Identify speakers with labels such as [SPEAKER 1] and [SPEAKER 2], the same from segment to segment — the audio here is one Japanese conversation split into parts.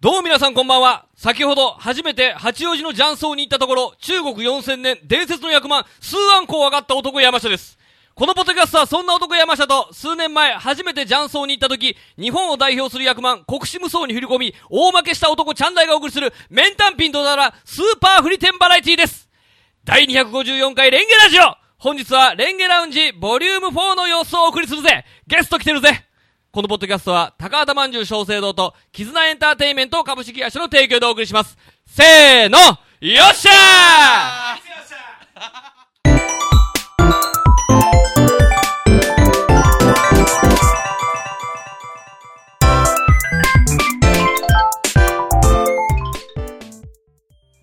[SPEAKER 1] どうも皆さんこんばんは。先ほど初めて八王子の雀荘に行ったところ、中国4000年伝説の役満、数万個上がった男山下です。このポッドキャストはそんな男山下と数年前初めて雀荘に行った時、日本を代表する役満、国士無双に振り込み、大負けした男チャンダイがお送りする、メンタンピンとならスーパーフリテンバラエティです。第254回レンゲラジオ本日はレンゲラウンジボリューム4の様子をお送りするぜゲスト来てるぜこのポッドキャストは高畑まんじゅう小生堂と絆エンターテインメント株式会社の提供でお送りします。せーのよっしゃー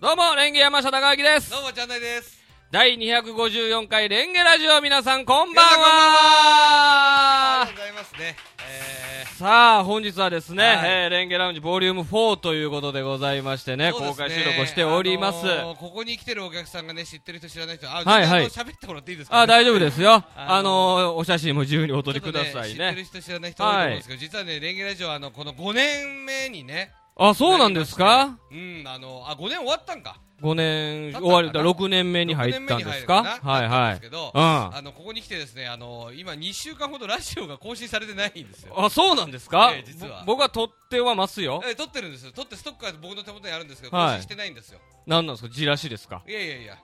[SPEAKER 1] どうも、レンゲ山下隆明です
[SPEAKER 2] ど。うも、チャンネルです。
[SPEAKER 1] 第254回レンゲラジオ皆さんこんばん
[SPEAKER 2] 皆さんこんば
[SPEAKER 1] は
[SPEAKER 2] ありがとうございますね。え
[SPEAKER 1] さあ本日はですね、
[SPEAKER 2] はい
[SPEAKER 1] えーレンゲラウンジボリューム4ということでございましてね
[SPEAKER 2] ーそう
[SPEAKER 1] 公
[SPEAKER 2] です
[SPEAKER 1] 開収
[SPEAKER 2] ね
[SPEAKER 1] 録をしております、あ
[SPEAKER 2] あのーここに来てるお客さんがね、知ってる人、知らない人、あ、
[SPEAKER 1] はいはい
[SPEAKER 2] ちょっとあの喋ってもらっていいですか、ね、。
[SPEAKER 1] 大丈夫ですすよ
[SPEAKER 2] あのー
[SPEAKER 1] あのーお写真も自由にお撮りください
[SPEAKER 2] 知
[SPEAKER 1] ね
[SPEAKER 2] ってる人、知らない人多いと思うんですけど、実はね、レンゲラジオ、あの、この5年目にね、
[SPEAKER 1] あそうなんですか
[SPEAKER 2] うん、あの、あ、5年終わったんか。
[SPEAKER 1] 5年
[SPEAKER 2] だったかな
[SPEAKER 1] 終わりだ6年目に入ったんですか
[SPEAKER 2] 6年目に入る
[SPEAKER 1] はいはい
[SPEAKER 2] なだったんですけど
[SPEAKER 1] うん
[SPEAKER 2] あの、ここに来てですね、あの、今2週間ほどラジオが更新されてないんですよ。
[SPEAKER 1] あそうなんですか、
[SPEAKER 2] ええ実は
[SPEAKER 1] ぼ僕は撮ってはますよ
[SPEAKER 2] え、撮ってるんですよ。撮ってストックが僕の手元にあるんですけど、更
[SPEAKER 1] はい
[SPEAKER 2] 新してないんですよ。
[SPEAKER 1] 何なんですかじらしですか
[SPEAKER 2] いやいやいや、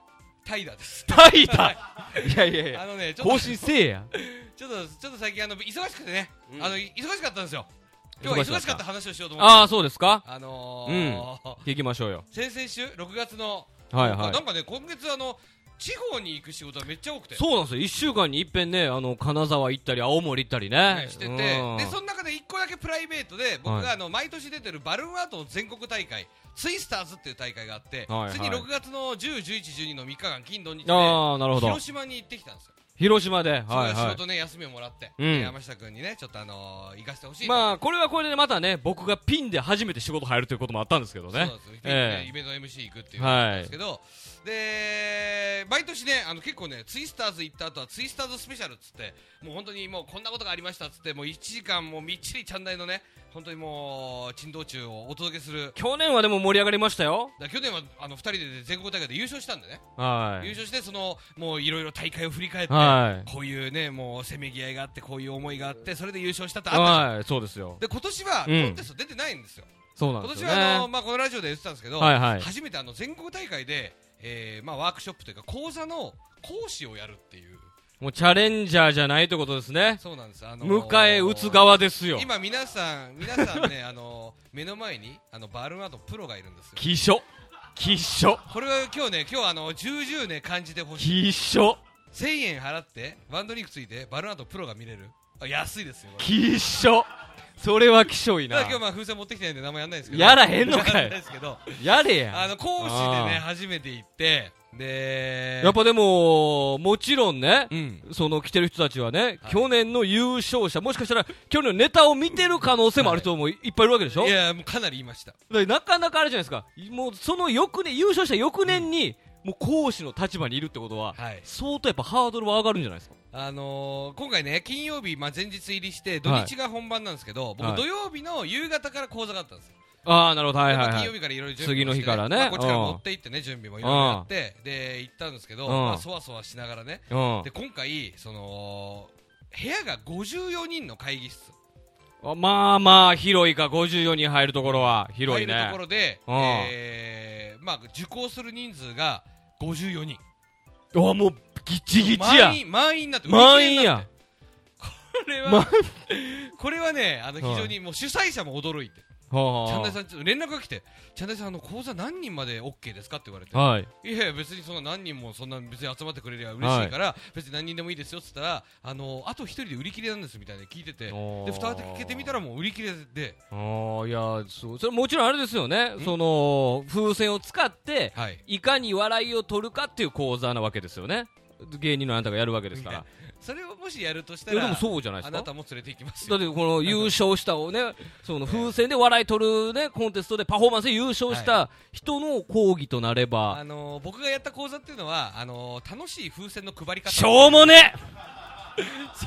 [SPEAKER 2] 怠惰です。
[SPEAKER 1] 大だいやいやいや
[SPEAKER 2] あのね、ちょっと
[SPEAKER 1] 更新せえや
[SPEAKER 2] ちょっと、ちょっと最近あの忙しくてね、
[SPEAKER 1] うん
[SPEAKER 2] あのい忙しかったんですよ。今日は忙しかった話をしようと思って。
[SPEAKER 1] ああそうですか
[SPEAKER 2] あのー
[SPEAKER 1] 聞きましょうよ
[SPEAKER 2] 先々週6月の、
[SPEAKER 1] はい
[SPEAKER 2] な
[SPEAKER 1] は
[SPEAKER 2] ん
[SPEAKER 1] い
[SPEAKER 2] かなんかね今月あの地方に行く仕事がめっちゃ多くて、
[SPEAKER 1] そうなんですよ、1週間に一遍ね、あの金沢行ったり、青森行ったりね、
[SPEAKER 2] ねしてて、
[SPEAKER 1] うん
[SPEAKER 2] でその中で1個だけプライベートで僕
[SPEAKER 1] はい
[SPEAKER 2] があの毎年出てるバルーンアートの全国大会、ツイスターズっていう大会があって、
[SPEAKER 1] はいはい
[SPEAKER 2] 次6月の10、11、12の3日間金土日で
[SPEAKER 1] ああ、なるほど
[SPEAKER 2] 広、島に行ってきたんですよ。
[SPEAKER 1] 広島で、はい
[SPEAKER 2] それが仕
[SPEAKER 1] は
[SPEAKER 2] 事ね休みをもらって、
[SPEAKER 1] うん
[SPEAKER 2] で山下君にねちょっとあのー行かせてほしい
[SPEAKER 1] い、
[SPEAKER 2] と。
[SPEAKER 1] まあこれはこれでまたね、僕がピンで初めて仕事入るということもあったんですけど
[SPEAKER 2] そうな
[SPEAKER 1] ね
[SPEAKER 2] んですよ、
[SPEAKER 1] ええ
[SPEAKER 2] イベントの MC 行くっていうことなんですけど、で毎年ねあの結構ねツイスターズ行った後はツイスターズスペシャルっつってもう本当にもうこんなことがありましたっつってもう1時間もうみっちりチャンダイのね本当にもう珍道中をお届けする
[SPEAKER 1] 去年はでも盛り上がりましたよ、
[SPEAKER 2] だ去年はあの2人で全国大会で優勝したんでね、
[SPEAKER 1] は
[SPEAKER 2] 優
[SPEAKER 1] い、
[SPEAKER 2] 勝してそのもういろいろ大会を振り返って、
[SPEAKER 1] はい
[SPEAKER 2] こういうねもうせめぎ合いがあってこういう思いがあってそれで優勝したってあったじゃん
[SPEAKER 1] はい、そうですよ、
[SPEAKER 2] で今年は
[SPEAKER 1] うん
[SPEAKER 2] コンテスト出てないんですよ、
[SPEAKER 1] そうなん
[SPEAKER 2] 今
[SPEAKER 1] です
[SPEAKER 2] 年
[SPEAKER 1] よ
[SPEAKER 2] はあの、
[SPEAKER 1] ね、
[SPEAKER 2] まあ、このラジオで言ってたんですけど、
[SPEAKER 1] はいはい
[SPEAKER 2] 初めてあの全国大会で、えーまあ、ワークショップというか講座の講師をやるっていう
[SPEAKER 1] もうチャレンジャーじゃないということですね、
[SPEAKER 2] そうなんです、あのー
[SPEAKER 1] 迎え撃つ側ですよ、
[SPEAKER 2] 今皆さん皆さんねあのー目の前にあのバルーンアートのプロがいるんですよ
[SPEAKER 1] きしょ、きしょ、
[SPEAKER 2] これは今日ね今日あの重々ね感じてほしい
[SPEAKER 1] きしょ、
[SPEAKER 2] 1000円払ってワンドリンクついてバルーンアートのプロが見れるあ安いですよこれ
[SPEAKER 1] きしょ、それはきしょい
[SPEAKER 2] ただ
[SPEAKER 1] な
[SPEAKER 2] 今、日まあ風船持ってきてないんで名前やんないですけど
[SPEAKER 1] やらへんのかい
[SPEAKER 2] やらないですけど
[SPEAKER 1] やれや。
[SPEAKER 2] あの講師でね初めて行ってで
[SPEAKER 1] やっぱでも、もちろんね、
[SPEAKER 2] うん
[SPEAKER 1] その来てる人たちはね、去年の優勝者、もしかしたら去年のネタを見てる可能性もある人もいっぱいいるわけでしょ、
[SPEAKER 2] いやもうかなり言いました
[SPEAKER 1] だからなかなかあれじゃないですか、もうその翌年、優勝した翌年に、もう講師の立場にいるってことは、
[SPEAKER 2] はい
[SPEAKER 1] 相当やっぱハードルは上がるんじゃないですか。
[SPEAKER 2] あのー今回ね金曜日、まあ、前日入りして土
[SPEAKER 1] はい
[SPEAKER 2] 日が本番なんですけど、
[SPEAKER 1] はい
[SPEAKER 2] 僕土曜日の夕方から講座があったんですよ、
[SPEAKER 1] ああ、なるほど、はい
[SPEAKER 2] で
[SPEAKER 1] はい
[SPEAKER 2] まあ
[SPEAKER 1] は
[SPEAKER 2] 金
[SPEAKER 1] い
[SPEAKER 2] 曜。日からいろいろ準備をして
[SPEAKER 1] 次の日からね
[SPEAKER 2] まあこっちから
[SPEAKER 1] うん
[SPEAKER 2] 持って行ってね準備もいろいろやってで行ったんですけど、
[SPEAKER 1] うん
[SPEAKER 2] まあ、そわそわしながらね
[SPEAKER 1] うん
[SPEAKER 2] で今回その部屋が54人の会議室
[SPEAKER 1] あまあまあ、広いか、54人入るところは、広い
[SPEAKER 2] 入る
[SPEAKER 1] ね
[SPEAKER 2] とこ。ろで、
[SPEAKER 1] うん
[SPEAKER 2] えーまあ、受講する人数が54人
[SPEAKER 1] うわ、もう、ギチギチや
[SPEAKER 2] 満。員満員になって
[SPEAKER 1] 満員や。
[SPEAKER 2] 売り切れにな
[SPEAKER 1] 満
[SPEAKER 2] って これはこれはねあの非常にもう主催者も驚いて。チャンダイさんちょっと連絡が来て、チャンダイさん、あの講座何人まで OK ですかって言われて、
[SPEAKER 1] はい。
[SPEAKER 2] いやいや、別にそんな何人もそんな別に集まってくれれば嬉しいから、別に何人でもいいですよって言ったら、あのあと一人で売り切れなんですみたいなの聞いてて、で
[SPEAKER 1] で
[SPEAKER 2] 蓋開けてみたら、もう売り切れで、
[SPEAKER 1] ああいやそうそれもちろんあれですよねその風船を使って
[SPEAKER 2] はい、
[SPEAKER 1] いかに笑いを取るかっていう講座なわけですよね芸人のあなたがやるわけですから
[SPEAKER 2] それをもしやるとした
[SPEAKER 1] いや
[SPEAKER 2] ら、
[SPEAKER 1] でもそうじゃないで
[SPEAKER 2] あ
[SPEAKER 1] すか
[SPEAKER 2] な
[SPEAKER 1] だ
[SPEAKER 2] たも連れて行きますよ
[SPEAKER 1] っ。てこの優勝したをねその風船で笑い取るねコンテストでパフォーマンスで優勝した人の講義となれば
[SPEAKER 2] あの僕がやった講座っていうのはあの楽しい風船の配り方
[SPEAKER 1] しょうもね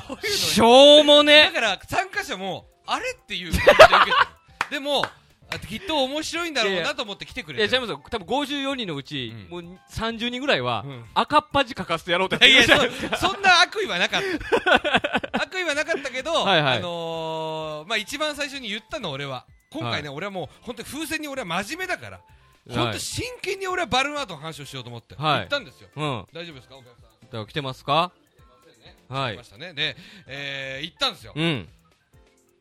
[SPEAKER 2] そういうの
[SPEAKER 1] しょうも
[SPEAKER 2] だ
[SPEAKER 1] ね
[SPEAKER 2] から参加者もあれっていう感じで受けてるでもあきっと面白いんだろうなと思って来てく
[SPEAKER 1] いや、
[SPEAKER 2] れ
[SPEAKER 1] ジ
[SPEAKER 2] て
[SPEAKER 1] ャ
[SPEAKER 2] る
[SPEAKER 1] ムさん、多分54人のうち、
[SPEAKER 2] うん
[SPEAKER 1] もう30人ぐらいは、
[SPEAKER 2] うん
[SPEAKER 1] 赤っ端書かせてやろうって
[SPEAKER 2] いやいや
[SPEAKER 1] はい
[SPEAKER 2] そそんな悪意はなかった 悪意はなかったけど、
[SPEAKER 1] はいはい
[SPEAKER 2] あのーまあ、一番最初に言ったの俺は今回ね、俺はもう本当に風船に俺は真面目だから、
[SPEAKER 1] い
[SPEAKER 2] 本当真剣に俺はバルーンアートの話をしようと思って、
[SPEAKER 1] はい
[SPEAKER 2] 言ったんですよ
[SPEAKER 1] うん。
[SPEAKER 2] 大丈夫ですかお客さん
[SPEAKER 1] だから来てますかは
[SPEAKER 2] 来
[SPEAKER 1] い
[SPEAKER 2] ま。したねで、えー行ったんですよ、
[SPEAKER 1] うん。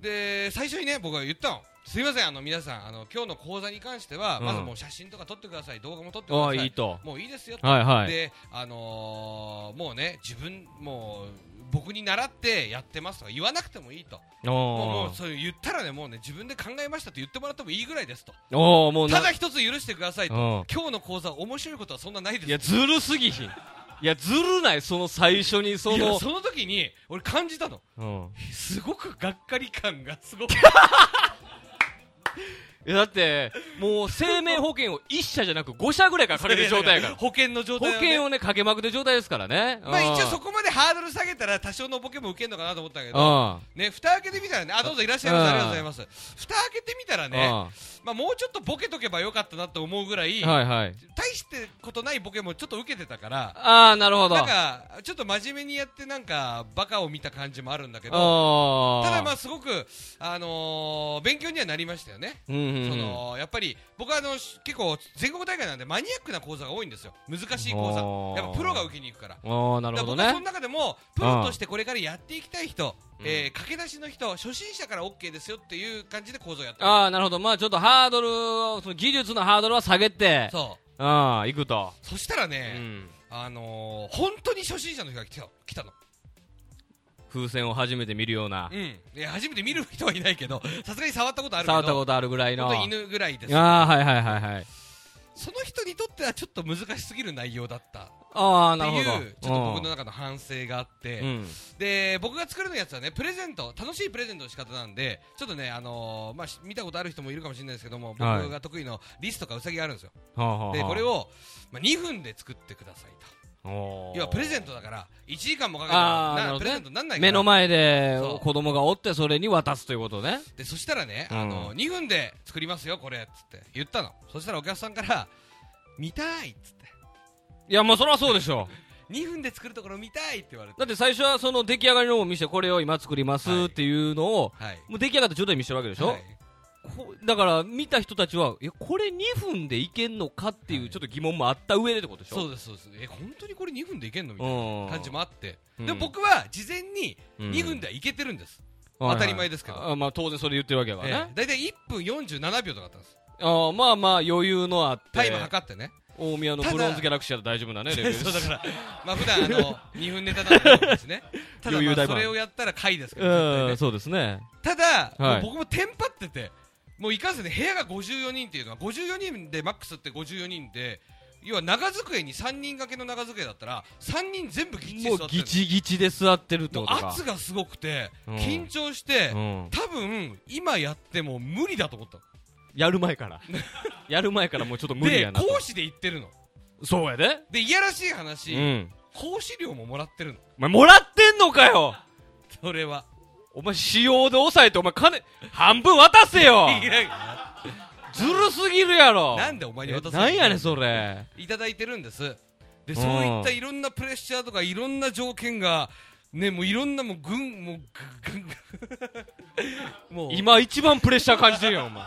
[SPEAKER 2] で最初にね僕が言ったのすみませんあの皆さんあの今日の講座に関しては、
[SPEAKER 1] うん
[SPEAKER 2] まずもう写真とか撮ってください動画も撮ってくだ
[SPEAKER 1] あ
[SPEAKER 2] さ
[SPEAKER 1] あ、
[SPEAKER 2] い
[SPEAKER 1] いいと。
[SPEAKER 2] もういいですよ
[SPEAKER 1] はいはい。
[SPEAKER 2] で、あのーもうね、自分、もう、僕に習ってやってますとか言わなくてもいいと、もう
[SPEAKER 1] お
[SPEAKER 2] もう
[SPEAKER 1] ー
[SPEAKER 2] そういう言ったらね、もうね、自分で考えましたと言ってもらってもいいぐらいですと、
[SPEAKER 1] おーもうな
[SPEAKER 2] ただ一つ許してくださいと、
[SPEAKER 1] う
[SPEAKER 2] 今日の講座、面白いことはそんなないで
[SPEAKER 1] ん。
[SPEAKER 2] す
[SPEAKER 1] いや、ずるすぎひん。いや、ずるない、その最初に、そ
[SPEAKER 2] いや
[SPEAKER 1] の。
[SPEAKER 2] その時に、俺、感じたの、
[SPEAKER 1] うん。
[SPEAKER 2] すごくがっかり感がすごく、
[SPEAKER 1] いや、だって、もう生命保険を1社じゃなく5社ぐらいから借りる状態やか
[SPEAKER 2] 保険の状
[SPEAKER 1] ら。保
[SPEAKER 2] 態をね
[SPEAKER 1] 険をね、かけまくってる状態ですからね。
[SPEAKER 2] まあ、一応そ
[SPEAKER 1] こ
[SPEAKER 2] こまでハードル下げたら、多少のボケも受けるのかなと思ったけ
[SPEAKER 1] う
[SPEAKER 2] ど、
[SPEAKER 1] ん。
[SPEAKER 2] ね、蓋開けてみたらね、あ、どうぞいらっしゃいま
[SPEAKER 1] うん
[SPEAKER 2] せ、ありがとうございます、蓋開けてみたらね、
[SPEAKER 1] う
[SPEAKER 2] まあ、もうちょっとボケとけばよかったなと思うぐらい、
[SPEAKER 1] ん。はいはい。
[SPEAKER 2] 大してことないボケもちょっと受けてたから、
[SPEAKER 1] ああ、なるほど。
[SPEAKER 2] なんか、ちょっと真面目にやって、なんか、バカを見た感じもあるんだけど、
[SPEAKER 1] ああ。
[SPEAKER 2] ただ、まあ、すごく、あのー勉強にはなりましたよね。
[SPEAKER 1] うんうんうん、
[SPEAKER 2] そのやっぱり僕はあのし結構全国大会なんでマニアックな講座が多いんですよ難しい講
[SPEAKER 1] おー
[SPEAKER 2] 座やっぱプロが受けに行くから
[SPEAKER 1] ああ、なるほど
[SPEAKER 2] だか
[SPEAKER 1] ね
[SPEAKER 2] ら僕はその。中でもプロとしてこれからやっていきたい人、えー駆け出しの人初心者から OK ですよっていう感じで講座をやってま
[SPEAKER 1] ああ、なるほど。まあちょっとハードルを、その技術のハードルは下げて
[SPEAKER 2] す、そ
[SPEAKER 1] ああ、行くと。
[SPEAKER 2] うそしたら
[SPEAKER 1] う
[SPEAKER 2] ね、
[SPEAKER 1] ん。
[SPEAKER 2] あのー、本当に初心者の人が来た来たの、
[SPEAKER 1] 風船を初めて見るような
[SPEAKER 2] う、んいや初めて見る人はいないけど、 さすがに触ったことあるけど、
[SPEAKER 1] 触ったことあるぐらいの。
[SPEAKER 2] 本
[SPEAKER 1] あ
[SPEAKER 2] 当に犬ぐらいです、
[SPEAKER 1] あ、はいはいはいはい。
[SPEAKER 2] その人にとってはちょっと難しすぎる内容だったっ
[SPEAKER 1] ああ、
[SPEAKER 2] て
[SPEAKER 1] なるほ
[SPEAKER 2] い
[SPEAKER 1] ど。
[SPEAKER 2] う、ちょっと僕の中の反省があって、
[SPEAKER 1] うん。
[SPEAKER 2] で僕が作るのやつはね、プレゼント、楽しいプレゼントの仕方なんで、ちょっとね、あのーまあ、し見たことある人もいるかもしれないですけども、僕
[SPEAKER 1] はい
[SPEAKER 2] が得意のリスとかウサギがあるんですよ、
[SPEAKER 1] はあはあはあ
[SPEAKER 2] でこれ、を、まあ、2分で作ってくださいと。
[SPEAKER 1] おー
[SPEAKER 2] 要はプレゼントだから1時間もかけた
[SPEAKER 1] あーなる
[SPEAKER 2] らな
[SPEAKER 1] ほどね
[SPEAKER 2] プレゼントになんないから
[SPEAKER 1] 目の前で
[SPEAKER 2] そう
[SPEAKER 1] 子供がおって、それに渡すということね。
[SPEAKER 2] でそしたらね、
[SPEAKER 1] うん
[SPEAKER 2] あの2分で作りますよこれっつって言ったのそしたらお客さんから見たいっつって
[SPEAKER 1] いや、もうそりゃそうでしょ。
[SPEAKER 2] 2分で作るところ見たいって言われて
[SPEAKER 1] だって最初はその出来上がりのを見せて、これを今作りますっていうのを、
[SPEAKER 2] はい
[SPEAKER 1] もう出来上がった状態で見せてるわけでしょ、
[SPEAKER 2] はい
[SPEAKER 1] こだから見た人たちはいやこれ2分でいけんのかってい
[SPEAKER 2] は
[SPEAKER 1] う
[SPEAKER 2] い
[SPEAKER 1] ちょっと疑問もあった上でってことでしょ
[SPEAKER 2] そうですそうですえ本当にこれ2分でいけんのみたい
[SPEAKER 1] うん
[SPEAKER 2] な感じもあって、
[SPEAKER 1] うん
[SPEAKER 2] でも僕は事前に
[SPEAKER 1] うん
[SPEAKER 2] 2分ではいけてるんです、
[SPEAKER 1] はいはい
[SPEAKER 2] 当たり前ですけど
[SPEAKER 1] あまあ当然それ言ってるわけだか
[SPEAKER 2] え
[SPEAKER 1] ら
[SPEAKER 2] え
[SPEAKER 1] ね、
[SPEAKER 2] 大体1分47秒とかだったんです
[SPEAKER 1] ああまあまあ余裕のあって
[SPEAKER 2] タイム測ってね、
[SPEAKER 1] 大宮のブロンズギャラクシーだと大丈夫だねレベル
[SPEAKER 2] そうだからまあ普段あ の2分ネタなんでですねただ
[SPEAKER 1] 余裕
[SPEAKER 2] まあ
[SPEAKER 1] 大
[SPEAKER 2] そ
[SPEAKER 1] 盤
[SPEAKER 2] れをやったら回ですけど絶対
[SPEAKER 1] う
[SPEAKER 2] ね
[SPEAKER 1] んそうですね
[SPEAKER 2] ただ、
[SPEAKER 1] はい
[SPEAKER 2] もう僕もテンパってて、もういかんせんね、部屋が54人っていうのは、54人でマックスって54人で、要は長机に3人掛けの長机だったら、3人全部ぎっちり
[SPEAKER 1] もう
[SPEAKER 2] 座ってる
[SPEAKER 1] ギチギチで座ってるって
[SPEAKER 2] もう
[SPEAKER 1] ことか
[SPEAKER 2] 圧がすごくて、
[SPEAKER 1] うん
[SPEAKER 2] 緊張して、
[SPEAKER 1] うん、
[SPEAKER 2] 多分今やっても無理だと思ったの
[SPEAKER 1] やる前から やる前からもうちょっと無理
[SPEAKER 2] で
[SPEAKER 1] や、なと
[SPEAKER 2] 講師で言ってるの。
[SPEAKER 1] そうやで
[SPEAKER 2] で、いやらしいう話、
[SPEAKER 1] ん
[SPEAKER 2] 講師料ももらってるの、
[SPEAKER 1] お前もらってんのかよ
[SPEAKER 2] それは。
[SPEAKER 1] お前使用で抑えてお前金半分渡せよ
[SPEAKER 2] いや
[SPEAKER 1] ずるすぎるやろ
[SPEAKER 2] なんでお前に渡す
[SPEAKER 1] えなんやねんそれ
[SPEAKER 2] いただいてるんですで
[SPEAKER 1] ん
[SPEAKER 2] そういったいろんなプレッシャーとかいろんな条件がねもういろんなもう 軍もうぐぐぐもう
[SPEAKER 1] 今一番プレッシャー感じてるよ お前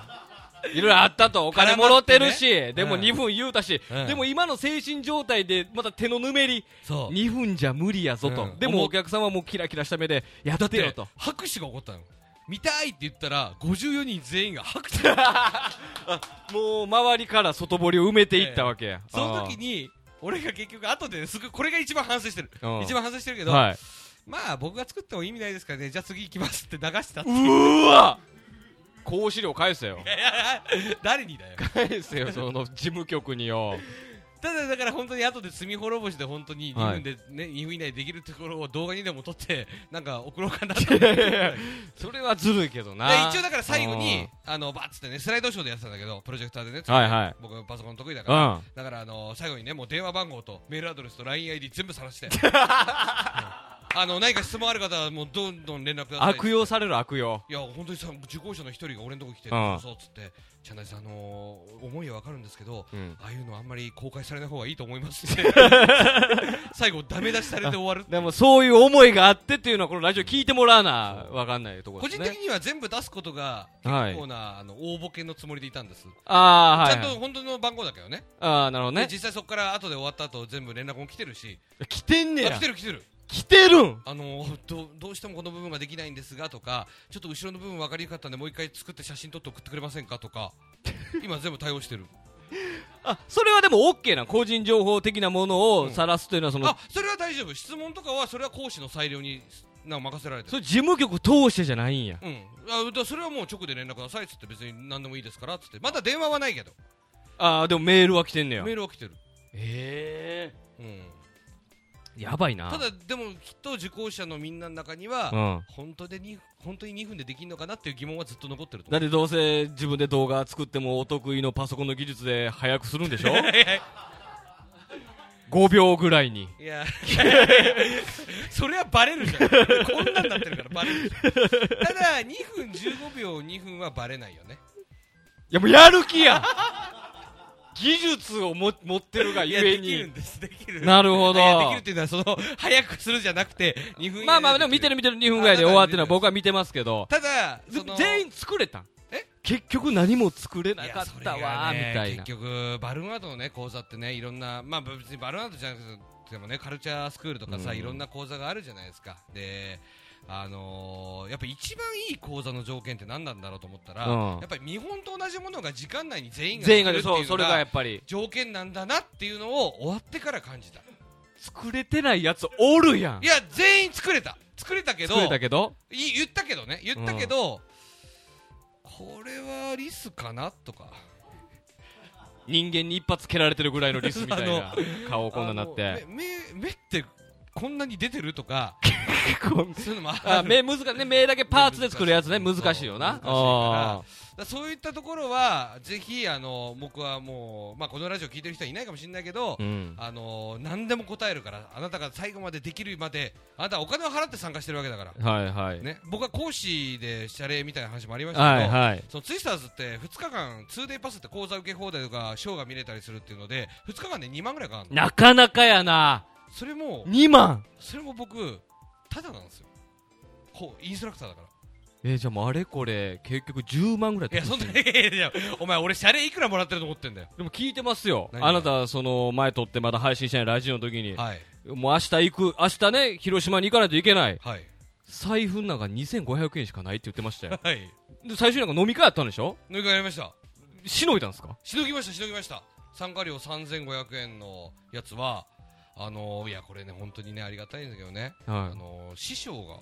[SPEAKER 1] いろいろあったとお金もろてるし
[SPEAKER 2] 絡まってね
[SPEAKER 1] でも
[SPEAKER 2] うん
[SPEAKER 1] 2分言うたし、
[SPEAKER 2] うん
[SPEAKER 1] でも今の精神状態でまた手のぬめり
[SPEAKER 2] そう
[SPEAKER 1] 2分じゃ無理やぞと、
[SPEAKER 2] うん
[SPEAKER 1] で
[SPEAKER 2] 思
[SPEAKER 1] も
[SPEAKER 2] っ
[SPEAKER 1] お客さんはもうキラキラした目でやってよ
[SPEAKER 2] で
[SPEAKER 1] と
[SPEAKER 2] 拍手が起こったの見たいって言ったら54人全員が拍 手
[SPEAKER 1] もう周りから外堀を埋めていったわけや、
[SPEAKER 2] その時に俺が結局後ですごいこれが一番反省してる
[SPEAKER 1] うん
[SPEAKER 2] 一番反省してるけ
[SPEAKER 1] あ
[SPEAKER 2] ど、
[SPEAKER 1] ーは
[SPEAKER 2] まあ僕が作っても意味ないですからねじゃあ次行きますって流したって
[SPEAKER 1] い、うーわ講師料返せよ
[SPEAKER 2] 誰にだよ
[SPEAKER 1] 返せよその事務局によ
[SPEAKER 2] ただだから本当に後で罪滅ぼしで本当に
[SPEAKER 1] は
[SPEAKER 2] 2
[SPEAKER 1] い
[SPEAKER 2] 分で、ね2分以内でできるところを動画にでも撮って なんか送ろうかなと
[SPEAKER 1] いやいやいやそれはずるいけど
[SPEAKER 2] で
[SPEAKER 1] な
[SPEAKER 2] 一応だから最後にあのバッつってねスライドショーでやってたんだけどプロジェクターでね、
[SPEAKER 1] はいはい
[SPEAKER 2] 僕パソコン得意だ
[SPEAKER 1] う
[SPEAKER 2] から、
[SPEAKER 1] ん
[SPEAKER 2] だからあの最後にねもう電話番号とメールアドレスと LINEID 全部晒してあの何か質問ある方はもうどんどん連絡ください
[SPEAKER 1] 悪用される悪用。
[SPEAKER 2] いや本当にさ受講者の一人が俺のとこ来て
[SPEAKER 1] うん
[SPEAKER 2] そうっつって「チャンナイさん、あのー思いはわかるんですけど、
[SPEAKER 1] うん
[SPEAKER 2] ああいうのあんまり公開されない方がいいと思います」 って最後ダメ出しされて終わる
[SPEAKER 1] でもそういう思いがあってっていうのはこのラジオ聞いてもらわなわかんないところ
[SPEAKER 2] 個
[SPEAKER 1] です
[SPEAKER 2] 人
[SPEAKER 1] ね。
[SPEAKER 2] 的には全部出すことが
[SPEAKER 1] は
[SPEAKER 2] 結
[SPEAKER 1] い
[SPEAKER 2] 構。な、あの大ボケのつもりでいたんです、
[SPEAKER 1] ああ、はい
[SPEAKER 2] ちゃ
[SPEAKER 1] は
[SPEAKER 2] ん
[SPEAKER 1] い。
[SPEAKER 2] と本当の番号だけどね、
[SPEAKER 1] ああ、なるほどね
[SPEAKER 2] で。実際そこから後で終わった後全部連絡も来てるし、
[SPEAKER 1] 来てんね
[SPEAKER 2] あ
[SPEAKER 1] や
[SPEAKER 2] 来て。る来てる
[SPEAKER 1] 来てるん
[SPEAKER 2] あのーどうどうしてもこの部分ができないんですがとかちょっと後ろの部分分かりにくかったんでもう一回作って写真撮って送ってくれませんかとか今全部対応して る
[SPEAKER 1] あ、それはでも OK な。個人情報的なものを晒すというのはその、
[SPEAKER 2] あそれは大丈夫質問とかはそれは講師の裁量になんか任せられて
[SPEAKER 1] そ
[SPEAKER 2] る
[SPEAKER 1] れ事務局通してじゃないんや。
[SPEAKER 2] うんあだからそれはもう直で連絡くださいっつって別に何でもいいですからっつってまだ電話はないけど
[SPEAKER 1] ああ、でもメールは来てんねや。
[SPEAKER 2] メールは来てる
[SPEAKER 1] ええ
[SPEAKER 2] うん
[SPEAKER 1] やばいな。
[SPEAKER 2] ただでもきっと受講者のみんなの中には、
[SPEAKER 1] うん。
[SPEAKER 2] 本当でに本当に2分でできるのかなっていう疑問はずっと残ってると
[SPEAKER 1] だ
[SPEAKER 2] 思
[SPEAKER 1] ってどうせ自分で動画作ってもお得意のパソコンの技術で早くするんでしょ ?5 秒ぐらいに。
[SPEAKER 2] ういやそれはバレるじゃんこんなんなってるからバレるじゃんただ2分15秒2分はバレないよね
[SPEAKER 1] いやもうやる気や技術をも持ってるが
[SPEAKER 2] い
[SPEAKER 1] ゆ
[SPEAKER 2] や
[SPEAKER 1] え
[SPEAKER 2] できる
[SPEAKER 1] に
[SPEAKER 2] ん。ですできる
[SPEAKER 1] なるほど
[SPEAKER 2] いやできるっていうのはその早くするじゃなくて2分以内
[SPEAKER 1] まあまあでも見てる見てる2分ぐらいで終わってるのは僕は見てますけど。
[SPEAKER 2] ただ
[SPEAKER 1] で
[SPEAKER 2] その
[SPEAKER 1] 全員作れたん
[SPEAKER 2] え
[SPEAKER 1] 結局何も作れないか
[SPEAKER 2] や
[SPEAKER 1] っ
[SPEAKER 2] それ
[SPEAKER 1] た
[SPEAKER 2] が
[SPEAKER 1] わー
[SPEAKER 2] ね
[SPEAKER 1] みたいな
[SPEAKER 2] 結。局バルーンアートのね講座ってねいろんなまあ別にバルーンアートじゃなくてもねカルチャースクールとかさ、
[SPEAKER 1] うん
[SPEAKER 2] いろんな講座があるじゃないですかであのーやっぱ一番いい講座の条件って何なんだろうと思ったら、
[SPEAKER 1] うん
[SPEAKER 2] やっぱり見本と同じものが時間内に全員が
[SPEAKER 1] 全員が
[SPEAKER 2] で
[SPEAKER 1] ね
[SPEAKER 2] きるって
[SPEAKER 1] そ、
[SPEAKER 2] いううの
[SPEAKER 1] それがやっぱり。
[SPEAKER 2] 条件なんだなっていうのを終わってから感じた
[SPEAKER 1] 作れてないやつおるやん
[SPEAKER 2] い。や全員作れた作れたけど
[SPEAKER 1] 作れたけど。
[SPEAKER 2] い言ったけどね言ったけど、これはリスかなとか
[SPEAKER 1] 人間に一発蹴られてるぐらいのリスみたいな顔こんななっ
[SPEAKER 2] あ
[SPEAKER 1] て
[SPEAKER 2] の目目目ってこんなに出てる とかそういうのもある
[SPEAKER 1] あ目難しいね目だけパーツで作るやつね
[SPEAKER 2] 目難
[SPEAKER 1] 難
[SPEAKER 2] しい
[SPEAKER 1] しいよ
[SPEAKER 2] そう
[SPEAKER 1] な
[SPEAKER 2] 難しいからだそういったところはぜひあの僕はもう、まあ、このラジオ聞いてる人はいないかもしれないけど、
[SPEAKER 1] うん
[SPEAKER 2] あの何でも答えるからあなたが最後までできるまであなたはお金を払って参加してるわけだから、
[SPEAKER 1] はいはい
[SPEAKER 2] ね、僕は講師で謝礼みたいな話もありましたけど、
[SPEAKER 1] はいはい
[SPEAKER 2] そのツイスターズって2日間 2day パスって講座受け放題とかショーが見れたりするっていうので2日間で2万ぐらいかかるの
[SPEAKER 1] なかなかやな
[SPEAKER 2] それも
[SPEAKER 1] 2万
[SPEAKER 2] それも僕ただなんですよこうインストラクターだから
[SPEAKER 1] えじゃあもうあれこれ結局10万ぐらい
[SPEAKER 2] いやそんないやいやお前俺謝礼いくらもらってると思ってんだよ
[SPEAKER 1] でも聞いてますよ
[SPEAKER 2] 何が
[SPEAKER 1] あなたその前撮ってまだ配信してないラジオの時に
[SPEAKER 2] はい
[SPEAKER 1] もう明日行く明日ね広島に行かないといけない
[SPEAKER 2] はい
[SPEAKER 1] 財布の中2500円しかないって言ってましたよ
[SPEAKER 2] はい
[SPEAKER 1] で最初になんか飲み会あったんでしょ
[SPEAKER 2] 乗り換えやりました
[SPEAKER 1] しのいだんですか
[SPEAKER 2] しのぎましたしのぎました参加料3500円のやつはあのー、いやこれね本当にねありがたいんですけどね、あ
[SPEAKER 1] はい
[SPEAKER 2] のー、師匠が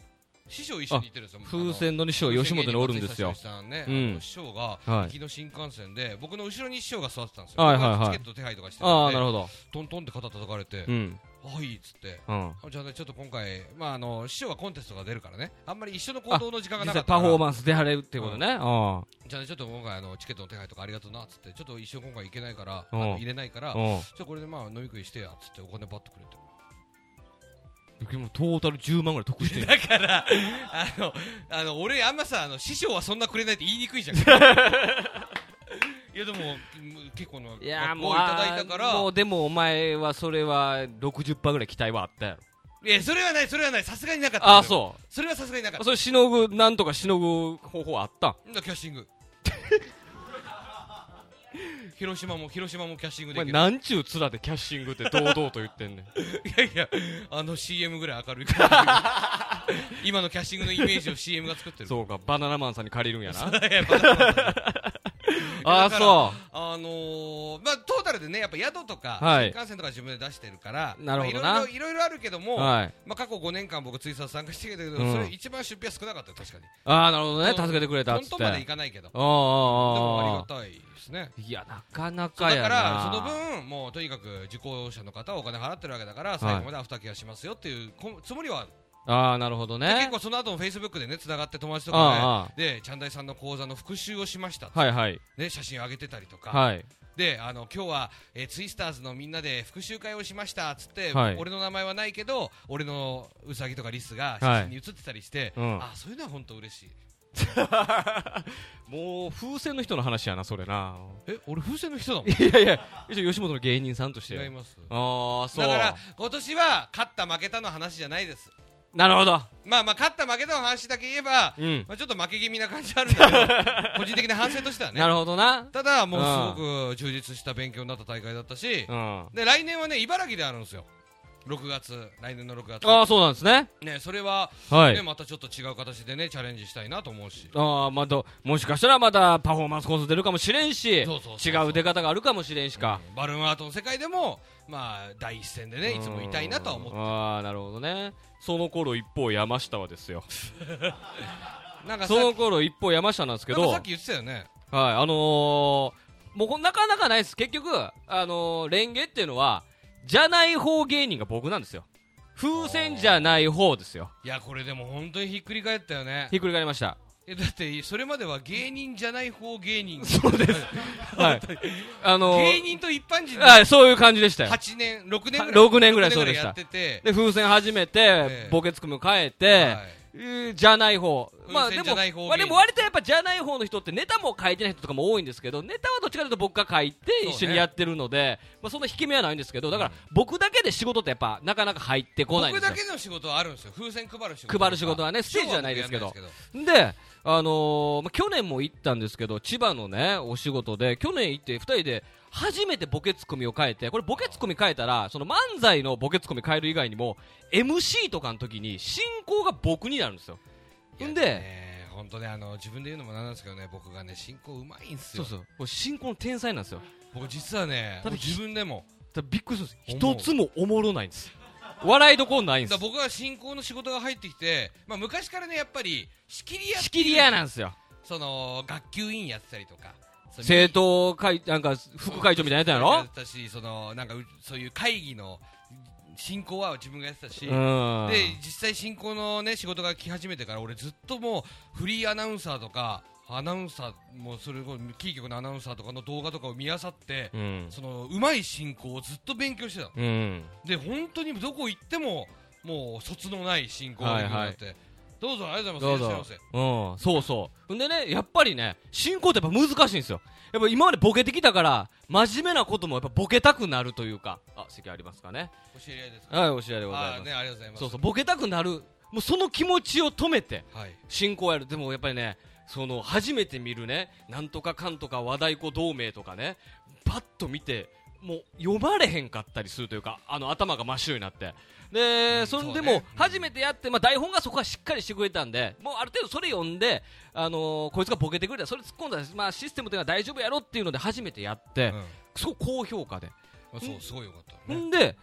[SPEAKER 2] 師匠一緒に行ってるんですよ
[SPEAKER 1] 風船の師匠吉本におるんですよ
[SPEAKER 2] 松下さんね、
[SPEAKER 1] うん
[SPEAKER 2] あの師匠が、
[SPEAKER 1] はい
[SPEAKER 2] 行きの新幹線で、僕の後ろに師匠が座ってたんですよ。
[SPEAKER 1] はいはいはい
[SPEAKER 2] 僕チケット手配とかしてたんで
[SPEAKER 1] ああなるほど
[SPEAKER 2] トントンって肩叩かれて、
[SPEAKER 1] うん
[SPEAKER 2] はいっつって、
[SPEAKER 1] うん
[SPEAKER 2] あじゃあね、ちょっと今回、まああの、師匠はコンテストが出るからね、あんまり一緒の行動の時間がな
[SPEAKER 1] 実
[SPEAKER 2] か
[SPEAKER 1] 際
[SPEAKER 2] ったから、
[SPEAKER 1] パフォーマンス出はれるってことね。うん。うん。
[SPEAKER 2] じゃあね、ちょっと今回あの、チケットの手配とかありがとうなっつって、ちょっと一緒今回行けないから、
[SPEAKER 1] うん
[SPEAKER 2] あの入れないから、じゃ
[SPEAKER 1] で
[SPEAKER 2] あこれでまあ飲み食いしてやっつって、お金ばっとくれて。
[SPEAKER 1] もトータル10万ぐらい得してる。
[SPEAKER 2] だから、あの、あの俺、あんまさあの、師匠はそんなくれないって言いにくいじゃん。いや、でも、結構の、
[SPEAKER 1] いやー
[SPEAKER 2] ご
[SPEAKER 1] もう、
[SPEAKER 2] 好意いただいたから、
[SPEAKER 1] もうでもお前はそれは60%ぐらい期待はあったやろ。
[SPEAKER 2] いや、それはない、それはない、さすがになかった。。
[SPEAKER 1] ああ、そう
[SPEAKER 2] それはさすがにな
[SPEAKER 1] う。
[SPEAKER 2] かった。
[SPEAKER 1] それしのぐ、なんとかしのぐ方法あったん
[SPEAKER 2] なんだキャッシング。 広島も、広島もキャッシング
[SPEAKER 1] お
[SPEAKER 2] でき
[SPEAKER 1] 前
[SPEAKER 2] る。
[SPEAKER 1] なんちゅう面でキャッシングって堂々と言ってん ねん。
[SPEAKER 2] いやいや、あの CM ぐらい明るいから。 今のキャッシングのイメージを CM が作ってる。
[SPEAKER 1] そうか、バナナマンさんに借りるんやな。
[SPEAKER 2] いやバカだな
[SPEAKER 1] ああ、
[SPEAKER 2] だから
[SPEAKER 1] そ
[SPEAKER 2] あのー、まあ、トータルでね、やっぱ宿とか、
[SPEAKER 1] はい
[SPEAKER 2] 新幹線とか自分で出してるから、
[SPEAKER 1] なるほどな
[SPEAKER 2] まあいろいろいろいろあるけども、
[SPEAKER 1] う。はい。
[SPEAKER 2] まあ、過去5年間僕、ツイスター参加してきたけど、
[SPEAKER 1] うん
[SPEAKER 2] それ一番出費は少なかったよ、確かに。
[SPEAKER 1] ああ、なるほどね。助けてくれたっ
[SPEAKER 2] 本
[SPEAKER 1] つって。
[SPEAKER 2] 当までいかないけど。で
[SPEAKER 1] ああ、
[SPEAKER 2] もあ
[SPEAKER 1] ああ、
[SPEAKER 2] りがたいですね。
[SPEAKER 1] いや、なかな
[SPEAKER 2] そう
[SPEAKER 1] か
[SPEAKER 2] だ
[SPEAKER 1] やな。
[SPEAKER 2] から、その分、もうとにかく受講者の方はお金払ってるわけだから、最後までアフターケアしますよっていうこつもりはある
[SPEAKER 1] ああ、なるほど
[SPEAKER 2] で
[SPEAKER 1] ね
[SPEAKER 2] 結。構その後もフェイスブックでね繋がって友達と
[SPEAKER 1] あああ
[SPEAKER 2] かねでチャンダイさんの講座の復習をしました、
[SPEAKER 1] はいはい。
[SPEAKER 2] ね、写真を上げてたりとか、
[SPEAKER 1] はい。
[SPEAKER 2] であの今日は、えーツイスターズのみんなで復習会をしましたっつって、
[SPEAKER 1] はい
[SPEAKER 2] 俺の名前はないけど俺のウサギとかリスが
[SPEAKER 1] は
[SPEAKER 2] 写
[SPEAKER 1] い
[SPEAKER 2] 真に写ってたりして、
[SPEAKER 1] うん
[SPEAKER 2] あそういうのは本当嬉しい
[SPEAKER 1] もう、風船の人の話やな、それな。
[SPEAKER 2] え俺風船の人だもん
[SPEAKER 1] いやいや、一応吉本の芸人さんとして。
[SPEAKER 2] 違い
[SPEAKER 1] あ
[SPEAKER 2] ます
[SPEAKER 1] あー、そう。
[SPEAKER 2] だから今年は勝った負けたの話じゃないです
[SPEAKER 1] なるほど。
[SPEAKER 2] まあまあ勝った負けたの話だけ言えば、
[SPEAKER 1] うん。
[SPEAKER 2] まあ、ちょっと負け気味な感じあるんだけど個人的な反省としてはね
[SPEAKER 1] なるほどな。
[SPEAKER 2] ただもうすごく充実した勉強になった大会だったし、
[SPEAKER 1] うん。あ
[SPEAKER 2] で来年はね茨城であるんですよ6月来年の6月
[SPEAKER 1] あ、そうなんですね。
[SPEAKER 2] ねそれは
[SPEAKER 1] は
[SPEAKER 2] ね、
[SPEAKER 1] い。
[SPEAKER 2] またちょっと違う形でねチャレンジしたいなと思うし
[SPEAKER 1] ああ、また、もしかしたらまたパフォーマンスコース出るかもしれんし、違
[SPEAKER 2] そうそうそう
[SPEAKER 1] う出方があるかもしれんしか。
[SPEAKER 2] バルーンアートの世界でもまあ第一線でねいつもいたいなとは思っ
[SPEAKER 1] うんああ、なるほどね。その頃一方山下はですよ。
[SPEAKER 2] てなんかさ
[SPEAKER 1] その頃一方山下なんですけ
[SPEAKER 2] なん
[SPEAKER 1] ど、
[SPEAKER 2] か
[SPEAKER 1] は
[SPEAKER 2] さ
[SPEAKER 1] い
[SPEAKER 2] っ、き言ってたよね
[SPEAKER 1] あのー、もうこなかなかないです。結局、あのー、レンゲっていうのは、じゃない方芸人が僕なんですよ。風船じゃない方ですよ。
[SPEAKER 2] いやこれでも本当にひっくり返ったよね
[SPEAKER 1] ひっくり返りま した。
[SPEAKER 2] えだってそれまでは芸人じゃない方芸人
[SPEAKER 1] そうです。はい。あのー、
[SPEAKER 2] 芸人と一般人で
[SPEAKER 1] はい、そういう感じでしたよ。
[SPEAKER 2] 8年6年ぐらい
[SPEAKER 1] 6年ぐらいそうでし
[SPEAKER 2] や
[SPEAKER 1] た
[SPEAKER 2] っ。てて
[SPEAKER 1] で、風船始め
[SPEAKER 2] え
[SPEAKER 1] て、ボケツッコミを変えて、
[SPEAKER 2] はい
[SPEAKER 1] えーじゃない方。まあ
[SPEAKER 2] 風
[SPEAKER 1] で
[SPEAKER 2] 船じゃ
[SPEAKER 1] も、
[SPEAKER 2] ない方芸人
[SPEAKER 1] まあでも割とやっぱじゃない方の人ってネタも書いてない人とかも多いんですけど、ネタはどっちかというと僕が書いて
[SPEAKER 2] そうね
[SPEAKER 1] 一緒にやってるので、まあそんな引き目はないんですけど、だから僕だけで仕事ってやっぱなかなか入ってこないんで
[SPEAKER 2] 僕
[SPEAKER 1] す
[SPEAKER 2] だ
[SPEAKER 1] よ。
[SPEAKER 2] けの仕事はあるんですよ風船配る仕事とか
[SPEAKER 1] 配る仕事はねステージじゃないですけど
[SPEAKER 2] ショーは僕やんない
[SPEAKER 1] で、あのーまあ、去年も行ったんですけど、千葉のね、お仕事で、去年行って、2人で初めてボケツッコミを変えて、これ、ボケツッコミ変えたら、その漫才のボケツッコミ変える以外にも、MC とかの時に、進行が僕になるんですよ。
[SPEAKER 2] ですけど
[SPEAKER 1] ん
[SPEAKER 2] いや
[SPEAKER 1] で、
[SPEAKER 2] ね本当ねあの自分で言うのもなんなんですけどね僕がね進行うまいんです
[SPEAKER 1] そ
[SPEAKER 2] よ
[SPEAKER 1] うそう、これ進行の天才なんですよ。
[SPEAKER 2] 僕実はね
[SPEAKER 1] だって
[SPEAKER 2] 自分でも
[SPEAKER 1] だからびっくりするんです
[SPEAKER 2] 思
[SPEAKER 1] よ。
[SPEAKER 2] う
[SPEAKER 1] 一つもおもろないんです。笑いどころないんで
[SPEAKER 2] だ
[SPEAKER 1] す
[SPEAKER 2] から。僕は進行の仕事が入ってきて、まあ、昔からねやっぱり仕切り屋
[SPEAKER 1] 仕切り屋なんんですよ。
[SPEAKER 2] その学級委員やってたりとかそう
[SPEAKER 1] 生徒会、なんか、副会長みたいなやつや
[SPEAKER 2] や
[SPEAKER 1] ろ
[SPEAKER 2] ってたしそのなんかうそういう会議の進行は自分がやってたし、
[SPEAKER 1] うん。
[SPEAKER 2] で実際進行のね仕事が来始めてから俺ずっともうフリーアナウンサーとかアナウンサーもうそれこそキー局のアナウンサーとかの動画とかを見漁って、
[SPEAKER 1] うん。
[SPEAKER 2] そのうまい進行をずっと勉強してたの
[SPEAKER 1] うん。
[SPEAKER 2] で本当にどこ行ってももう卒のない進行ができるようになって、どうぞありがとうござい
[SPEAKER 1] ど
[SPEAKER 2] ま
[SPEAKER 1] う
[SPEAKER 2] すい
[SPEAKER 1] ぞ
[SPEAKER 2] らっしゃいませ。
[SPEAKER 1] うん、そうそう。んでね、やっぱりね、進行ってやっぱ難しいんですよ。やっぱ今までボケてきたから、真面目なこともやっぱボケたくなるというか、あ、席ありますかね。
[SPEAKER 2] お知り合いですか
[SPEAKER 1] はい、お知らせでございま
[SPEAKER 2] あ
[SPEAKER 1] す。
[SPEAKER 2] ーねありがとうございます
[SPEAKER 1] そうそう、ボケたくなる。もうその気持ちを止めて、
[SPEAKER 2] はい
[SPEAKER 1] 進行やる。でもやっぱりね、その、初めて見るね、なんとかかんとか和太鼓同盟とかね、パッと見て、もう読まれへんかったりするというか、あの頭が真っ白になって、で、
[SPEAKER 2] うん
[SPEAKER 1] それ
[SPEAKER 2] そう
[SPEAKER 1] で
[SPEAKER 2] ね
[SPEAKER 1] も初めてやって、まあ、台本がそこはしっかりしてくれたんで、もうある程度それ読んで、あのーこいつがボケてくれたら、それ突っ込んだら、まあ、システムというのは大丈夫やろっていうので、初めてやって、
[SPEAKER 2] うんます
[SPEAKER 1] ごい高評価で、
[SPEAKER 2] あそうすごいよかったね
[SPEAKER 1] んで、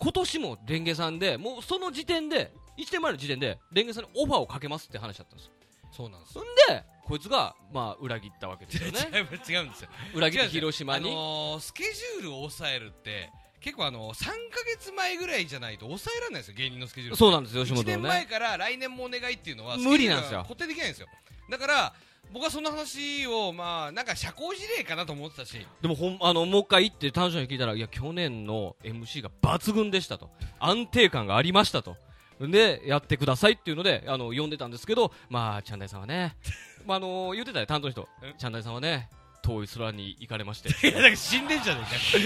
[SPEAKER 1] 今年もレンゲさんで、もうその時点で、1年前の時点で、レンゲさんにオファーをかけますって話だったんですよ。
[SPEAKER 2] そうなんです
[SPEAKER 1] そんで、こいつが、まあ、裏切ったわけです よね。
[SPEAKER 2] 違う違うんですよ
[SPEAKER 1] 裏切って広島
[SPEAKER 2] あ
[SPEAKER 1] に。
[SPEAKER 2] のースケジュールを抑えるって結構あの3か月前ぐらいじゃないと抑えられないですよ芸人のスケジュール
[SPEAKER 1] そうなんですよ、吉
[SPEAKER 2] 1
[SPEAKER 1] 本
[SPEAKER 2] 年
[SPEAKER 1] の
[SPEAKER 2] 前
[SPEAKER 1] ね。
[SPEAKER 2] から来年もお願いっていうのは
[SPEAKER 1] 無理なんですよ
[SPEAKER 2] スケジュールが固定できないんですよだから僕はその話をまあなんか社交辞令かなと思ってたし
[SPEAKER 1] でもほんあのもう一回行って短所に聞いたらいや去年の MC が抜群でしたと安定感がありましたとでやってくださいっていうのであの呼んでたんですけどまあチャンダイさんはね、 まあ、あの言ってたよ担当の人チャンダイさんはね遠い空に行かれまして
[SPEAKER 2] いやだから死んでんじゃね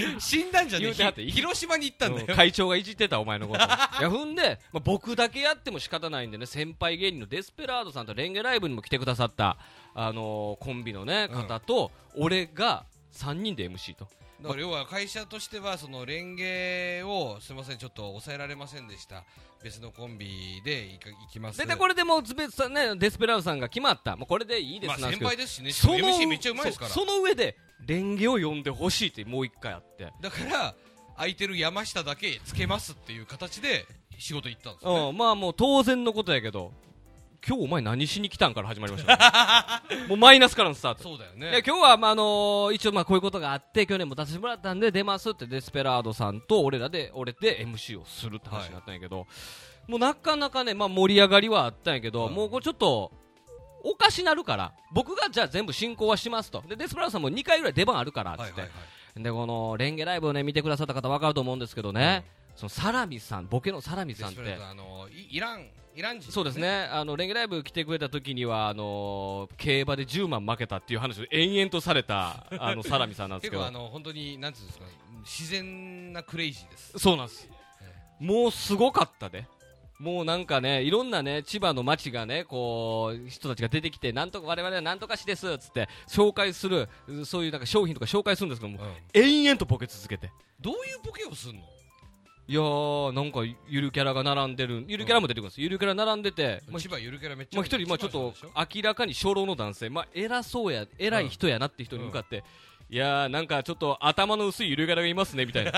[SPEAKER 2] えか 死んだんじ
[SPEAKER 1] 言うてはって
[SPEAKER 2] ひ広島に行ったんだ
[SPEAKER 1] うん
[SPEAKER 2] よ
[SPEAKER 1] 会長がいじってたお前のこといや踏んで、まあ、僕だけやっても仕方ないんでね先輩芸人のデスペラードさんとレンゲライブにも来てくださった、あのーコンビの、ね、
[SPEAKER 2] うん
[SPEAKER 1] 方と、俺が3人で MC と
[SPEAKER 2] だから要は会社としてはそのレンゲをすみませんちょっと抑えられませんでした別のコンビで行か行きます
[SPEAKER 1] 大体これでもうズベさん、ね、デスペラードさんが決まったもうこれでいいです
[SPEAKER 2] ま
[SPEAKER 1] な
[SPEAKER 2] あ
[SPEAKER 1] んです
[SPEAKER 2] 先
[SPEAKER 1] けど、
[SPEAKER 2] 輩ですしね
[SPEAKER 1] その
[SPEAKER 2] MC めっちゃうまいですから
[SPEAKER 1] そうその上でレンゲを呼んでほしいってもう一回あって。
[SPEAKER 2] だから空いてる山下だけつけますっていう形で仕事行ったんですよね
[SPEAKER 1] うん、まあもう当然のことやけど今日お前何しに来たんから始まりましたよ、 もうマイナスからのスタート
[SPEAKER 2] そうだよ
[SPEAKER 1] いや
[SPEAKER 2] ね
[SPEAKER 1] 今日は、まああのー一応まあこういうことがあって去年も出させてもらったんで出ますってデスペラードさんと俺らで俺で MC をするって話になったんやけど、もうなかなかね、まあ、盛り上がりはあったんやけど、
[SPEAKER 2] うん
[SPEAKER 1] もうこれちょっとおかしなるから僕がじゃあ全部進行はしますとでデスプラーさんも2回ぐらい出番あるからっつって、
[SPEAKER 2] はいはいはい
[SPEAKER 1] でこのレンゲライブをね見てくださった方分かると思うんですけどね、そのサラミさんボケのサラミ
[SPEAKER 2] デ
[SPEAKER 1] さんっ
[SPEAKER 2] スプレー
[SPEAKER 1] て
[SPEAKER 2] トあのイイランイラン人
[SPEAKER 1] そうですねあのレンゲライブ来てくれた時にはあのー競馬で10万負けたっていう話を延々とされ たあのサラミさんなんです
[SPEAKER 2] 結
[SPEAKER 1] けど
[SPEAKER 2] 構あの本当になんていうんですか自然なクレイジーです
[SPEAKER 1] そうなんです、もうすごかったで、もうなんかね、いろんなね、千葉の街がね、こう、人たちが出てきて、なんとか、我々はなんとか市ですっつって、紹介する、うそういうなんか商品とか紹介するんですけども、延々とボケ続けて。
[SPEAKER 2] どういうボケをするの
[SPEAKER 1] いやー、なんか、ゆるキャラが並んでる、ゆるキャラも出てくるんです、ゆるキャラ並んでて、まあ、ひ
[SPEAKER 2] 千葉ゆるキャラめっちゃ
[SPEAKER 1] まあ一人、まあちょっと
[SPEAKER 2] 千葉さんでしょ
[SPEAKER 1] 明らかに初老の男性、まあ偉そうや、偉い人やなって人に向かって、いやー、なんかちょっと頭の薄いゆるキャラがいますねみたいな、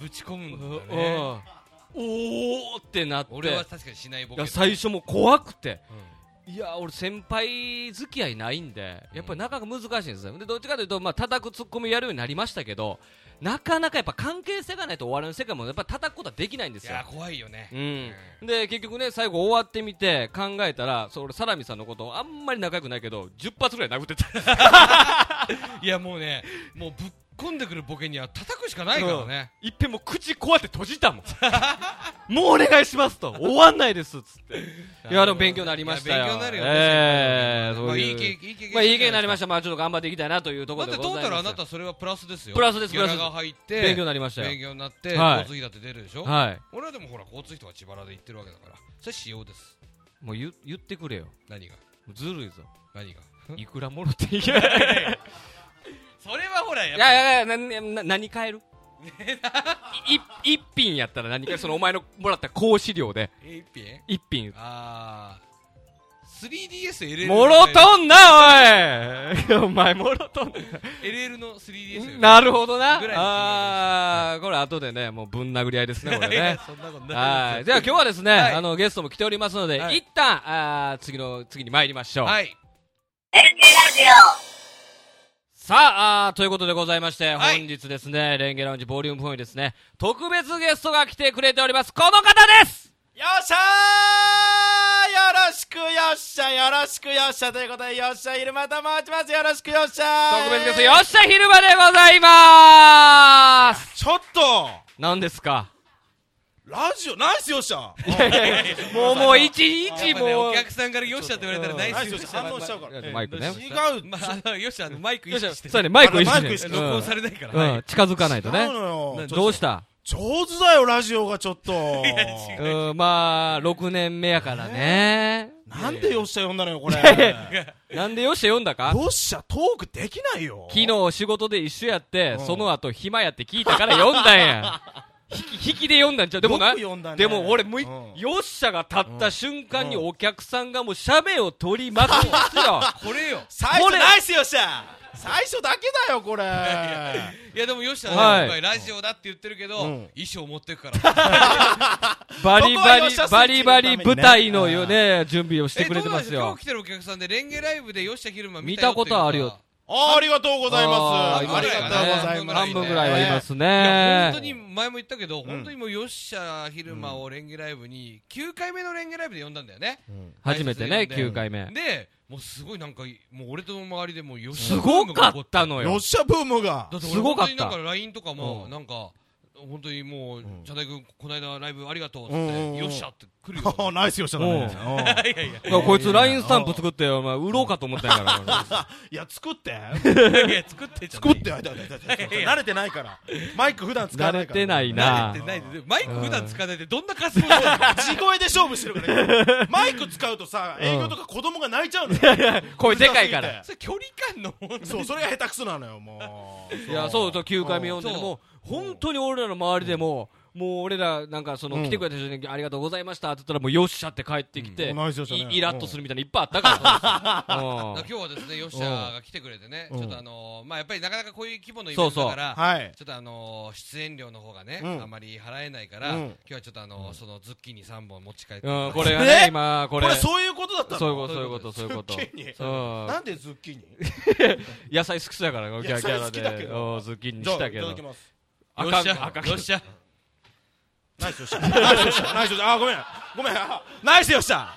[SPEAKER 2] ぶち込む
[SPEAKER 1] うん
[SPEAKER 2] だね
[SPEAKER 1] おーってなって
[SPEAKER 2] 俺は確かにしないボ
[SPEAKER 1] い
[SPEAKER 2] ケ
[SPEAKER 1] や
[SPEAKER 2] だ
[SPEAKER 1] 最初もう怖くて
[SPEAKER 2] うん
[SPEAKER 1] いや俺先輩付き合いないんでやっぱりなかなか難しいんですよでどっちかというとまあ叩くツッコミやるようになりましたけどなかなかやっぱ関係性がないとお笑いの世界もやっぱ叩くことはできないんです
[SPEAKER 2] い
[SPEAKER 1] よ
[SPEAKER 2] や怖いよね
[SPEAKER 1] うん、で結局ね最後終わってみて考えたらそう俺サラミさんのことあんまり仲良くないけど10発ぐらい殴ってた
[SPEAKER 2] いやもうねもうぶっ込んでくるボケには叩くしかないからね
[SPEAKER 1] いっぺんもう口こうやって閉じたもん もうお願いしますと終わんないですっつっていやでも勉強になりましたよ
[SPEAKER 2] いや勉強になるよね
[SPEAKER 1] ええ
[SPEAKER 2] まあ
[SPEAKER 1] そういう
[SPEAKER 2] いい経験いい経験
[SPEAKER 1] まあ、いい芸になりました、まあ、ちょっと頑張っていきたいなというとこ
[SPEAKER 2] だっ
[SPEAKER 1] ろ
[SPEAKER 2] て
[SPEAKER 1] で
[SPEAKER 2] ト
[SPEAKER 1] ござ
[SPEAKER 2] ー
[SPEAKER 1] います
[SPEAKER 2] タルあなたそれはプラスですよ
[SPEAKER 1] プラスですプラス
[SPEAKER 2] ギャラが入って
[SPEAKER 1] 勉強になりましたよ
[SPEAKER 2] 勉強になっ
[SPEAKER 1] は
[SPEAKER 2] て
[SPEAKER 1] い
[SPEAKER 2] 交通費だって出るでしょ
[SPEAKER 1] はい、
[SPEAKER 2] 俺はでもほら交通費とか自腹で行ってるわけだからそれ使用です
[SPEAKER 1] もう言言ってくれよ、
[SPEAKER 2] 何が
[SPEAKER 1] ずるいぞ、
[SPEAKER 2] 何が
[SPEAKER 1] いくらもろっていけいや
[SPEAKER 2] それはほらや
[SPEAKER 1] い
[SPEAKER 2] っぱ
[SPEAKER 1] やいやなな何買え るい一品やったら何かそのお前のもらった講師料で
[SPEAKER 2] え一品
[SPEAKER 1] 一品
[SPEAKER 2] あー 3DSLL
[SPEAKER 1] もろとんなおい お前もろとんな
[SPEAKER 2] LL の 3DS よ
[SPEAKER 1] なるほどな
[SPEAKER 2] ぐらいの
[SPEAKER 1] ああこれ後でねもうぶん殴り合いです ねこれ
[SPEAKER 2] いや
[SPEAKER 1] ね
[SPEAKER 2] そんなことな
[SPEAKER 1] はい。では今日はですね、
[SPEAKER 2] はい
[SPEAKER 1] あの、ゲストも来ておりますので、
[SPEAKER 2] はい
[SPEAKER 1] 一旦、あー次の、次に参りましょう。
[SPEAKER 2] はい
[SPEAKER 1] さああーということでございまして、
[SPEAKER 2] はい
[SPEAKER 1] 本日ですね、レンゲラウンジボリューム4にですね、特別ゲストが来てくれております。この方です
[SPEAKER 3] よっしゃーよろしくよっしゃよろしくよっしゃということでよっしゃ昼間と申しますよろしくよっしゃー
[SPEAKER 1] 特別ゲスト、よっしゃ昼間でございまーす
[SPEAKER 3] ちょっと
[SPEAKER 1] 何です か
[SPEAKER 3] ラジオナイスよっしゃ
[SPEAKER 1] もう、もう、いちい
[SPEAKER 2] や
[SPEAKER 1] ち
[SPEAKER 2] っぱね
[SPEAKER 1] もう
[SPEAKER 2] お、客さんからよっしゃって言われたらナ
[SPEAKER 3] ナ
[SPEAKER 2] イ
[SPEAKER 3] イス
[SPEAKER 2] ス
[SPEAKER 3] よっしゃ反応しちゃうから、
[SPEAKER 1] マイクね
[SPEAKER 3] 違う
[SPEAKER 2] まああのよっしゃあのマイク意識して
[SPEAKER 1] そうやね、マイクを意
[SPEAKER 3] あ
[SPEAKER 1] 識
[SPEAKER 3] れマイク
[SPEAKER 1] し
[SPEAKER 3] してて
[SPEAKER 1] ね。
[SPEAKER 2] 録音されないから
[SPEAKER 1] う
[SPEAKER 2] はい
[SPEAKER 1] んうん、近づかないと
[SPEAKER 3] 違う
[SPEAKER 1] ね。
[SPEAKER 3] のよちょっと
[SPEAKER 1] どうした
[SPEAKER 3] 上手だよラジオがちょっと
[SPEAKER 1] うん、まあ、6年目やからね。
[SPEAKER 3] なんでよっしゃ呼んだのよこれ
[SPEAKER 1] なんでよっしゃ読んだか
[SPEAKER 3] よっしゃトークできないよ
[SPEAKER 1] 昨日仕事で一緒やって、
[SPEAKER 3] うん
[SPEAKER 1] その後暇やって聞いたから読んだん や引き引きで読んだんちゃうでもな
[SPEAKER 3] よく読んだね
[SPEAKER 1] でも俺もうい、
[SPEAKER 3] うん
[SPEAKER 1] よっしゃが立った瞬間に
[SPEAKER 3] うん
[SPEAKER 1] お客さんがもうしゃべを取りまくってよ
[SPEAKER 2] これよ
[SPEAKER 3] 最
[SPEAKER 1] こ
[SPEAKER 3] 初
[SPEAKER 1] れ
[SPEAKER 3] ナイスよっしゃ最初だけだよこれ
[SPEAKER 2] いやでもよっしゃ
[SPEAKER 1] はい
[SPEAKER 2] ね今回ラジオだって言ってるけど
[SPEAKER 3] うん
[SPEAKER 2] 衣装持ってくから
[SPEAKER 1] バリバリ
[SPEAKER 3] ここはよっしゃ
[SPEAKER 1] バリバリ舞台のよ
[SPEAKER 3] スイッチのた
[SPEAKER 1] ね準備をして
[SPEAKER 2] え
[SPEAKER 1] く
[SPEAKER 2] ど
[SPEAKER 1] れ
[SPEAKER 2] う
[SPEAKER 1] て
[SPEAKER 2] なん
[SPEAKER 1] ま
[SPEAKER 2] ですすか今
[SPEAKER 1] よ
[SPEAKER 2] 日来てるお客さんでレンゲライブでよっしゃ昼間
[SPEAKER 1] 見
[SPEAKER 2] 見
[SPEAKER 1] た
[SPEAKER 2] た
[SPEAKER 1] こ
[SPEAKER 2] ことと
[SPEAKER 1] は
[SPEAKER 2] は
[SPEAKER 1] あ
[SPEAKER 2] あ
[SPEAKER 1] る
[SPEAKER 2] る
[SPEAKER 1] よ
[SPEAKER 2] よ
[SPEAKER 3] あーありがとうございます
[SPEAKER 1] あー
[SPEAKER 3] ありがとうございます
[SPEAKER 1] 半分ぐらいはいます
[SPEAKER 2] いや
[SPEAKER 1] ね
[SPEAKER 2] 本当に前も言ったけど本当にもうよっしゃ昼間をレンゲライブに9回目のレンゲライブで呼んだんだよね
[SPEAKER 1] 初めて
[SPEAKER 2] 挨
[SPEAKER 1] ね
[SPEAKER 2] 拶で
[SPEAKER 1] 9回目、
[SPEAKER 2] でもうすごいなんかもう俺との周りでもうよっし
[SPEAKER 1] す
[SPEAKER 2] ゃ
[SPEAKER 1] ご
[SPEAKER 2] ブーム
[SPEAKER 1] か
[SPEAKER 2] が起こ
[SPEAKER 1] ったの
[SPEAKER 3] よ
[SPEAKER 1] よ
[SPEAKER 3] っしゃブームが
[SPEAKER 2] だって
[SPEAKER 1] す
[SPEAKER 2] 俺
[SPEAKER 1] ご
[SPEAKER 2] 本
[SPEAKER 1] かっ
[SPEAKER 2] 当
[SPEAKER 1] た
[SPEAKER 2] になんか LINE とかも、
[SPEAKER 3] うん
[SPEAKER 2] なんか本当にもう、
[SPEAKER 3] ん
[SPEAKER 2] 茶大君この間ライブありがとうっつって、
[SPEAKER 3] うんうんうん
[SPEAKER 2] よっしゃって来 る
[SPEAKER 3] あ
[SPEAKER 2] よ
[SPEAKER 3] ーナイスよっしゃだ ね
[SPEAKER 1] う
[SPEAKER 3] うん
[SPEAKER 2] いやいや
[SPEAKER 1] だからこいつ LINE スタンプ作ってお前売ろうかと思ったんやから
[SPEAKER 3] いや作って
[SPEAKER 2] いや作ってんじゃん
[SPEAKER 3] 作ってあいたいたいたいた慣れてないからマイク普段使わな
[SPEAKER 1] 慣
[SPEAKER 3] い
[SPEAKER 1] れ
[SPEAKER 3] から
[SPEAKER 1] てない
[SPEAKER 2] 慣
[SPEAKER 1] な
[SPEAKER 2] れてないでマイク普段使わないでどんな活動をするの
[SPEAKER 3] 地声で勝負してるか らマイク使うとさ営業とか子供が泣いちゃうのよ
[SPEAKER 1] 声でかいから
[SPEAKER 2] それ距離感の問題
[SPEAKER 3] そうそれが下手くそなのよもう
[SPEAKER 1] いやそうそう9回目読んで
[SPEAKER 2] そう
[SPEAKER 1] もう本当に俺らの周りでも、もう俺らなんかその、
[SPEAKER 3] うん
[SPEAKER 1] 来てくれた人にありがとうございましたって言ったらもうよっしゃって帰ってきて、
[SPEAKER 3] うんナイスよっしゃね
[SPEAKER 1] いイラッとするみたいないっぱいあったから、うん
[SPEAKER 2] だから今日はですねよっしゃが来てくれてね、
[SPEAKER 3] うん
[SPEAKER 2] ちょっとあのーまあやっぱりなかなかこういう規模のイベントだから
[SPEAKER 3] はい
[SPEAKER 2] ちょっとあのー出演料の方がね、
[SPEAKER 3] うん
[SPEAKER 2] あまり払えないから、
[SPEAKER 3] うん
[SPEAKER 2] 今日はちょっとあのーそのズッキーニ3本持ち帰って、
[SPEAKER 1] うんこれがね
[SPEAKER 3] え
[SPEAKER 1] 今こ
[SPEAKER 3] こ
[SPEAKER 1] れ
[SPEAKER 3] れそういうことだったの
[SPEAKER 1] そういうことそういうことそういうこと
[SPEAKER 3] ズッキーニ
[SPEAKER 1] うん
[SPEAKER 3] なんでズッキーニ
[SPEAKER 1] 野菜好きだからギャ
[SPEAKER 3] 野
[SPEAKER 1] ギャ
[SPEAKER 3] 菜
[SPEAKER 1] ラ
[SPEAKER 3] 好
[SPEAKER 1] で
[SPEAKER 3] きだけど
[SPEAKER 1] うんズッキーニ
[SPEAKER 3] じゃ
[SPEAKER 1] し
[SPEAKER 3] あ
[SPEAKER 1] た
[SPEAKER 3] い
[SPEAKER 1] け
[SPEAKER 3] た
[SPEAKER 1] ど
[SPEAKER 3] だきます
[SPEAKER 1] あ
[SPEAKER 2] よ
[SPEAKER 1] か
[SPEAKER 2] っ
[SPEAKER 1] ん
[SPEAKER 2] しゃ
[SPEAKER 1] あかん
[SPEAKER 2] よっしゃ
[SPEAKER 3] ナイスよっしゃ。ナイスよっしゃ。ナイスよっしゃ。あ、ごめん。ごめん。あナイスよっしゃ。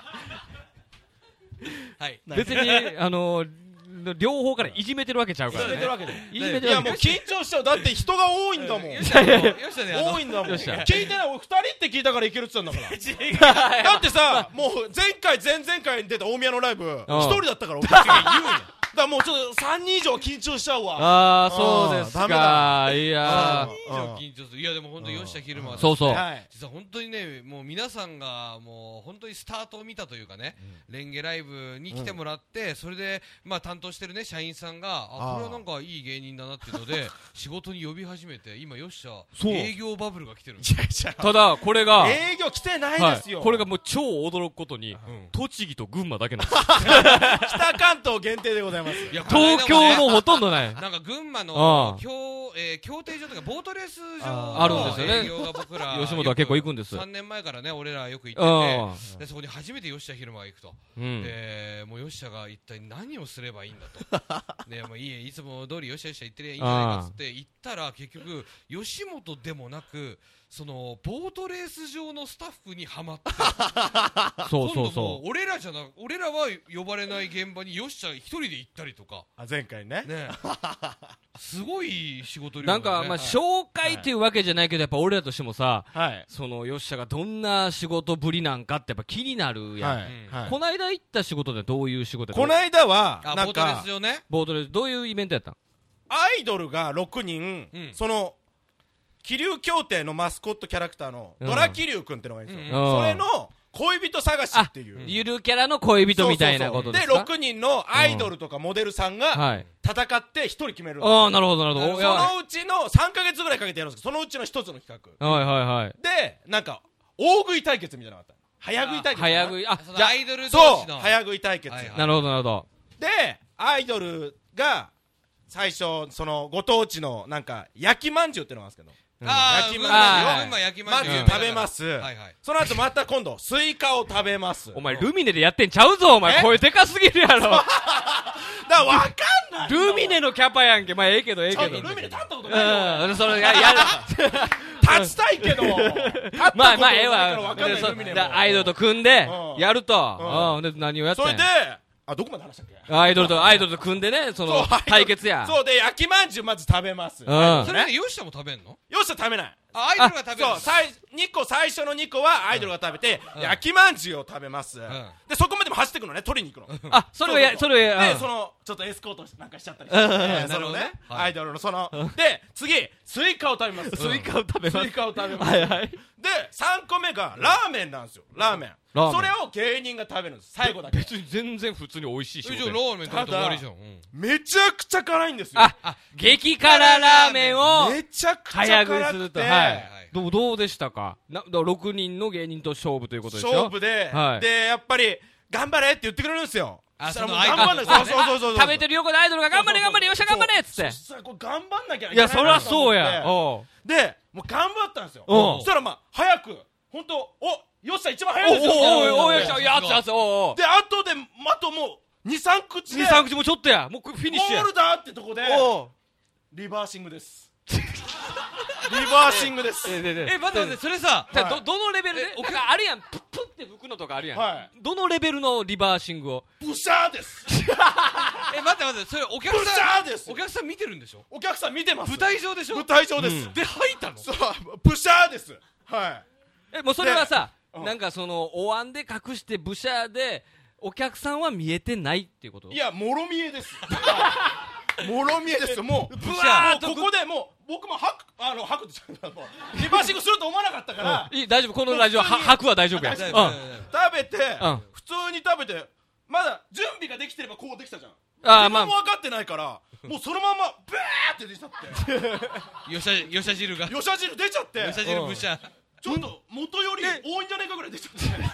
[SPEAKER 2] はい
[SPEAKER 1] 別に、あのー両方からいじめてるわけちゃうから
[SPEAKER 3] 進めて
[SPEAKER 1] ね
[SPEAKER 3] る。わけで。
[SPEAKER 1] いじめて
[SPEAKER 3] い
[SPEAKER 1] る
[SPEAKER 3] や
[SPEAKER 1] わけ
[SPEAKER 3] もう緊張しちゃう。だって人が多いんだもん。
[SPEAKER 2] よっしゃねよっしゃねあの
[SPEAKER 3] 多いんだもん。
[SPEAKER 1] よっしゃ
[SPEAKER 3] 聞いてない。俺二人って聞いたからいけるって言ったんだ から。だってさ、もう前回前々回に出た大宮のライブ一人だったから俺。だからもうちょっと三人以上は緊張しちゃうわ。
[SPEAKER 1] ああ、そうです
[SPEAKER 3] あー
[SPEAKER 1] か
[SPEAKER 3] ダ。
[SPEAKER 1] いや
[SPEAKER 2] いいじゃん緊張するいやでも本当よっしゃ昼間は
[SPEAKER 1] ー、そうそう。
[SPEAKER 3] はい。
[SPEAKER 2] 実は本当にね、もう皆さんがもう本当にスタートを見たというかね、レンゲライブに来てもらって、それでまあ担当してるね社員さんが、あ
[SPEAKER 3] あー
[SPEAKER 2] これはなんかいい芸人だなっていうので、仕事に呼び始めて、今、よっしゃ、
[SPEAKER 1] そう
[SPEAKER 2] 営業バブルが来てるんです
[SPEAKER 3] じゃじゃ
[SPEAKER 1] ただ、これが、
[SPEAKER 3] 営業来てない
[SPEAKER 1] は
[SPEAKER 3] です
[SPEAKER 1] い
[SPEAKER 3] よ。
[SPEAKER 1] これがもう超驚くことに、
[SPEAKER 2] うん
[SPEAKER 1] 栃木と群馬だけなんです。
[SPEAKER 3] 北関東限定でございます。
[SPEAKER 2] いやこの間も ね
[SPEAKER 1] 東京のほとんど ない。
[SPEAKER 2] なんか群馬
[SPEAKER 1] あ
[SPEAKER 2] の
[SPEAKER 1] あ
[SPEAKER 2] 競,、えー競艇場というかボートレース場
[SPEAKER 3] ああ
[SPEAKER 1] るんですよね
[SPEAKER 2] 営業が 僕ら
[SPEAKER 1] 吉本は結構行くんです
[SPEAKER 2] 3年前からね俺らよく行
[SPEAKER 1] あ
[SPEAKER 2] っててでそこに初めて吉田昼間が行くと、
[SPEAKER 1] うん。
[SPEAKER 2] でもう吉田が一体何をすればいいん だとねもういいえいつも通り吉田吉田行ってりゃいいんじゃないかっつって行ったら結局吉本でもなくそのボートレース場のスタッフにはまって
[SPEAKER 1] そ
[SPEAKER 2] 今
[SPEAKER 1] うそう
[SPEAKER 2] 度も
[SPEAKER 1] そう
[SPEAKER 2] 俺らじゃな俺らは呼ばれない現場に吉田一人で行ったりとか。
[SPEAKER 3] あ前回ね。
[SPEAKER 2] ねすごい仕事
[SPEAKER 1] う。
[SPEAKER 2] 量
[SPEAKER 1] な
[SPEAKER 2] だね
[SPEAKER 1] んか、まあ、
[SPEAKER 2] はい
[SPEAKER 1] 紹介っていうわけじゃないけど、やっぱ俺らとしてもさ、
[SPEAKER 3] はい。
[SPEAKER 1] その、よっしゃがどんな仕事ぶりなんかってやっぱ気になるやん。
[SPEAKER 3] はい。はい
[SPEAKER 1] こないだ行った仕事でどういう仕事やった
[SPEAKER 3] この間は、
[SPEAKER 2] あ
[SPEAKER 3] な
[SPEAKER 2] ボー
[SPEAKER 3] ん
[SPEAKER 2] トレー
[SPEAKER 3] か
[SPEAKER 2] ス、場ね
[SPEAKER 1] ボートレース、どういうイベントやったん
[SPEAKER 3] アイドルが6人、
[SPEAKER 2] うん
[SPEAKER 3] その、気流協定のマスコットキャラクターの、
[SPEAKER 1] うん
[SPEAKER 3] ドラキリュウくんってのがいるんですよ。
[SPEAKER 1] うん
[SPEAKER 3] それの、恋人探しっていう。
[SPEAKER 1] ゆるキャラの恋人みたいなことですか
[SPEAKER 3] そうそうそうで、6人のアイドルとかモデルさんが、
[SPEAKER 1] はい。
[SPEAKER 3] 戦って1人決めるんですよ
[SPEAKER 1] ああ、なるほど、なるほ
[SPEAKER 3] そ
[SPEAKER 1] ど。
[SPEAKER 3] の
[SPEAKER 1] おいは
[SPEAKER 3] うちの3ヶ月ぐらいかけてやるんですけど、そのうちの1つの企画。
[SPEAKER 1] いはいはい。
[SPEAKER 3] で、なんか、大食い対決みたいなのがあった。早食い対決かな。
[SPEAKER 1] 早食い、あ、
[SPEAKER 2] そ
[SPEAKER 1] じ
[SPEAKER 2] の
[SPEAKER 1] ゃ
[SPEAKER 2] アイドル同
[SPEAKER 3] そ
[SPEAKER 2] 士
[SPEAKER 3] う、
[SPEAKER 2] の
[SPEAKER 3] 早食い対決。
[SPEAKER 2] はい
[SPEAKER 1] あ、
[SPEAKER 2] はい
[SPEAKER 1] なるほど、なるほど。
[SPEAKER 3] でアイドルが最初そのご当地のなんか焼きまんじゅうってのがあるんですけど
[SPEAKER 2] あー
[SPEAKER 3] 焼き
[SPEAKER 2] 群
[SPEAKER 3] ま
[SPEAKER 1] んじゅう
[SPEAKER 2] 馬焼きま
[SPEAKER 3] ま
[SPEAKER 2] ん
[SPEAKER 3] ず
[SPEAKER 2] じゅう
[SPEAKER 3] 食べます、
[SPEAKER 2] はいはい
[SPEAKER 3] その後また今度スイカを食べます
[SPEAKER 1] お前、ルミネでやってんちゃうぞ、お前。
[SPEAKER 3] え
[SPEAKER 1] 声でかすぎるやろ。
[SPEAKER 3] だから分かんない
[SPEAKER 1] ルミネのキャパやんけ。まあ、ええけど、ええけど。
[SPEAKER 3] ルミネ立ったことないよ
[SPEAKER 1] うん、それ、や、 やる。
[SPEAKER 3] 俺立ちたいけど立ったこと
[SPEAKER 1] まあ
[SPEAKER 3] ない
[SPEAKER 1] まあ、ええ
[SPEAKER 3] から
[SPEAKER 1] わ。
[SPEAKER 3] 分かんな
[SPEAKER 1] で
[SPEAKER 3] い
[SPEAKER 1] そ
[SPEAKER 3] ルミネ
[SPEAKER 1] だ
[SPEAKER 3] も
[SPEAKER 1] からアイドルと組んで
[SPEAKER 3] う、ん
[SPEAKER 1] やると。
[SPEAKER 3] ん
[SPEAKER 1] うん。で、何をやって
[SPEAKER 3] それ
[SPEAKER 1] ん
[SPEAKER 3] であどこまで話したっけ
[SPEAKER 1] アイドルと、アイドルと組んでね、その
[SPEAKER 3] そうアイド、ル
[SPEAKER 1] 対決や。
[SPEAKER 3] そうで焼きまんじゅうまず食べます
[SPEAKER 1] うん
[SPEAKER 3] アイ
[SPEAKER 2] そ
[SPEAKER 3] ドル
[SPEAKER 2] れで
[SPEAKER 3] ね
[SPEAKER 2] ヨシタも食べんの
[SPEAKER 3] よっしゃ食べない
[SPEAKER 2] あアイドルが食べる
[SPEAKER 3] そう最2個最初の2個はアイドルが食べて、
[SPEAKER 2] ん
[SPEAKER 3] 焼きまんじゅうを食べます、
[SPEAKER 2] ん
[SPEAKER 3] でそこまでも走ってくのね取りに行くの、
[SPEAKER 1] あ、それをや、それをや、
[SPEAKER 3] で
[SPEAKER 1] うん
[SPEAKER 3] そのちょっとエスコートなんかしちゃったりして、ね、
[SPEAKER 2] な
[SPEAKER 3] そ
[SPEAKER 2] る
[SPEAKER 3] の
[SPEAKER 2] ほど
[SPEAKER 3] ね
[SPEAKER 2] ねはい
[SPEAKER 3] アイドルのそので次スイカを食べますス
[SPEAKER 1] スイカを食べます
[SPEAKER 3] スイカを食べます
[SPEAKER 1] はいはい。
[SPEAKER 3] で3個目がラーメンなんですよラーメン
[SPEAKER 1] ラーメン
[SPEAKER 3] それを芸人が食べるんです最後だけ
[SPEAKER 1] 別に全然普通に美味しいし
[SPEAKER 2] えじゃあラーメン食べて終わりじゃんうん
[SPEAKER 3] めちゃくちゃ辛いんですよ
[SPEAKER 1] あ、激辛ラーメンを、
[SPEAKER 3] めちゃくちゃ
[SPEAKER 1] 早
[SPEAKER 3] 辛
[SPEAKER 1] 食いす
[SPEAKER 3] く
[SPEAKER 1] ると、
[SPEAKER 3] て、
[SPEAKER 1] はい
[SPEAKER 2] い。
[SPEAKER 1] どう、どうでしたかな、だから6人の芸人と勝負ということでしょ
[SPEAKER 3] 勝負で、
[SPEAKER 1] はい
[SPEAKER 3] でやっぱり頑張れって言ってくれるんですよ
[SPEAKER 2] あ
[SPEAKER 3] したらもう
[SPEAKER 2] その
[SPEAKER 3] 頑張んないそうそうそうそう
[SPEAKER 1] 食べてる横でアイドルが頑張れ
[SPEAKER 3] そう
[SPEAKER 1] 頑
[SPEAKER 3] そう
[SPEAKER 1] 張れよっしゃ頑張れっつって
[SPEAKER 3] そ。したらこう頑張んなきゃい
[SPEAKER 1] い
[SPEAKER 3] けな
[SPEAKER 1] や、
[SPEAKER 3] い
[SPEAKER 1] そりゃ
[SPEAKER 3] なと思
[SPEAKER 1] そう
[SPEAKER 3] って
[SPEAKER 1] や。おう
[SPEAKER 3] でもう頑張ったんですよ
[SPEAKER 1] うん
[SPEAKER 3] そしたらまあ早く本当およっしゃ一番早
[SPEAKER 1] お
[SPEAKER 3] いうですよ
[SPEAKER 1] おうおうおう
[SPEAKER 3] で
[SPEAKER 1] よっしゃ、やつやつ、おうおう。
[SPEAKER 3] であとであともう23口で
[SPEAKER 1] 2、3口もうちょっとや。もうこれフィニッシュ
[SPEAKER 3] ゴ
[SPEAKER 1] や
[SPEAKER 3] ー。ルだってとこで
[SPEAKER 1] おう
[SPEAKER 3] リバーシングです リバーシングです
[SPEAKER 1] え、でで
[SPEAKER 2] え待って待ってそれさ
[SPEAKER 1] じゃあ
[SPEAKER 3] は
[SPEAKER 1] ど、
[SPEAKER 3] い
[SPEAKER 1] どのレベルで
[SPEAKER 2] え
[SPEAKER 1] なんかあるやん。プップって吹くのとかあるやん。
[SPEAKER 3] は
[SPEAKER 1] どのレベルのリバーシングを。
[SPEAKER 3] ブシャーです
[SPEAKER 2] え待って待ってそれお客
[SPEAKER 3] ブシャ
[SPEAKER 2] さ
[SPEAKER 3] ーです
[SPEAKER 2] んお客さん見てるんでしょ
[SPEAKER 3] お客さん見てます
[SPEAKER 2] 舞台上でしょ
[SPEAKER 3] 舞台上です、
[SPEAKER 1] うん
[SPEAKER 2] で吐いたの
[SPEAKER 3] そうブシャーですはい
[SPEAKER 1] え、もうそれはさ、
[SPEAKER 3] でうん
[SPEAKER 1] なんかその、お椀で隠して武者で、お客さんは見えてないっていうこと
[SPEAKER 3] いや、もろ見えです。もろ見えですよ、もう、ぶ
[SPEAKER 1] わーっと
[SPEAKER 3] ここでもう、僕も吐く、あの、吐くって言っちゃったもうリバーシングすると思わなかったから、
[SPEAKER 1] いい、大丈夫。このラジオ、は
[SPEAKER 3] 普通に
[SPEAKER 1] 吐くは大丈夫や。
[SPEAKER 2] だいぶ
[SPEAKER 1] うん。
[SPEAKER 3] 食べて
[SPEAKER 1] うん、
[SPEAKER 3] 普通に食べて、まだ準備ができてればこうできたじゃん。
[SPEAKER 1] ああ、
[SPEAKER 3] 何
[SPEAKER 1] まあ
[SPEAKER 3] も。分かってないから、もうそのまま、ブーって出ち ゃって、
[SPEAKER 2] 吉田吉田汁が
[SPEAKER 3] よしゃ汁出ちゃって、
[SPEAKER 2] 吉田汁
[SPEAKER 1] うん
[SPEAKER 2] ぶしゃ
[SPEAKER 3] ちょっと元より多いんじゃないかぐらい出ちゃって。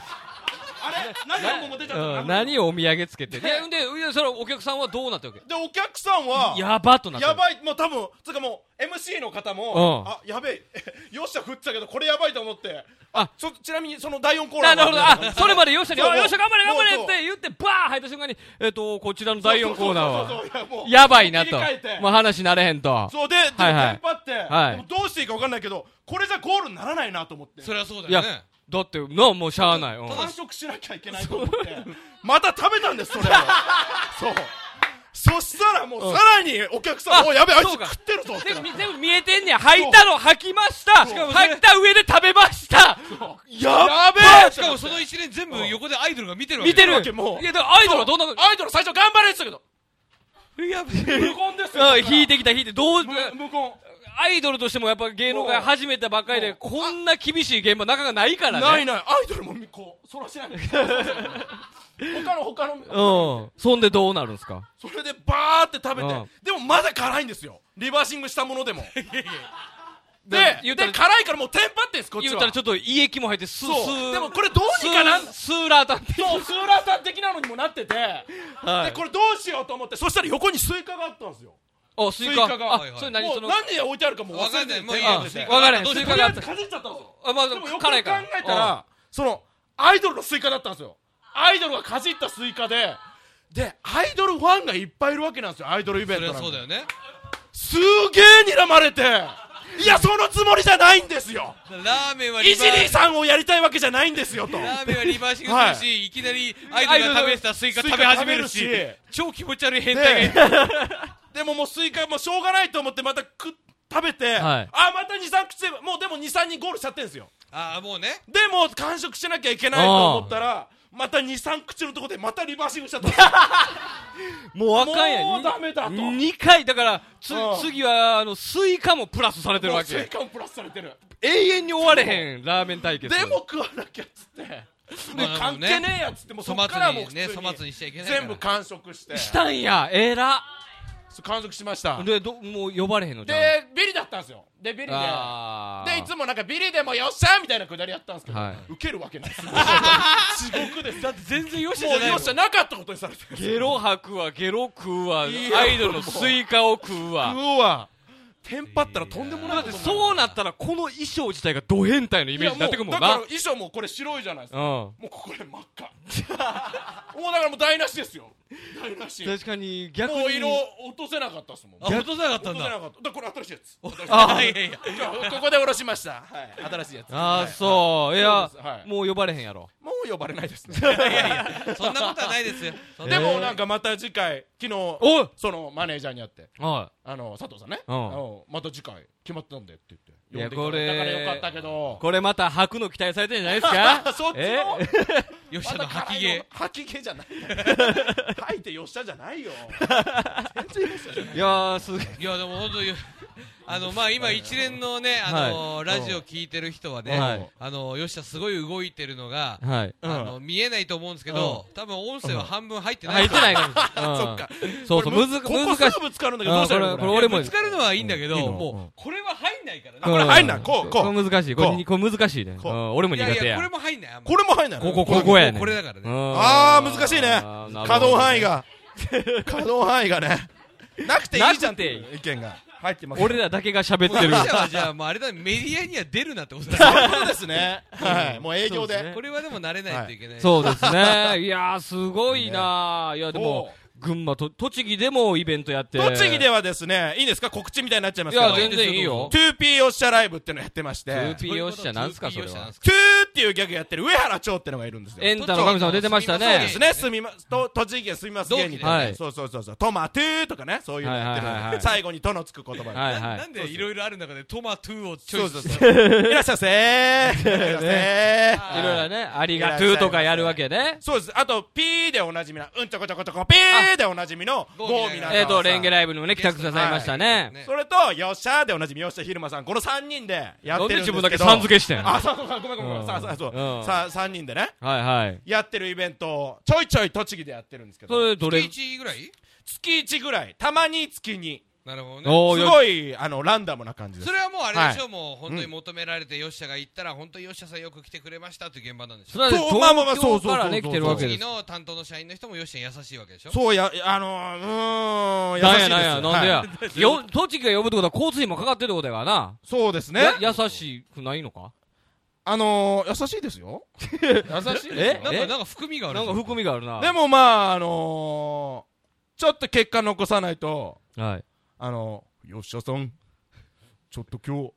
[SPEAKER 3] あれ何本も出ちゃったの
[SPEAKER 1] うん何をお土産つけて。で、んで、でそれお客さんはどうなったわけ
[SPEAKER 3] でお客さんは
[SPEAKER 1] やばとなった。
[SPEAKER 3] やばいもう多分つうかもう MC の方も、
[SPEAKER 1] うん
[SPEAKER 3] あやべえ よっしゃ振ってたけどこれやばいと思って
[SPEAKER 1] あ
[SPEAKER 3] あちょちなみにその第4コーナ
[SPEAKER 1] な
[SPEAKER 3] ー
[SPEAKER 1] るほど。あ、それまでよっしゃに、
[SPEAKER 3] そう
[SPEAKER 1] おいよっしゃ頑張れ頑張
[SPEAKER 3] そ
[SPEAKER 1] れ
[SPEAKER 3] う
[SPEAKER 1] っ
[SPEAKER 3] そう
[SPEAKER 1] て言って、バーン入った瞬間に、えっと、こちらの第4コーナーは、
[SPEAKER 3] は
[SPEAKER 1] やばいなと
[SPEAKER 3] 切り替えて。
[SPEAKER 1] もう話になれへんと。
[SPEAKER 3] そうで、でもテ
[SPEAKER 1] はいはい
[SPEAKER 3] ンパって、
[SPEAKER 1] はい
[SPEAKER 3] でもどうしていいか分かんないけど、これじゃゴールにならないなと思って、
[SPEAKER 2] それはそうだよ
[SPEAKER 1] いや
[SPEAKER 2] ね
[SPEAKER 1] だって、な、もうしゃあない。うん
[SPEAKER 3] 完食しなきゃいけないと思って、また食べたんです、それを。 そう。そしたらもう、さらにお客さ
[SPEAKER 1] あ
[SPEAKER 3] ん、おいやべえ、あいつ
[SPEAKER 1] そうか
[SPEAKER 3] 食ってるぞっ
[SPEAKER 1] 全
[SPEAKER 3] てな
[SPEAKER 1] 部
[SPEAKER 3] って。
[SPEAKER 1] み全部見えてんねや。履いたの履きました。
[SPEAKER 3] しかもそれ
[SPEAKER 1] 履いた上で食べました。
[SPEAKER 3] やっべえ
[SPEAKER 2] しかもその一年全部横でアイドルが見てるわけ
[SPEAKER 1] 見てる。い
[SPEAKER 3] わけもう
[SPEAKER 1] や、だからアイドルはどんな、
[SPEAKER 3] アイドル最初頑張れって言って
[SPEAKER 1] や
[SPEAKER 3] たけど、無言ですよ。
[SPEAKER 1] うん引いてきた引いて、どう、
[SPEAKER 3] 無無言。
[SPEAKER 1] アイドルとしてもやっぱ芸能界始めたばっかりで、こんな厳しい現場なかなかないからね。
[SPEAKER 3] ないない、アイドルもこう、そらしない。 他の他の、
[SPEAKER 1] うん。そんでどうなるんですか
[SPEAKER 3] それでバーって食べ
[SPEAKER 1] う
[SPEAKER 3] て
[SPEAKER 1] ん、
[SPEAKER 3] でもまだ辛いんですよ。リバーシングしたものでも。
[SPEAKER 1] だ
[SPEAKER 3] で、
[SPEAKER 1] 言う
[SPEAKER 3] で
[SPEAKER 1] たら
[SPEAKER 3] 辛いからもうテンパってんす、こっち
[SPEAKER 1] 言う
[SPEAKER 3] は。
[SPEAKER 1] たらちょっと胃液も入って、スース
[SPEAKER 3] そう。
[SPEAKER 1] ー。
[SPEAKER 3] でもこれどうにかなん
[SPEAKER 1] スースーラータンって。
[SPEAKER 3] そう、スーラーさん的なのにもなってて、
[SPEAKER 1] はい
[SPEAKER 3] で、これどうしようと思って、そしたら横にスイカがあったんですよ。
[SPEAKER 1] あ、スイ
[SPEAKER 3] スイ
[SPEAKER 1] カ。
[SPEAKER 3] カが
[SPEAKER 1] あ
[SPEAKER 2] はいは、い
[SPEAKER 1] それ何
[SPEAKER 3] も
[SPEAKER 1] そうの、
[SPEAKER 3] 何で置いてあるかもう忘れ
[SPEAKER 2] わかんな
[SPEAKER 3] てて
[SPEAKER 2] いもういい
[SPEAKER 1] あ
[SPEAKER 2] よ
[SPEAKER 1] 分からへん。
[SPEAKER 2] どう
[SPEAKER 1] ス
[SPEAKER 2] し
[SPEAKER 1] イ
[SPEAKER 2] よ
[SPEAKER 1] カ
[SPEAKER 3] とり
[SPEAKER 1] があっ
[SPEAKER 3] あえず
[SPEAKER 1] た。
[SPEAKER 3] かじっちゃったんですよ。
[SPEAKER 1] あ、まあ、
[SPEAKER 3] でもよく考
[SPEAKER 1] 辛い
[SPEAKER 3] え
[SPEAKER 1] から。
[SPEAKER 3] たら、その、アイドルのスイカだったんですよ。アイドルがかじったスイカで、で、アイドルファンがいっぱいいるわけなんですよ、アイドルイベン
[SPEAKER 2] そ
[SPEAKER 3] ト
[SPEAKER 2] れ
[SPEAKER 3] なん
[SPEAKER 2] はそ
[SPEAKER 3] て
[SPEAKER 2] うだよね
[SPEAKER 3] すげえ睨まれて、いや、そのつもりじゃないんですよ。
[SPEAKER 2] ラーメンは
[SPEAKER 3] イ
[SPEAKER 2] リ
[SPEAKER 3] ジ
[SPEAKER 2] バ
[SPEAKER 3] リ
[SPEAKER 2] ー
[SPEAKER 3] ーさんをやりたいわけじゃないんですよ、と。
[SPEAKER 2] ラーメンはリバーシングするし、い、きなりア
[SPEAKER 1] イ
[SPEAKER 2] イ
[SPEAKER 1] ド
[SPEAKER 2] ド
[SPEAKER 1] ル
[SPEAKER 2] ル
[SPEAKER 1] が食
[SPEAKER 2] が食
[SPEAKER 1] べ
[SPEAKER 2] べ
[SPEAKER 1] て
[SPEAKER 2] てたスイカ
[SPEAKER 3] ス
[SPEAKER 2] 食
[SPEAKER 3] イカ
[SPEAKER 2] べ始めるし
[SPEAKER 3] 食べるし
[SPEAKER 2] 超気持ち悪い変態
[SPEAKER 3] で
[SPEAKER 2] がいる
[SPEAKER 3] でももうスイカもしょうがないと思ってまた食っ食べて、
[SPEAKER 1] はい
[SPEAKER 3] あまた23口でもうでも23人ゴールしちゃってるんですよ
[SPEAKER 2] ああもうね
[SPEAKER 3] でもう完食しなきゃいけないと思ったらまた23口のところでまたリバーシングしちゃったんですよ
[SPEAKER 1] もうあかんやん。
[SPEAKER 3] もうダメだと
[SPEAKER 1] 2回、だから、つ
[SPEAKER 3] うん
[SPEAKER 1] 次は、あの、スイカもプラスされてる
[SPEAKER 3] もう
[SPEAKER 1] わ
[SPEAKER 3] スイ
[SPEAKER 1] け。
[SPEAKER 3] カもプラスされてる
[SPEAKER 1] 永遠に終われへん、ラーメン対
[SPEAKER 3] で
[SPEAKER 1] 決。
[SPEAKER 3] も食わなきゃっつって
[SPEAKER 2] まあ
[SPEAKER 3] 関係ねえやっつってもうそ
[SPEAKER 2] 粗
[SPEAKER 3] っからは
[SPEAKER 2] 末
[SPEAKER 3] もう普
[SPEAKER 2] にね
[SPEAKER 3] 通
[SPEAKER 2] 粗末にしちゃいけないから
[SPEAKER 3] 全部完食して
[SPEAKER 1] したんや、えら。
[SPEAKER 3] そう完食しました
[SPEAKER 1] で、ど、もう呼ばれへんのじ
[SPEAKER 3] で
[SPEAKER 1] ゃん。
[SPEAKER 3] ビリだったんですよでビリで
[SPEAKER 1] あー
[SPEAKER 3] でいつもなんかビリでもよっしゃーみたいなくだりやったんですけど、
[SPEAKER 1] はい
[SPEAKER 3] ウケるわけないですよ地獄です
[SPEAKER 2] だって全然よし
[SPEAKER 3] もう容赦なかったことにされてる
[SPEAKER 1] ゲロ吐くわ、ゲロ食うわ、
[SPEAKER 3] いや
[SPEAKER 1] アイドルのスイカを食うわ。
[SPEAKER 3] うわテンパったらとんでもない
[SPEAKER 1] だっ
[SPEAKER 3] こ
[SPEAKER 1] て
[SPEAKER 3] とに
[SPEAKER 1] そうなったら、この衣装自体がド変態のイメージになってくるもん
[SPEAKER 3] いや
[SPEAKER 1] な
[SPEAKER 3] うだから。衣装もこれ白いじゃないです
[SPEAKER 1] う
[SPEAKER 3] か、
[SPEAKER 1] ん。
[SPEAKER 3] もうここで真っ赤 もうだからもう台無しですよ台無し
[SPEAKER 1] 確かに、逆に。
[SPEAKER 3] もう色落とせなかったですもん
[SPEAKER 2] あ落とさなかったん
[SPEAKER 3] 落とせな
[SPEAKER 2] だ
[SPEAKER 3] かっただからこれ新しいやつ
[SPEAKER 2] あいやいや
[SPEAKER 3] 今日ここで下ろしました、はい、新しいやつ
[SPEAKER 1] あ
[SPEAKER 3] は
[SPEAKER 1] あ、
[SPEAKER 3] い
[SPEAKER 1] そう。いや
[SPEAKER 3] そうですは、い
[SPEAKER 1] もう呼ばれへんやろ。
[SPEAKER 3] もう呼ばれない ですね
[SPEAKER 2] そんなことはないですよそんな
[SPEAKER 3] でもなんかまた次回昨日
[SPEAKER 1] おい
[SPEAKER 3] そのマネージャーに会って
[SPEAKER 1] は
[SPEAKER 3] あの佐藤さんね、
[SPEAKER 1] うん
[SPEAKER 3] あのまた次回決まったんでって言って
[SPEAKER 1] いや
[SPEAKER 3] 呼んでいただいたから
[SPEAKER 1] これ
[SPEAKER 3] よかったけ
[SPEAKER 1] い。
[SPEAKER 3] ど
[SPEAKER 1] これまた吐くの期待されてるんじゃないですか
[SPEAKER 3] そっちの
[SPEAKER 1] え
[SPEAKER 2] よっしゃの吐き毛
[SPEAKER 3] 吐き気じゃない 吐いてよっしゃじゃないよ全然よっしゃじゃない
[SPEAKER 1] いやー、すげえ。
[SPEAKER 2] いやでも本当に あのまあ今一連のねあの、ラジオ聞いてる人はね、
[SPEAKER 1] はい
[SPEAKER 2] あのよっしゃすごい動いてるのが、
[SPEAKER 1] はい。
[SPEAKER 3] うん
[SPEAKER 2] あの見えないと思うんですけど、多分音声は半分入って な
[SPEAKER 1] 入
[SPEAKER 2] い
[SPEAKER 1] ってない から。
[SPEAKER 3] そっか
[SPEAKER 1] うん。そうそう、むず、
[SPEAKER 3] これ
[SPEAKER 1] 難
[SPEAKER 3] こ
[SPEAKER 1] しい
[SPEAKER 3] こ。すぐぶつかるんだけどどうしたらいい
[SPEAKER 1] あ
[SPEAKER 3] の
[SPEAKER 1] こ
[SPEAKER 3] こ
[SPEAKER 1] れ
[SPEAKER 3] れ
[SPEAKER 1] 俺も
[SPEAKER 2] ぶつかるのはいいんだけど、
[SPEAKER 1] いいの
[SPEAKER 2] もう、
[SPEAKER 1] うん
[SPEAKER 2] これは入んないからね
[SPEAKER 1] これ
[SPEAKER 3] 入んないこうこう
[SPEAKER 1] これ難しい。これ
[SPEAKER 3] こう
[SPEAKER 1] これ難しいね。う
[SPEAKER 3] こうん
[SPEAKER 1] 俺も
[SPEAKER 2] い
[SPEAKER 1] 苦
[SPEAKER 2] やい
[SPEAKER 1] 手
[SPEAKER 2] や
[SPEAKER 1] や
[SPEAKER 2] これ。も入んないあんま
[SPEAKER 3] これも入んない
[SPEAKER 1] ここ、ここやね。
[SPEAKER 2] これだからね
[SPEAKER 3] あー難しいね可動範囲
[SPEAKER 1] が。
[SPEAKER 3] が 可動範囲がねなくていいじゃんって
[SPEAKER 1] なく
[SPEAKER 3] いう意見が入ってます
[SPEAKER 1] 俺らだけが喋って
[SPEAKER 2] ロ
[SPEAKER 1] る。
[SPEAKER 2] シアはじゃあもうあれだねメディアには出るなってこ とだ
[SPEAKER 3] そうですねはいもう営業
[SPEAKER 1] そうですね
[SPEAKER 3] で
[SPEAKER 2] これはでも慣れないといけない、
[SPEAKER 1] そうですね。いやー、すごいなー。いや、でも、群馬と、栃木でもイベントやって。
[SPEAKER 3] 栃木ではですねいいんですか告知みたいになっちゃいま
[SPEAKER 1] い
[SPEAKER 3] すけど
[SPEAKER 1] や、全然いいよ。
[SPEAKER 3] 2P よっしゃライブってのやってまして
[SPEAKER 1] 2P
[SPEAKER 2] そういう
[SPEAKER 1] よ
[SPEAKER 2] こ
[SPEAKER 1] っ
[SPEAKER 2] と
[SPEAKER 1] しゃ、なんすか、それ
[SPEAKER 2] よっしゃな
[SPEAKER 1] は
[SPEAKER 2] んす。か
[SPEAKER 3] トゥーっていうギャグやってる上原蝶ってのがいるんですよ。
[SPEAKER 1] エンタの神様出てました
[SPEAKER 2] そう
[SPEAKER 3] で
[SPEAKER 1] ね
[SPEAKER 2] す
[SPEAKER 3] す。ね、すみま、と、栃木県すみます芸人
[SPEAKER 1] 同期で
[SPEAKER 3] とかね
[SPEAKER 1] はい
[SPEAKER 3] そうそうそうそう、トマトゥーとかね、そういうのやってるんで、
[SPEAKER 1] はいはいはい
[SPEAKER 3] 最後にとのつく言葉で。
[SPEAKER 1] はい
[SPEAKER 2] な
[SPEAKER 1] は。
[SPEAKER 2] ないんでいろいろある中でトマトゥーをチ
[SPEAKER 3] そ
[SPEAKER 2] ョ
[SPEAKER 3] う
[SPEAKER 2] イ
[SPEAKER 3] そう
[SPEAKER 2] ス
[SPEAKER 3] そう。いらっしゃいませー。いらっしゃいませー
[SPEAKER 1] いろいろね、ありがとうとかやるわけね。
[SPEAKER 3] そうです。あと、ピーでおなじみな、うんちょこちょこちょこ、ピーでおなじみの、
[SPEAKER 2] ゴー
[SPEAKER 3] ゴーミ
[SPEAKER 2] ミナガ
[SPEAKER 3] ナガワさん
[SPEAKER 1] えっと、レンゲライブにもね、帰宅なさいましたね。
[SPEAKER 2] ね
[SPEAKER 3] それと、よっしゃーでおなじみ、よっしゃひるまさん、この3人でや
[SPEAKER 1] な
[SPEAKER 3] っ
[SPEAKER 1] ん
[SPEAKER 3] て
[SPEAKER 1] で
[SPEAKER 3] るん
[SPEAKER 1] 自
[SPEAKER 3] ですけど。
[SPEAKER 1] 分だけさん付けしてんのは
[SPEAKER 3] あ、そうそうそう、ごめんごめんごめん。さあ、さあ、そう。
[SPEAKER 1] うん
[SPEAKER 3] さあ、3人でね、
[SPEAKER 1] いはい。
[SPEAKER 3] やってるイベントを、ちょいちょい栃木でやってるんですけど。
[SPEAKER 1] それ、どれ、
[SPEAKER 2] 月1ぐらい
[SPEAKER 3] 月1ぐらいたまに月2
[SPEAKER 2] なるほどね。
[SPEAKER 1] おー
[SPEAKER 3] す
[SPEAKER 1] よ
[SPEAKER 3] ごいあのランダムな感じです
[SPEAKER 2] それはもうあれでしょう、もう本当に求められて、ヨッシャが行ったら、本当にヨッシャさんよく来てくれましたっていう現場なんでし
[SPEAKER 1] そ
[SPEAKER 2] ょ。
[SPEAKER 1] れはね
[SPEAKER 3] そうまあまあまあ
[SPEAKER 1] 東京から
[SPEAKER 3] そうそうそうそ
[SPEAKER 1] ね
[SPEAKER 3] う
[SPEAKER 1] 来てる
[SPEAKER 3] そ
[SPEAKER 1] わ
[SPEAKER 3] う
[SPEAKER 1] けで
[SPEAKER 2] 次
[SPEAKER 1] す
[SPEAKER 2] の担当の社員の人もヨッシャに優しいわけでしょ。
[SPEAKER 3] そうやあ
[SPEAKER 1] なんやな
[SPEAKER 3] のー、うーん優しいです
[SPEAKER 1] んやなんで
[SPEAKER 3] はい
[SPEAKER 1] や よ栃木が呼ぶってことは交通費もかかってるってことやからな
[SPEAKER 3] そうですね
[SPEAKER 1] や優しくないのか
[SPEAKER 3] あのー、優しいですよ優しい
[SPEAKER 1] ですよ
[SPEAKER 2] なん
[SPEAKER 1] え
[SPEAKER 2] か、なんか含みがある
[SPEAKER 1] なんか含みがあるな
[SPEAKER 3] でもまああのー、ちょっと結果残さないと
[SPEAKER 1] はい
[SPEAKER 3] あのー、よっしゃさんちょっと今日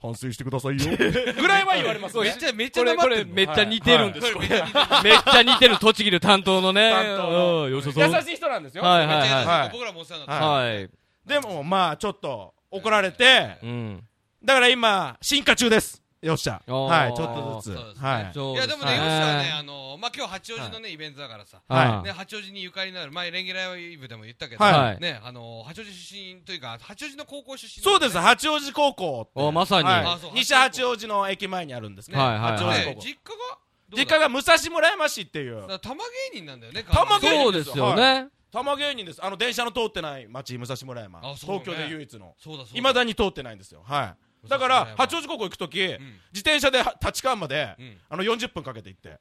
[SPEAKER 3] 反省してくださ いよぐらいは言われます
[SPEAKER 2] めっちゃ、めっち
[SPEAKER 1] こ
[SPEAKER 2] ゃ
[SPEAKER 1] れ
[SPEAKER 2] 黙
[SPEAKER 1] こ
[SPEAKER 2] って
[SPEAKER 1] れ
[SPEAKER 2] んの
[SPEAKER 1] めっちゃ似てるんです
[SPEAKER 2] これめっちゃ似てる
[SPEAKER 1] めっちゃ似てる栃木で担当のね
[SPEAKER 3] 担当の
[SPEAKER 1] うんよそそ
[SPEAKER 3] 優
[SPEAKER 1] う
[SPEAKER 3] しい人なんですよ、
[SPEAKER 1] はい
[SPEAKER 2] めっ
[SPEAKER 1] はい
[SPEAKER 2] ちゃ優しい
[SPEAKER 1] は
[SPEAKER 3] はい
[SPEAKER 2] 僕らもお世話に
[SPEAKER 1] い
[SPEAKER 2] なっ
[SPEAKER 3] は
[SPEAKER 1] はい
[SPEAKER 3] でもまあちょっと怒られて
[SPEAKER 1] うん
[SPEAKER 3] だから今進化中ですよっしゃ
[SPEAKER 1] おー
[SPEAKER 3] はいちょっとずつ
[SPEAKER 2] そうですね
[SPEAKER 3] はい
[SPEAKER 2] た。
[SPEAKER 1] そう
[SPEAKER 2] い
[SPEAKER 1] す
[SPEAKER 2] や、でもね、ヨッシャはね、あの、まあ、今日八王子のね、イベントだからさ。
[SPEAKER 3] はい
[SPEAKER 1] うん
[SPEAKER 2] ね、八王子にゆかりのある、前、レンゲライブでも言ったけど、
[SPEAKER 1] はい
[SPEAKER 2] ね、あの、八王子出身というか、八王子の高校出身、
[SPEAKER 3] そうです。八王子高校って
[SPEAKER 1] おまさに
[SPEAKER 3] はい
[SPEAKER 2] あそう
[SPEAKER 3] 西八王子の駅前にあるんですね
[SPEAKER 1] はいはいはい
[SPEAKER 3] 八王子
[SPEAKER 2] ね
[SPEAKER 3] 高、校
[SPEAKER 2] 実家が
[SPEAKER 3] 実家が武蔵村山市っていう
[SPEAKER 2] が玉芸人なんだよね、
[SPEAKER 3] 玉芸人
[SPEAKER 1] そうですよね
[SPEAKER 3] 玉芸人ですあの電車の通ってない町武蔵村山
[SPEAKER 2] あそうね
[SPEAKER 3] 東京で唯一の
[SPEAKER 2] そうだそう
[SPEAKER 3] いまだに通ってないんですよはいだから八王
[SPEAKER 2] 子
[SPEAKER 3] 子高校行く時
[SPEAKER 2] ん
[SPEAKER 3] 自転車では立川まで
[SPEAKER 2] うん
[SPEAKER 3] あの40分かけて行って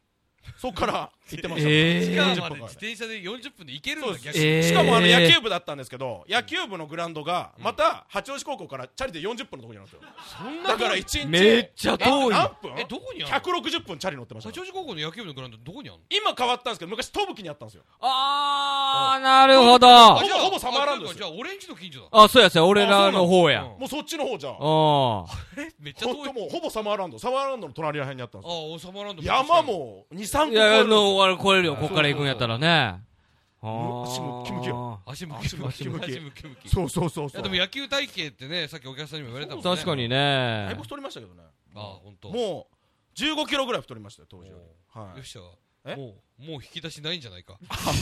[SPEAKER 3] そっから行ってました
[SPEAKER 1] えー
[SPEAKER 2] 時
[SPEAKER 3] 40
[SPEAKER 2] 間
[SPEAKER 3] 分
[SPEAKER 2] ま
[SPEAKER 3] か
[SPEAKER 2] で自
[SPEAKER 3] けて
[SPEAKER 2] 転車で40分で行けるん
[SPEAKER 3] そう
[SPEAKER 2] だ
[SPEAKER 3] で
[SPEAKER 2] 逆
[SPEAKER 3] す
[SPEAKER 2] に
[SPEAKER 1] えー
[SPEAKER 3] しかもあの野球部だったんですけど、野球部のグラウンドがまた八王子高校からチャリで40分のところにあるんですよ、
[SPEAKER 2] そんな
[SPEAKER 3] だから1日
[SPEAKER 1] めっちゃ遠い
[SPEAKER 3] な何分
[SPEAKER 2] えどこにあるの
[SPEAKER 3] ?160 分チャリ乗ってました
[SPEAKER 2] 八
[SPEAKER 3] から
[SPEAKER 2] 王子高校の野球部のグラウンドどこにあるの
[SPEAKER 3] 今変わったんですけど昔東武木にあったんですよ
[SPEAKER 1] あーなるほど
[SPEAKER 3] ほぼ
[SPEAKER 2] あじゃあ
[SPEAKER 3] ほぼサマーランドです
[SPEAKER 2] じゃ
[SPEAKER 3] よ
[SPEAKER 2] あ俺んちの近所だ
[SPEAKER 1] あそうやそうや俺らの方や
[SPEAKER 2] あそうな
[SPEAKER 1] う
[SPEAKER 2] んだ
[SPEAKER 3] もうそっちの方じゃん
[SPEAKER 1] んは
[SPEAKER 2] えめっちゃ
[SPEAKER 3] ほ
[SPEAKER 2] 遠
[SPEAKER 3] んと
[SPEAKER 2] い
[SPEAKER 3] もうほぼサマーランドサマーランドの隣ら辺にあったんです
[SPEAKER 2] あ
[SPEAKER 3] よ
[SPEAKER 2] おサマーランド
[SPEAKER 3] 山も
[SPEAKER 1] い
[SPEAKER 3] 23個
[SPEAKER 1] いや、あの、
[SPEAKER 3] の
[SPEAKER 1] あれ、超えるよ、こっから行くんやったらね。あー
[SPEAKER 3] 足もムキムキよ
[SPEAKER 2] 足向き向き
[SPEAKER 3] 足向き
[SPEAKER 2] 足向き向きい
[SPEAKER 3] そうそうそうそ
[SPEAKER 2] やで
[SPEAKER 3] う
[SPEAKER 2] も野球体型ってねさっきお客さんにも言われたもんね
[SPEAKER 1] 確かに
[SPEAKER 3] だい
[SPEAKER 1] ね
[SPEAKER 3] ぶ。太りましたけどね
[SPEAKER 2] あ本当。
[SPEAKER 3] もう1 5キロぐらい太りましたよ当時より、は
[SPEAKER 2] よっ
[SPEAKER 3] い、
[SPEAKER 2] しゃ
[SPEAKER 3] え
[SPEAKER 2] もうもう引き出しないんじゃないか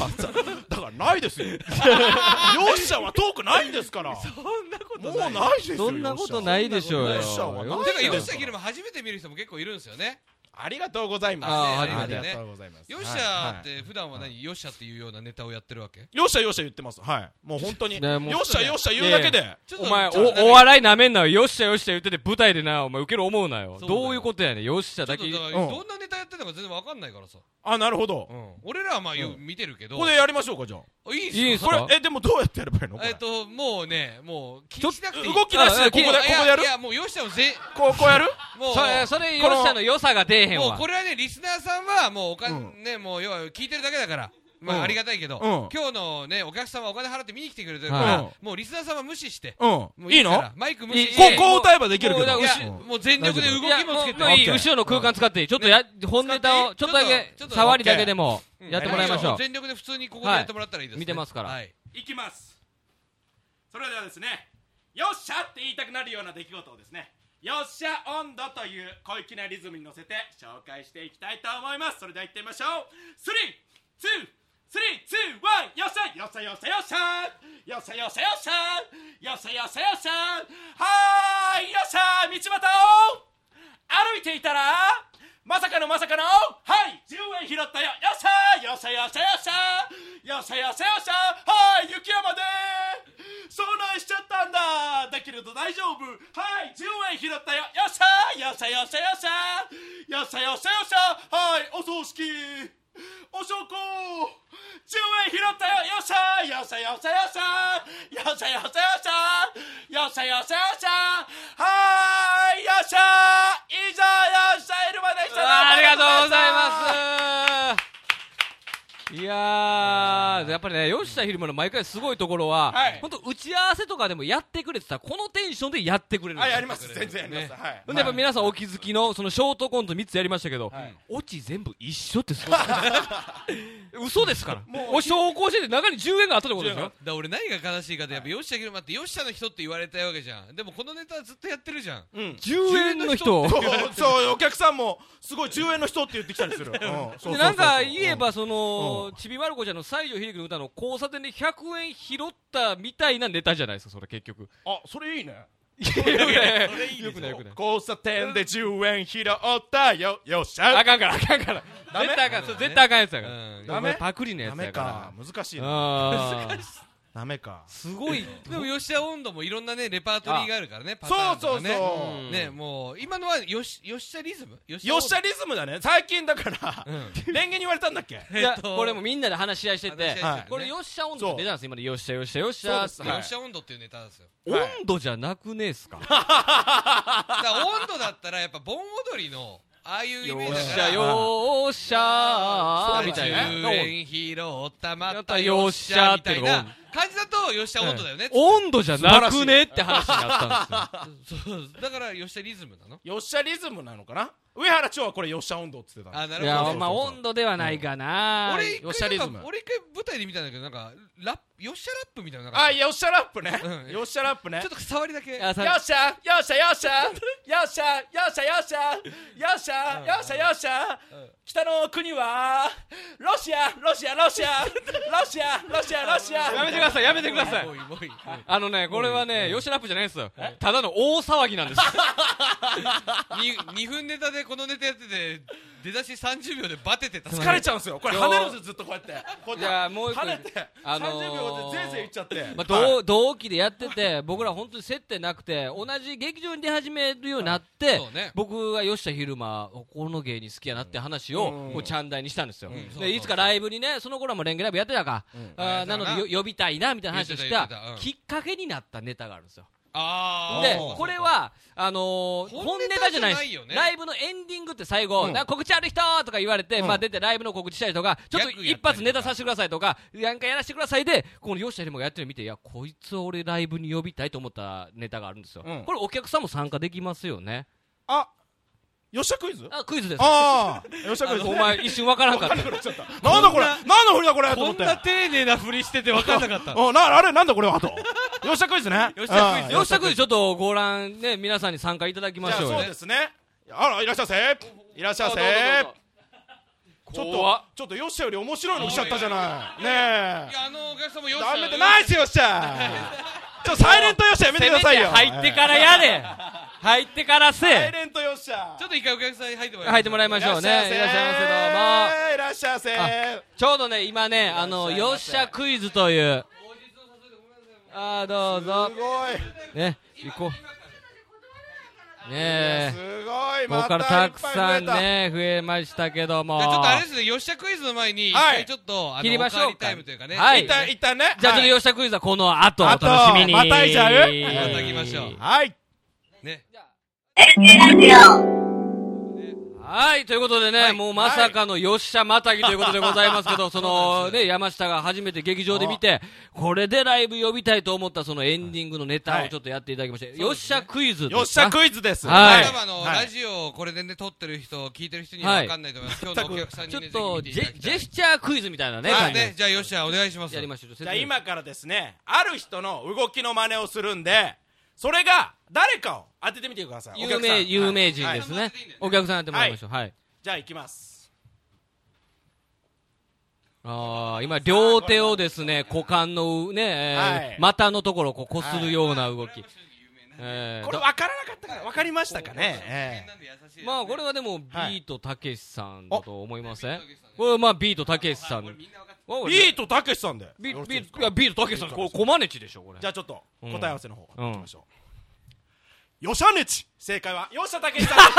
[SPEAKER 3] だからないです よ容赦は遠くないんですから そんなこともうないですよ
[SPEAKER 1] そんなこと
[SPEAKER 3] い
[SPEAKER 1] ないでしょうよ。
[SPEAKER 3] よっしゃわかんない
[SPEAKER 2] てか
[SPEAKER 3] よ
[SPEAKER 2] よっしゃゲルも初めて見る人も結構いるんですよね
[SPEAKER 3] ありがとうございます。
[SPEAKER 1] あ
[SPEAKER 2] ー初めてね
[SPEAKER 3] ありがとうございます。
[SPEAKER 2] よっしゃーっ
[SPEAKER 3] はい。
[SPEAKER 2] て普段は何よっしゃっていうようなネタをやってるわけ
[SPEAKER 3] よっしゃよっしゃ言ってます。はい。もう本当に。
[SPEAKER 1] ねもう
[SPEAKER 3] よっしゃよっしゃ言うだけで。
[SPEAKER 2] ちょっと
[SPEAKER 1] お前、
[SPEAKER 2] ちょっと
[SPEAKER 1] お、お笑いなめんなよ。よっしゃよっしゃ言ってて、舞台でな、お前、ウケる思うなよ。
[SPEAKER 2] そうだよ
[SPEAKER 1] どういうことやねん。よっしゃ
[SPEAKER 2] ちょ
[SPEAKER 1] だ
[SPEAKER 2] っと
[SPEAKER 1] け。
[SPEAKER 2] だから
[SPEAKER 3] うん
[SPEAKER 2] どんなネタやってんのか全然わかんないからさ
[SPEAKER 3] あ、なるほど。
[SPEAKER 2] 俺らはまあよ
[SPEAKER 3] う
[SPEAKER 2] 見てるけど
[SPEAKER 3] ここでやりましょうか、じゃあ。
[SPEAKER 2] あいいんす
[SPEAKER 1] いいん
[SPEAKER 2] よ
[SPEAKER 1] す
[SPEAKER 3] こ
[SPEAKER 1] か
[SPEAKER 3] れ、え、でもどうやってやればいいのこれ
[SPEAKER 2] えっともうねもう気にしなくていい
[SPEAKER 3] 動き出し
[SPEAKER 1] ああ
[SPEAKER 3] て、ここで、こ
[SPEAKER 2] いやい
[SPEAKER 3] こやる
[SPEAKER 2] いやもうよっしゃのぜ
[SPEAKER 3] こう、こうやる
[SPEAKER 2] もう
[SPEAKER 1] それ、それ、よっしゃの良さが出えへん
[SPEAKER 2] もう
[SPEAKER 1] わ
[SPEAKER 2] こ。れはねリスナーさんはもうお金、
[SPEAKER 3] う
[SPEAKER 2] ねもう要は聞いてるだけだからま
[SPEAKER 3] う
[SPEAKER 2] あ
[SPEAKER 3] ん
[SPEAKER 2] ありがたいけど、
[SPEAKER 3] うん
[SPEAKER 2] 今日のねお客さんはお金払って見に来てくれてるから、
[SPEAKER 3] は
[SPEAKER 2] もうリスナーさんは無視しても
[SPEAKER 3] う。
[SPEAKER 2] うん
[SPEAKER 3] いい
[SPEAKER 2] か
[SPEAKER 3] の
[SPEAKER 2] らマイク無
[SPEAKER 1] い
[SPEAKER 2] 視
[SPEAKER 1] い
[SPEAKER 2] し
[SPEAKER 3] こ
[SPEAKER 2] て
[SPEAKER 3] う、こう歌えばできるけ
[SPEAKER 1] もうだ
[SPEAKER 3] ど。
[SPEAKER 1] か
[SPEAKER 2] い
[SPEAKER 1] ら
[SPEAKER 2] やもう全力で動
[SPEAKER 1] いや
[SPEAKER 2] きもつけて
[SPEAKER 1] もうもういい
[SPEAKER 3] オッケー
[SPEAKER 1] 後ろの空間使っていい。ちょっとや、本ネタを、ち
[SPEAKER 2] 使
[SPEAKER 1] ょ
[SPEAKER 2] っ
[SPEAKER 1] ってとだけ
[SPEAKER 2] ちょっ、と
[SPEAKER 1] 触りだけでも、
[SPEAKER 2] うん
[SPEAKER 1] やってもらいましょう。
[SPEAKER 2] 全力で普通にここでやってもらったらいいです、
[SPEAKER 1] は
[SPEAKER 2] ね
[SPEAKER 1] い見てますから
[SPEAKER 2] はい、
[SPEAKER 4] いきますそれではですねよっしゃって言いたくなるような出来事をですねよっしゃ温度という小粋なリズムに乗せて紹介していきたいと思いますそれでは行ってみましょう3 2 3 2 1よっしゃよっしゃよっしゃよっしゃよっしゃよっしゃよっしゃよっしゃよっしゃよっしゃはーいよっしゃ道端を歩いていたらまさかのまさかのはい10円拾ったよよっしゃーよっしゃよっしゃよっしゃよっしゃよっしゃよっしゃはい雪山で遭難しちゃったんだだけれど大丈夫はい10円拾ったよよっしゃーよっしゃよっしゃよっしゃよっしゃよっしゃよっしゃはいお葬式お証拠10円拾ったよよっしゃーよっしゃよっしゃよっしゃよっしゃよっしゃよっしゃよっしゃよっしゃよっしゃよっしゃはーいよっしゃー以上よっしゃいるまでした
[SPEAKER 1] ありがとうございますいやー、やっぱりね、吉田ひるまの毎回すごいところは
[SPEAKER 4] はい、
[SPEAKER 1] 本当、打ち合わせとかでもやってくれてたら、このテンションでやってくれるんです
[SPEAKER 3] あ、
[SPEAKER 1] よ
[SPEAKER 3] やります。全然やります。はい。
[SPEAKER 1] ほんで、やっぱ皆さんお気づきの、そのショートコント3つやりましたけど、オチ全部一緒ってすごい。 嘘ですから。お証拠してて中に10円があったってことですよ。
[SPEAKER 2] だから俺何が悲しいかってやっぱよっしゃゲルマってよっしゃの人って言われたいわけじゃんでもこのネタはずっとやってるじゃん
[SPEAKER 1] 10円の人。
[SPEAKER 3] そう、 そう、お客さんも、すごい10円の人って言ってきたりす る。うんそうそうそう
[SPEAKER 1] でなんか言えば、その、ちびまる子ちゃんの西城秀樹の歌の交差点で100円拾ったみたいなネタじゃないですか、それ結 局。
[SPEAKER 3] うんあ、それいいね。
[SPEAKER 1] いやいやい やよくないよくない。
[SPEAKER 3] 交差点で10円拾ったよ。よっしゃ。
[SPEAKER 1] あかんから、あかんから。絶対あかん、それ絶対あかんやつやから。
[SPEAKER 2] うん
[SPEAKER 3] ダメ
[SPEAKER 1] パクリのや
[SPEAKER 3] ダ
[SPEAKER 1] つや
[SPEAKER 3] メ
[SPEAKER 1] か
[SPEAKER 3] か。難し い
[SPEAKER 1] ら。
[SPEAKER 3] な。
[SPEAKER 1] あー
[SPEAKER 3] ダメか
[SPEAKER 1] すごい。
[SPEAKER 2] でも吉田温度もいろんなねレパートリーがあるからねパター
[SPEAKER 3] そう
[SPEAKER 2] ンと
[SPEAKER 3] そうそ
[SPEAKER 2] か
[SPEAKER 3] う、
[SPEAKER 2] ねねもう今のはよし吉田リズム吉
[SPEAKER 3] よっしゃ
[SPEAKER 2] リ
[SPEAKER 3] リズムだね最近だから、
[SPEAKER 2] ん
[SPEAKER 3] レンゲに言われたんだっけ
[SPEAKER 1] いや、これもみんなで話し合いしてて、
[SPEAKER 3] はい
[SPEAKER 1] これ、よっしゃ温度って出たんですよ、今で。よっしゃ、よっしゃ、よっしゃって。
[SPEAKER 3] はい
[SPEAKER 2] よっしゃ温度っていうネタなんですよ
[SPEAKER 3] はいはい
[SPEAKER 1] 温度じゃなくねえっ すか。
[SPEAKER 2] だから温度だったらやっぱ盆踊りのああいうイ
[SPEAKER 1] よ
[SPEAKER 2] メ
[SPEAKER 1] っ
[SPEAKER 2] ージだ
[SPEAKER 1] し
[SPEAKER 2] か
[SPEAKER 1] ゃ、
[SPEAKER 2] ら
[SPEAKER 1] よっしゃーみたいな。
[SPEAKER 2] 10円拾ったまた
[SPEAKER 1] よ
[SPEAKER 2] よ
[SPEAKER 1] っ
[SPEAKER 2] っ
[SPEAKER 1] し
[SPEAKER 2] し
[SPEAKER 1] ゃーっ
[SPEAKER 2] ゃ
[SPEAKER 1] て
[SPEAKER 2] みた
[SPEAKER 1] いう
[SPEAKER 2] い
[SPEAKER 1] のが
[SPEAKER 2] な感じだとよっしゃ温度だよね
[SPEAKER 1] 温度じゃなくねって話になったんですよ。
[SPEAKER 2] そうだからよっしゃリズムなの
[SPEAKER 3] よっしゃリズムなのかな上原長はこれよっしゃ温度っつってた
[SPEAKER 2] あなる
[SPEAKER 1] いや
[SPEAKER 2] ほどね
[SPEAKER 3] そうそうそう
[SPEAKER 1] まあ温度ではないかな
[SPEAKER 2] 俺一
[SPEAKER 1] よっしゃ
[SPEAKER 2] 回
[SPEAKER 1] リ
[SPEAKER 2] な
[SPEAKER 1] ズ
[SPEAKER 2] ん
[SPEAKER 1] ム
[SPEAKER 2] か俺一回舞台で見たんだけどなんかラップよっしゃラップみたいなのなか
[SPEAKER 3] あ
[SPEAKER 2] っ
[SPEAKER 3] よっしゃラップね、
[SPEAKER 2] うん
[SPEAKER 3] よっしゃラップね
[SPEAKER 2] たちょっと触りだけ
[SPEAKER 1] いやさ
[SPEAKER 3] よっしゃよっしゃよっしゃよっしゃよっしゃよっしゃよっしゃよっしゃよっしゃ北の国はロシアロシアロシアロシアロシアロシア
[SPEAKER 1] やめてくださいやめてください
[SPEAKER 2] もういいもういい
[SPEAKER 1] あのねこれはねよっしゃラップじゃないですよただの大騒ぎなんです
[SPEAKER 2] 2分ネタでこのネタやってて出だし30秒でバテてた
[SPEAKER 3] 疲れちゃうんですよこれ跳ねるんですよずっとこうやってこう
[SPEAKER 1] い
[SPEAKER 3] やっ
[SPEAKER 1] やもう一
[SPEAKER 3] て跳
[SPEAKER 1] 個
[SPEAKER 3] ねて
[SPEAKER 1] あのー
[SPEAKER 3] 30秒で全然いっちゃって
[SPEAKER 1] まあ
[SPEAKER 3] は
[SPEAKER 1] 同
[SPEAKER 3] い
[SPEAKER 1] 同期でやってて僕ら本当に接点なくて同じ劇場に出始めるようになって
[SPEAKER 2] そうね
[SPEAKER 1] 僕はよっしゃ昼間この芸人好きやなって話を
[SPEAKER 3] うん
[SPEAKER 1] こうちゃんだいにしたんですよ
[SPEAKER 2] うんそうそうそう
[SPEAKER 1] でいつかライブにねその頃もレンゲライブやってたかあー
[SPEAKER 2] や
[SPEAKER 1] な
[SPEAKER 2] ってた
[SPEAKER 1] の
[SPEAKER 2] な
[SPEAKER 1] でよ呼びたいなみたいな話をし
[SPEAKER 2] 言ったてた言ってたうん
[SPEAKER 1] きっかけになったネタがあるんですよ
[SPEAKER 2] ああ
[SPEAKER 1] でこれはあのー本
[SPEAKER 2] 本
[SPEAKER 1] ネ
[SPEAKER 2] ネ
[SPEAKER 1] タ
[SPEAKER 2] タ
[SPEAKER 1] じ
[SPEAKER 2] じ
[SPEAKER 1] ゃ
[SPEAKER 2] ゃ
[SPEAKER 1] な
[SPEAKER 2] ないい
[SPEAKER 1] です
[SPEAKER 2] よね
[SPEAKER 1] ライブのエンディングって最後、
[SPEAKER 3] うん
[SPEAKER 1] な告知ある人とか言われて、
[SPEAKER 3] うん
[SPEAKER 1] まあ、出てライブの告知したりとかちょっと
[SPEAKER 2] 逆やったり
[SPEAKER 1] 一
[SPEAKER 2] とか
[SPEAKER 1] 発ネタさせてくださいとかなんかやらせてくださいでこの吉田ひもがやってるの見ていやこいつを俺ライブに呼びたいと思ったネタがあるんですよ、
[SPEAKER 3] うん
[SPEAKER 1] これお客さんも参加できますよね
[SPEAKER 3] あよっしゃクイズ
[SPEAKER 1] あクイズです
[SPEAKER 3] ああよっしゃクイズ
[SPEAKER 1] お前一瞬わからんかった
[SPEAKER 3] なんだこれなんだ振りだこれと思
[SPEAKER 2] こ
[SPEAKER 3] っ
[SPEAKER 2] ん
[SPEAKER 3] て
[SPEAKER 2] な丁寧な振りしてて分かんな かった
[SPEAKER 3] おなあれなんだこれはとよっしゃクイズね
[SPEAKER 2] よっしゃクイズ
[SPEAKER 1] よっしゃクイズちょっとご覧ね皆さんに参加いただきま
[SPEAKER 3] じゃ
[SPEAKER 1] し
[SPEAKER 3] あ
[SPEAKER 1] ょうよ
[SPEAKER 3] そうですねあらいらっしゃいませいらっしゃいませちょっとちょっとよっしゃより面白いの来ちゃったじゃないね
[SPEAKER 2] いやあのお客さんもよ
[SPEAKER 3] え
[SPEAKER 2] っし
[SPEAKER 3] ダ
[SPEAKER 2] ゃ
[SPEAKER 3] メだナイスよっしゃちょっとサイレントよっしゃやめてくださいよ
[SPEAKER 1] せめて入ってからやれ入ってからせ
[SPEAKER 3] サイレントよっしゃ
[SPEAKER 2] ちょっと一回お客さんに入ってもらい
[SPEAKER 1] 入ってもらいま
[SPEAKER 2] し
[SPEAKER 1] しょうね。いらっしゃいませ、どうも。
[SPEAKER 3] いらっしゃいませいらっしゃいま
[SPEAKER 1] ちょうどね、今ね、あの、
[SPEAKER 3] いら
[SPEAKER 1] よっ
[SPEAKER 3] っ
[SPEAKER 1] し
[SPEAKER 3] しゃい
[SPEAKER 1] ゃクイズという。ああ、どうぞ
[SPEAKER 3] せす。ごい
[SPEAKER 1] ね、行こう。ねえ。
[SPEAKER 3] すごい
[SPEAKER 1] ここ
[SPEAKER 3] ま
[SPEAKER 1] からたくさん
[SPEAKER 3] いっぱい増え
[SPEAKER 1] ね、増えましたけども
[SPEAKER 2] じゃ。あちょっとあれですねよっしゃクイズの前に一
[SPEAKER 3] はい
[SPEAKER 2] 回ちょっと、あの
[SPEAKER 1] 切りましょうか
[SPEAKER 2] おかわりタイムというかね
[SPEAKER 1] はい
[SPEAKER 3] た一旦一旦ね
[SPEAKER 1] じゃあちょっと
[SPEAKER 3] はい
[SPEAKER 1] よっしゃクイズはこの後、お楽しみに。
[SPEAKER 3] 後またいじゃう
[SPEAKER 2] また行きましょう
[SPEAKER 3] はい
[SPEAKER 2] ね
[SPEAKER 1] はい、ということでね、
[SPEAKER 3] はい
[SPEAKER 1] もうまさかのよっしゃまたぎということでございますけど、そのね、山下が初めて劇場で見て、これでライブ呼びたいと思ったそのエンディングのネタ
[SPEAKER 3] は
[SPEAKER 1] を
[SPEAKER 3] い
[SPEAKER 1] ちょっとやっていただきまして、よっしゃクイズですか
[SPEAKER 3] よっしゃクイズです
[SPEAKER 1] はい
[SPEAKER 2] 多分あの、
[SPEAKER 3] はい
[SPEAKER 2] ラジオをこれでね撮ってる人聞いてる人に
[SPEAKER 1] は
[SPEAKER 2] はい分かんないと思います、今日のお客さんに
[SPEAKER 1] ちょ
[SPEAKER 2] ね
[SPEAKER 1] っ
[SPEAKER 2] ぜ
[SPEAKER 1] と
[SPEAKER 2] ひ見て
[SPEAKER 1] ジ
[SPEAKER 2] いただき
[SPEAKER 1] ェ
[SPEAKER 2] たい
[SPEAKER 1] ジェスチャークイズみたいなね、
[SPEAKER 2] はい
[SPEAKER 1] 感じ
[SPEAKER 2] ねじゃあよっしゃお願いします
[SPEAKER 1] やりましょう。
[SPEAKER 3] じゃあ今からですねある人の動きの真似をするんでそれが誰かを当ててみてくださいお
[SPEAKER 1] 有
[SPEAKER 3] 客さん
[SPEAKER 1] 名、有名人
[SPEAKER 3] はい
[SPEAKER 1] です
[SPEAKER 2] はい
[SPEAKER 1] ね。お客さんやってもらいましょう。はい。
[SPEAKER 3] じゃあ行きます
[SPEAKER 1] ああ、今、両手をですね、股間の、ね、えー
[SPEAKER 3] はい
[SPEAKER 1] 股のところをこう、擦るような動き。えー
[SPEAKER 3] これ分からなかったから分かりましたかねえ
[SPEAKER 1] まあこれ
[SPEAKER 2] は
[SPEAKER 1] はでもビ
[SPEAKER 3] はい
[SPEAKER 1] ートたけしさんだと思いません、これまあビートたけしさんビ
[SPEAKER 3] えビートたけしさんで
[SPEAKER 1] ビ
[SPEAKER 3] よろしい
[SPEAKER 1] ビ
[SPEAKER 3] ですか
[SPEAKER 1] いやビートたけしさんこれコマネチでしょこれ
[SPEAKER 3] じゃあちょっと答え合わせの方
[SPEAKER 1] うん
[SPEAKER 3] 行きましょうよしゃねち正解はよしゃたけしさんです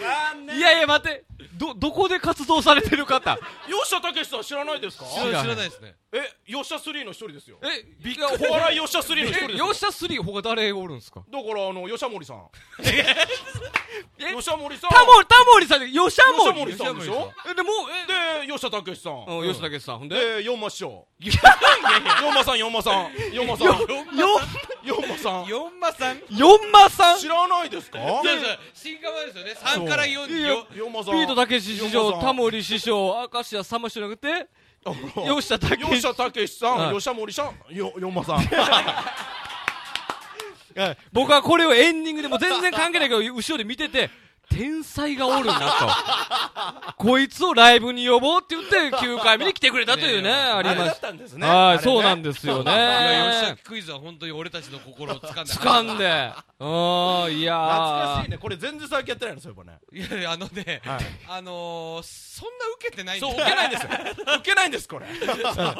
[SPEAKER 3] 残念
[SPEAKER 1] いやいや待ってどどこで活動されてる方
[SPEAKER 3] よしゃたけしさん知らないですか
[SPEAKER 2] 知らないですね
[SPEAKER 3] えよっしゃ3の一人ですよ
[SPEAKER 1] えビッ
[SPEAKER 3] お笑いよっしゃ3の一人ですよ
[SPEAKER 1] よっしゃ3他誰おるんですか
[SPEAKER 3] だからあのよしゃ森 さん
[SPEAKER 1] え
[SPEAKER 3] よしゃ森さん
[SPEAKER 1] タモリタモリさんよっしゃ
[SPEAKER 3] よしゃ
[SPEAKER 1] も
[SPEAKER 3] 森さんでしょ
[SPEAKER 1] えでも
[SPEAKER 3] で、吉田武さ。
[SPEAKER 1] えうんんよし武さんほんで
[SPEAKER 3] で、四馬師匠。四馬さん、四馬さん。四馬さん。四馬さん。
[SPEAKER 2] 四馬さん
[SPEAKER 1] 4馬さん
[SPEAKER 3] 知らないですか
[SPEAKER 2] そうそう新カバですよね三から四
[SPEAKER 1] いや
[SPEAKER 2] よ
[SPEAKER 3] 四馬さん。
[SPEAKER 1] ビートたけし師
[SPEAKER 3] 四馬
[SPEAKER 1] 匠
[SPEAKER 3] さん
[SPEAKER 1] タモリ師匠明石家さんま師匠じゃなくてよっしゃたけ
[SPEAKER 3] 吉
[SPEAKER 1] し
[SPEAKER 3] 田武さ
[SPEAKER 1] は
[SPEAKER 3] ん、
[SPEAKER 1] い
[SPEAKER 3] 吉田森さん、よ四馬さん。
[SPEAKER 1] 僕はこれをエンディングでもう全然関係ないけど後ろで見てて天才がおるなと。 こいつをライブに呼ぼうって言って、9回目に来てくれたというね、
[SPEAKER 2] ねえ
[SPEAKER 1] あり
[SPEAKER 5] あれ
[SPEAKER 1] ま
[SPEAKER 5] だ
[SPEAKER 1] し
[SPEAKER 5] ったんですね
[SPEAKER 1] た。は
[SPEAKER 5] あれ
[SPEAKER 1] い、
[SPEAKER 5] ね
[SPEAKER 1] そうなんですよ
[SPEAKER 2] いや吉
[SPEAKER 1] ね。
[SPEAKER 2] 崎クイズは本当に俺たちの心を掴んだ
[SPEAKER 1] 掴んで。うん、いや
[SPEAKER 5] 懐かし
[SPEAKER 1] ー。
[SPEAKER 5] いねこれ全然最近やってないのそういえばね
[SPEAKER 2] いやいやあのね、
[SPEAKER 5] はい
[SPEAKER 2] あのー、そんな受けてないんだ
[SPEAKER 5] そう受けないんですよ受けないんですこ れ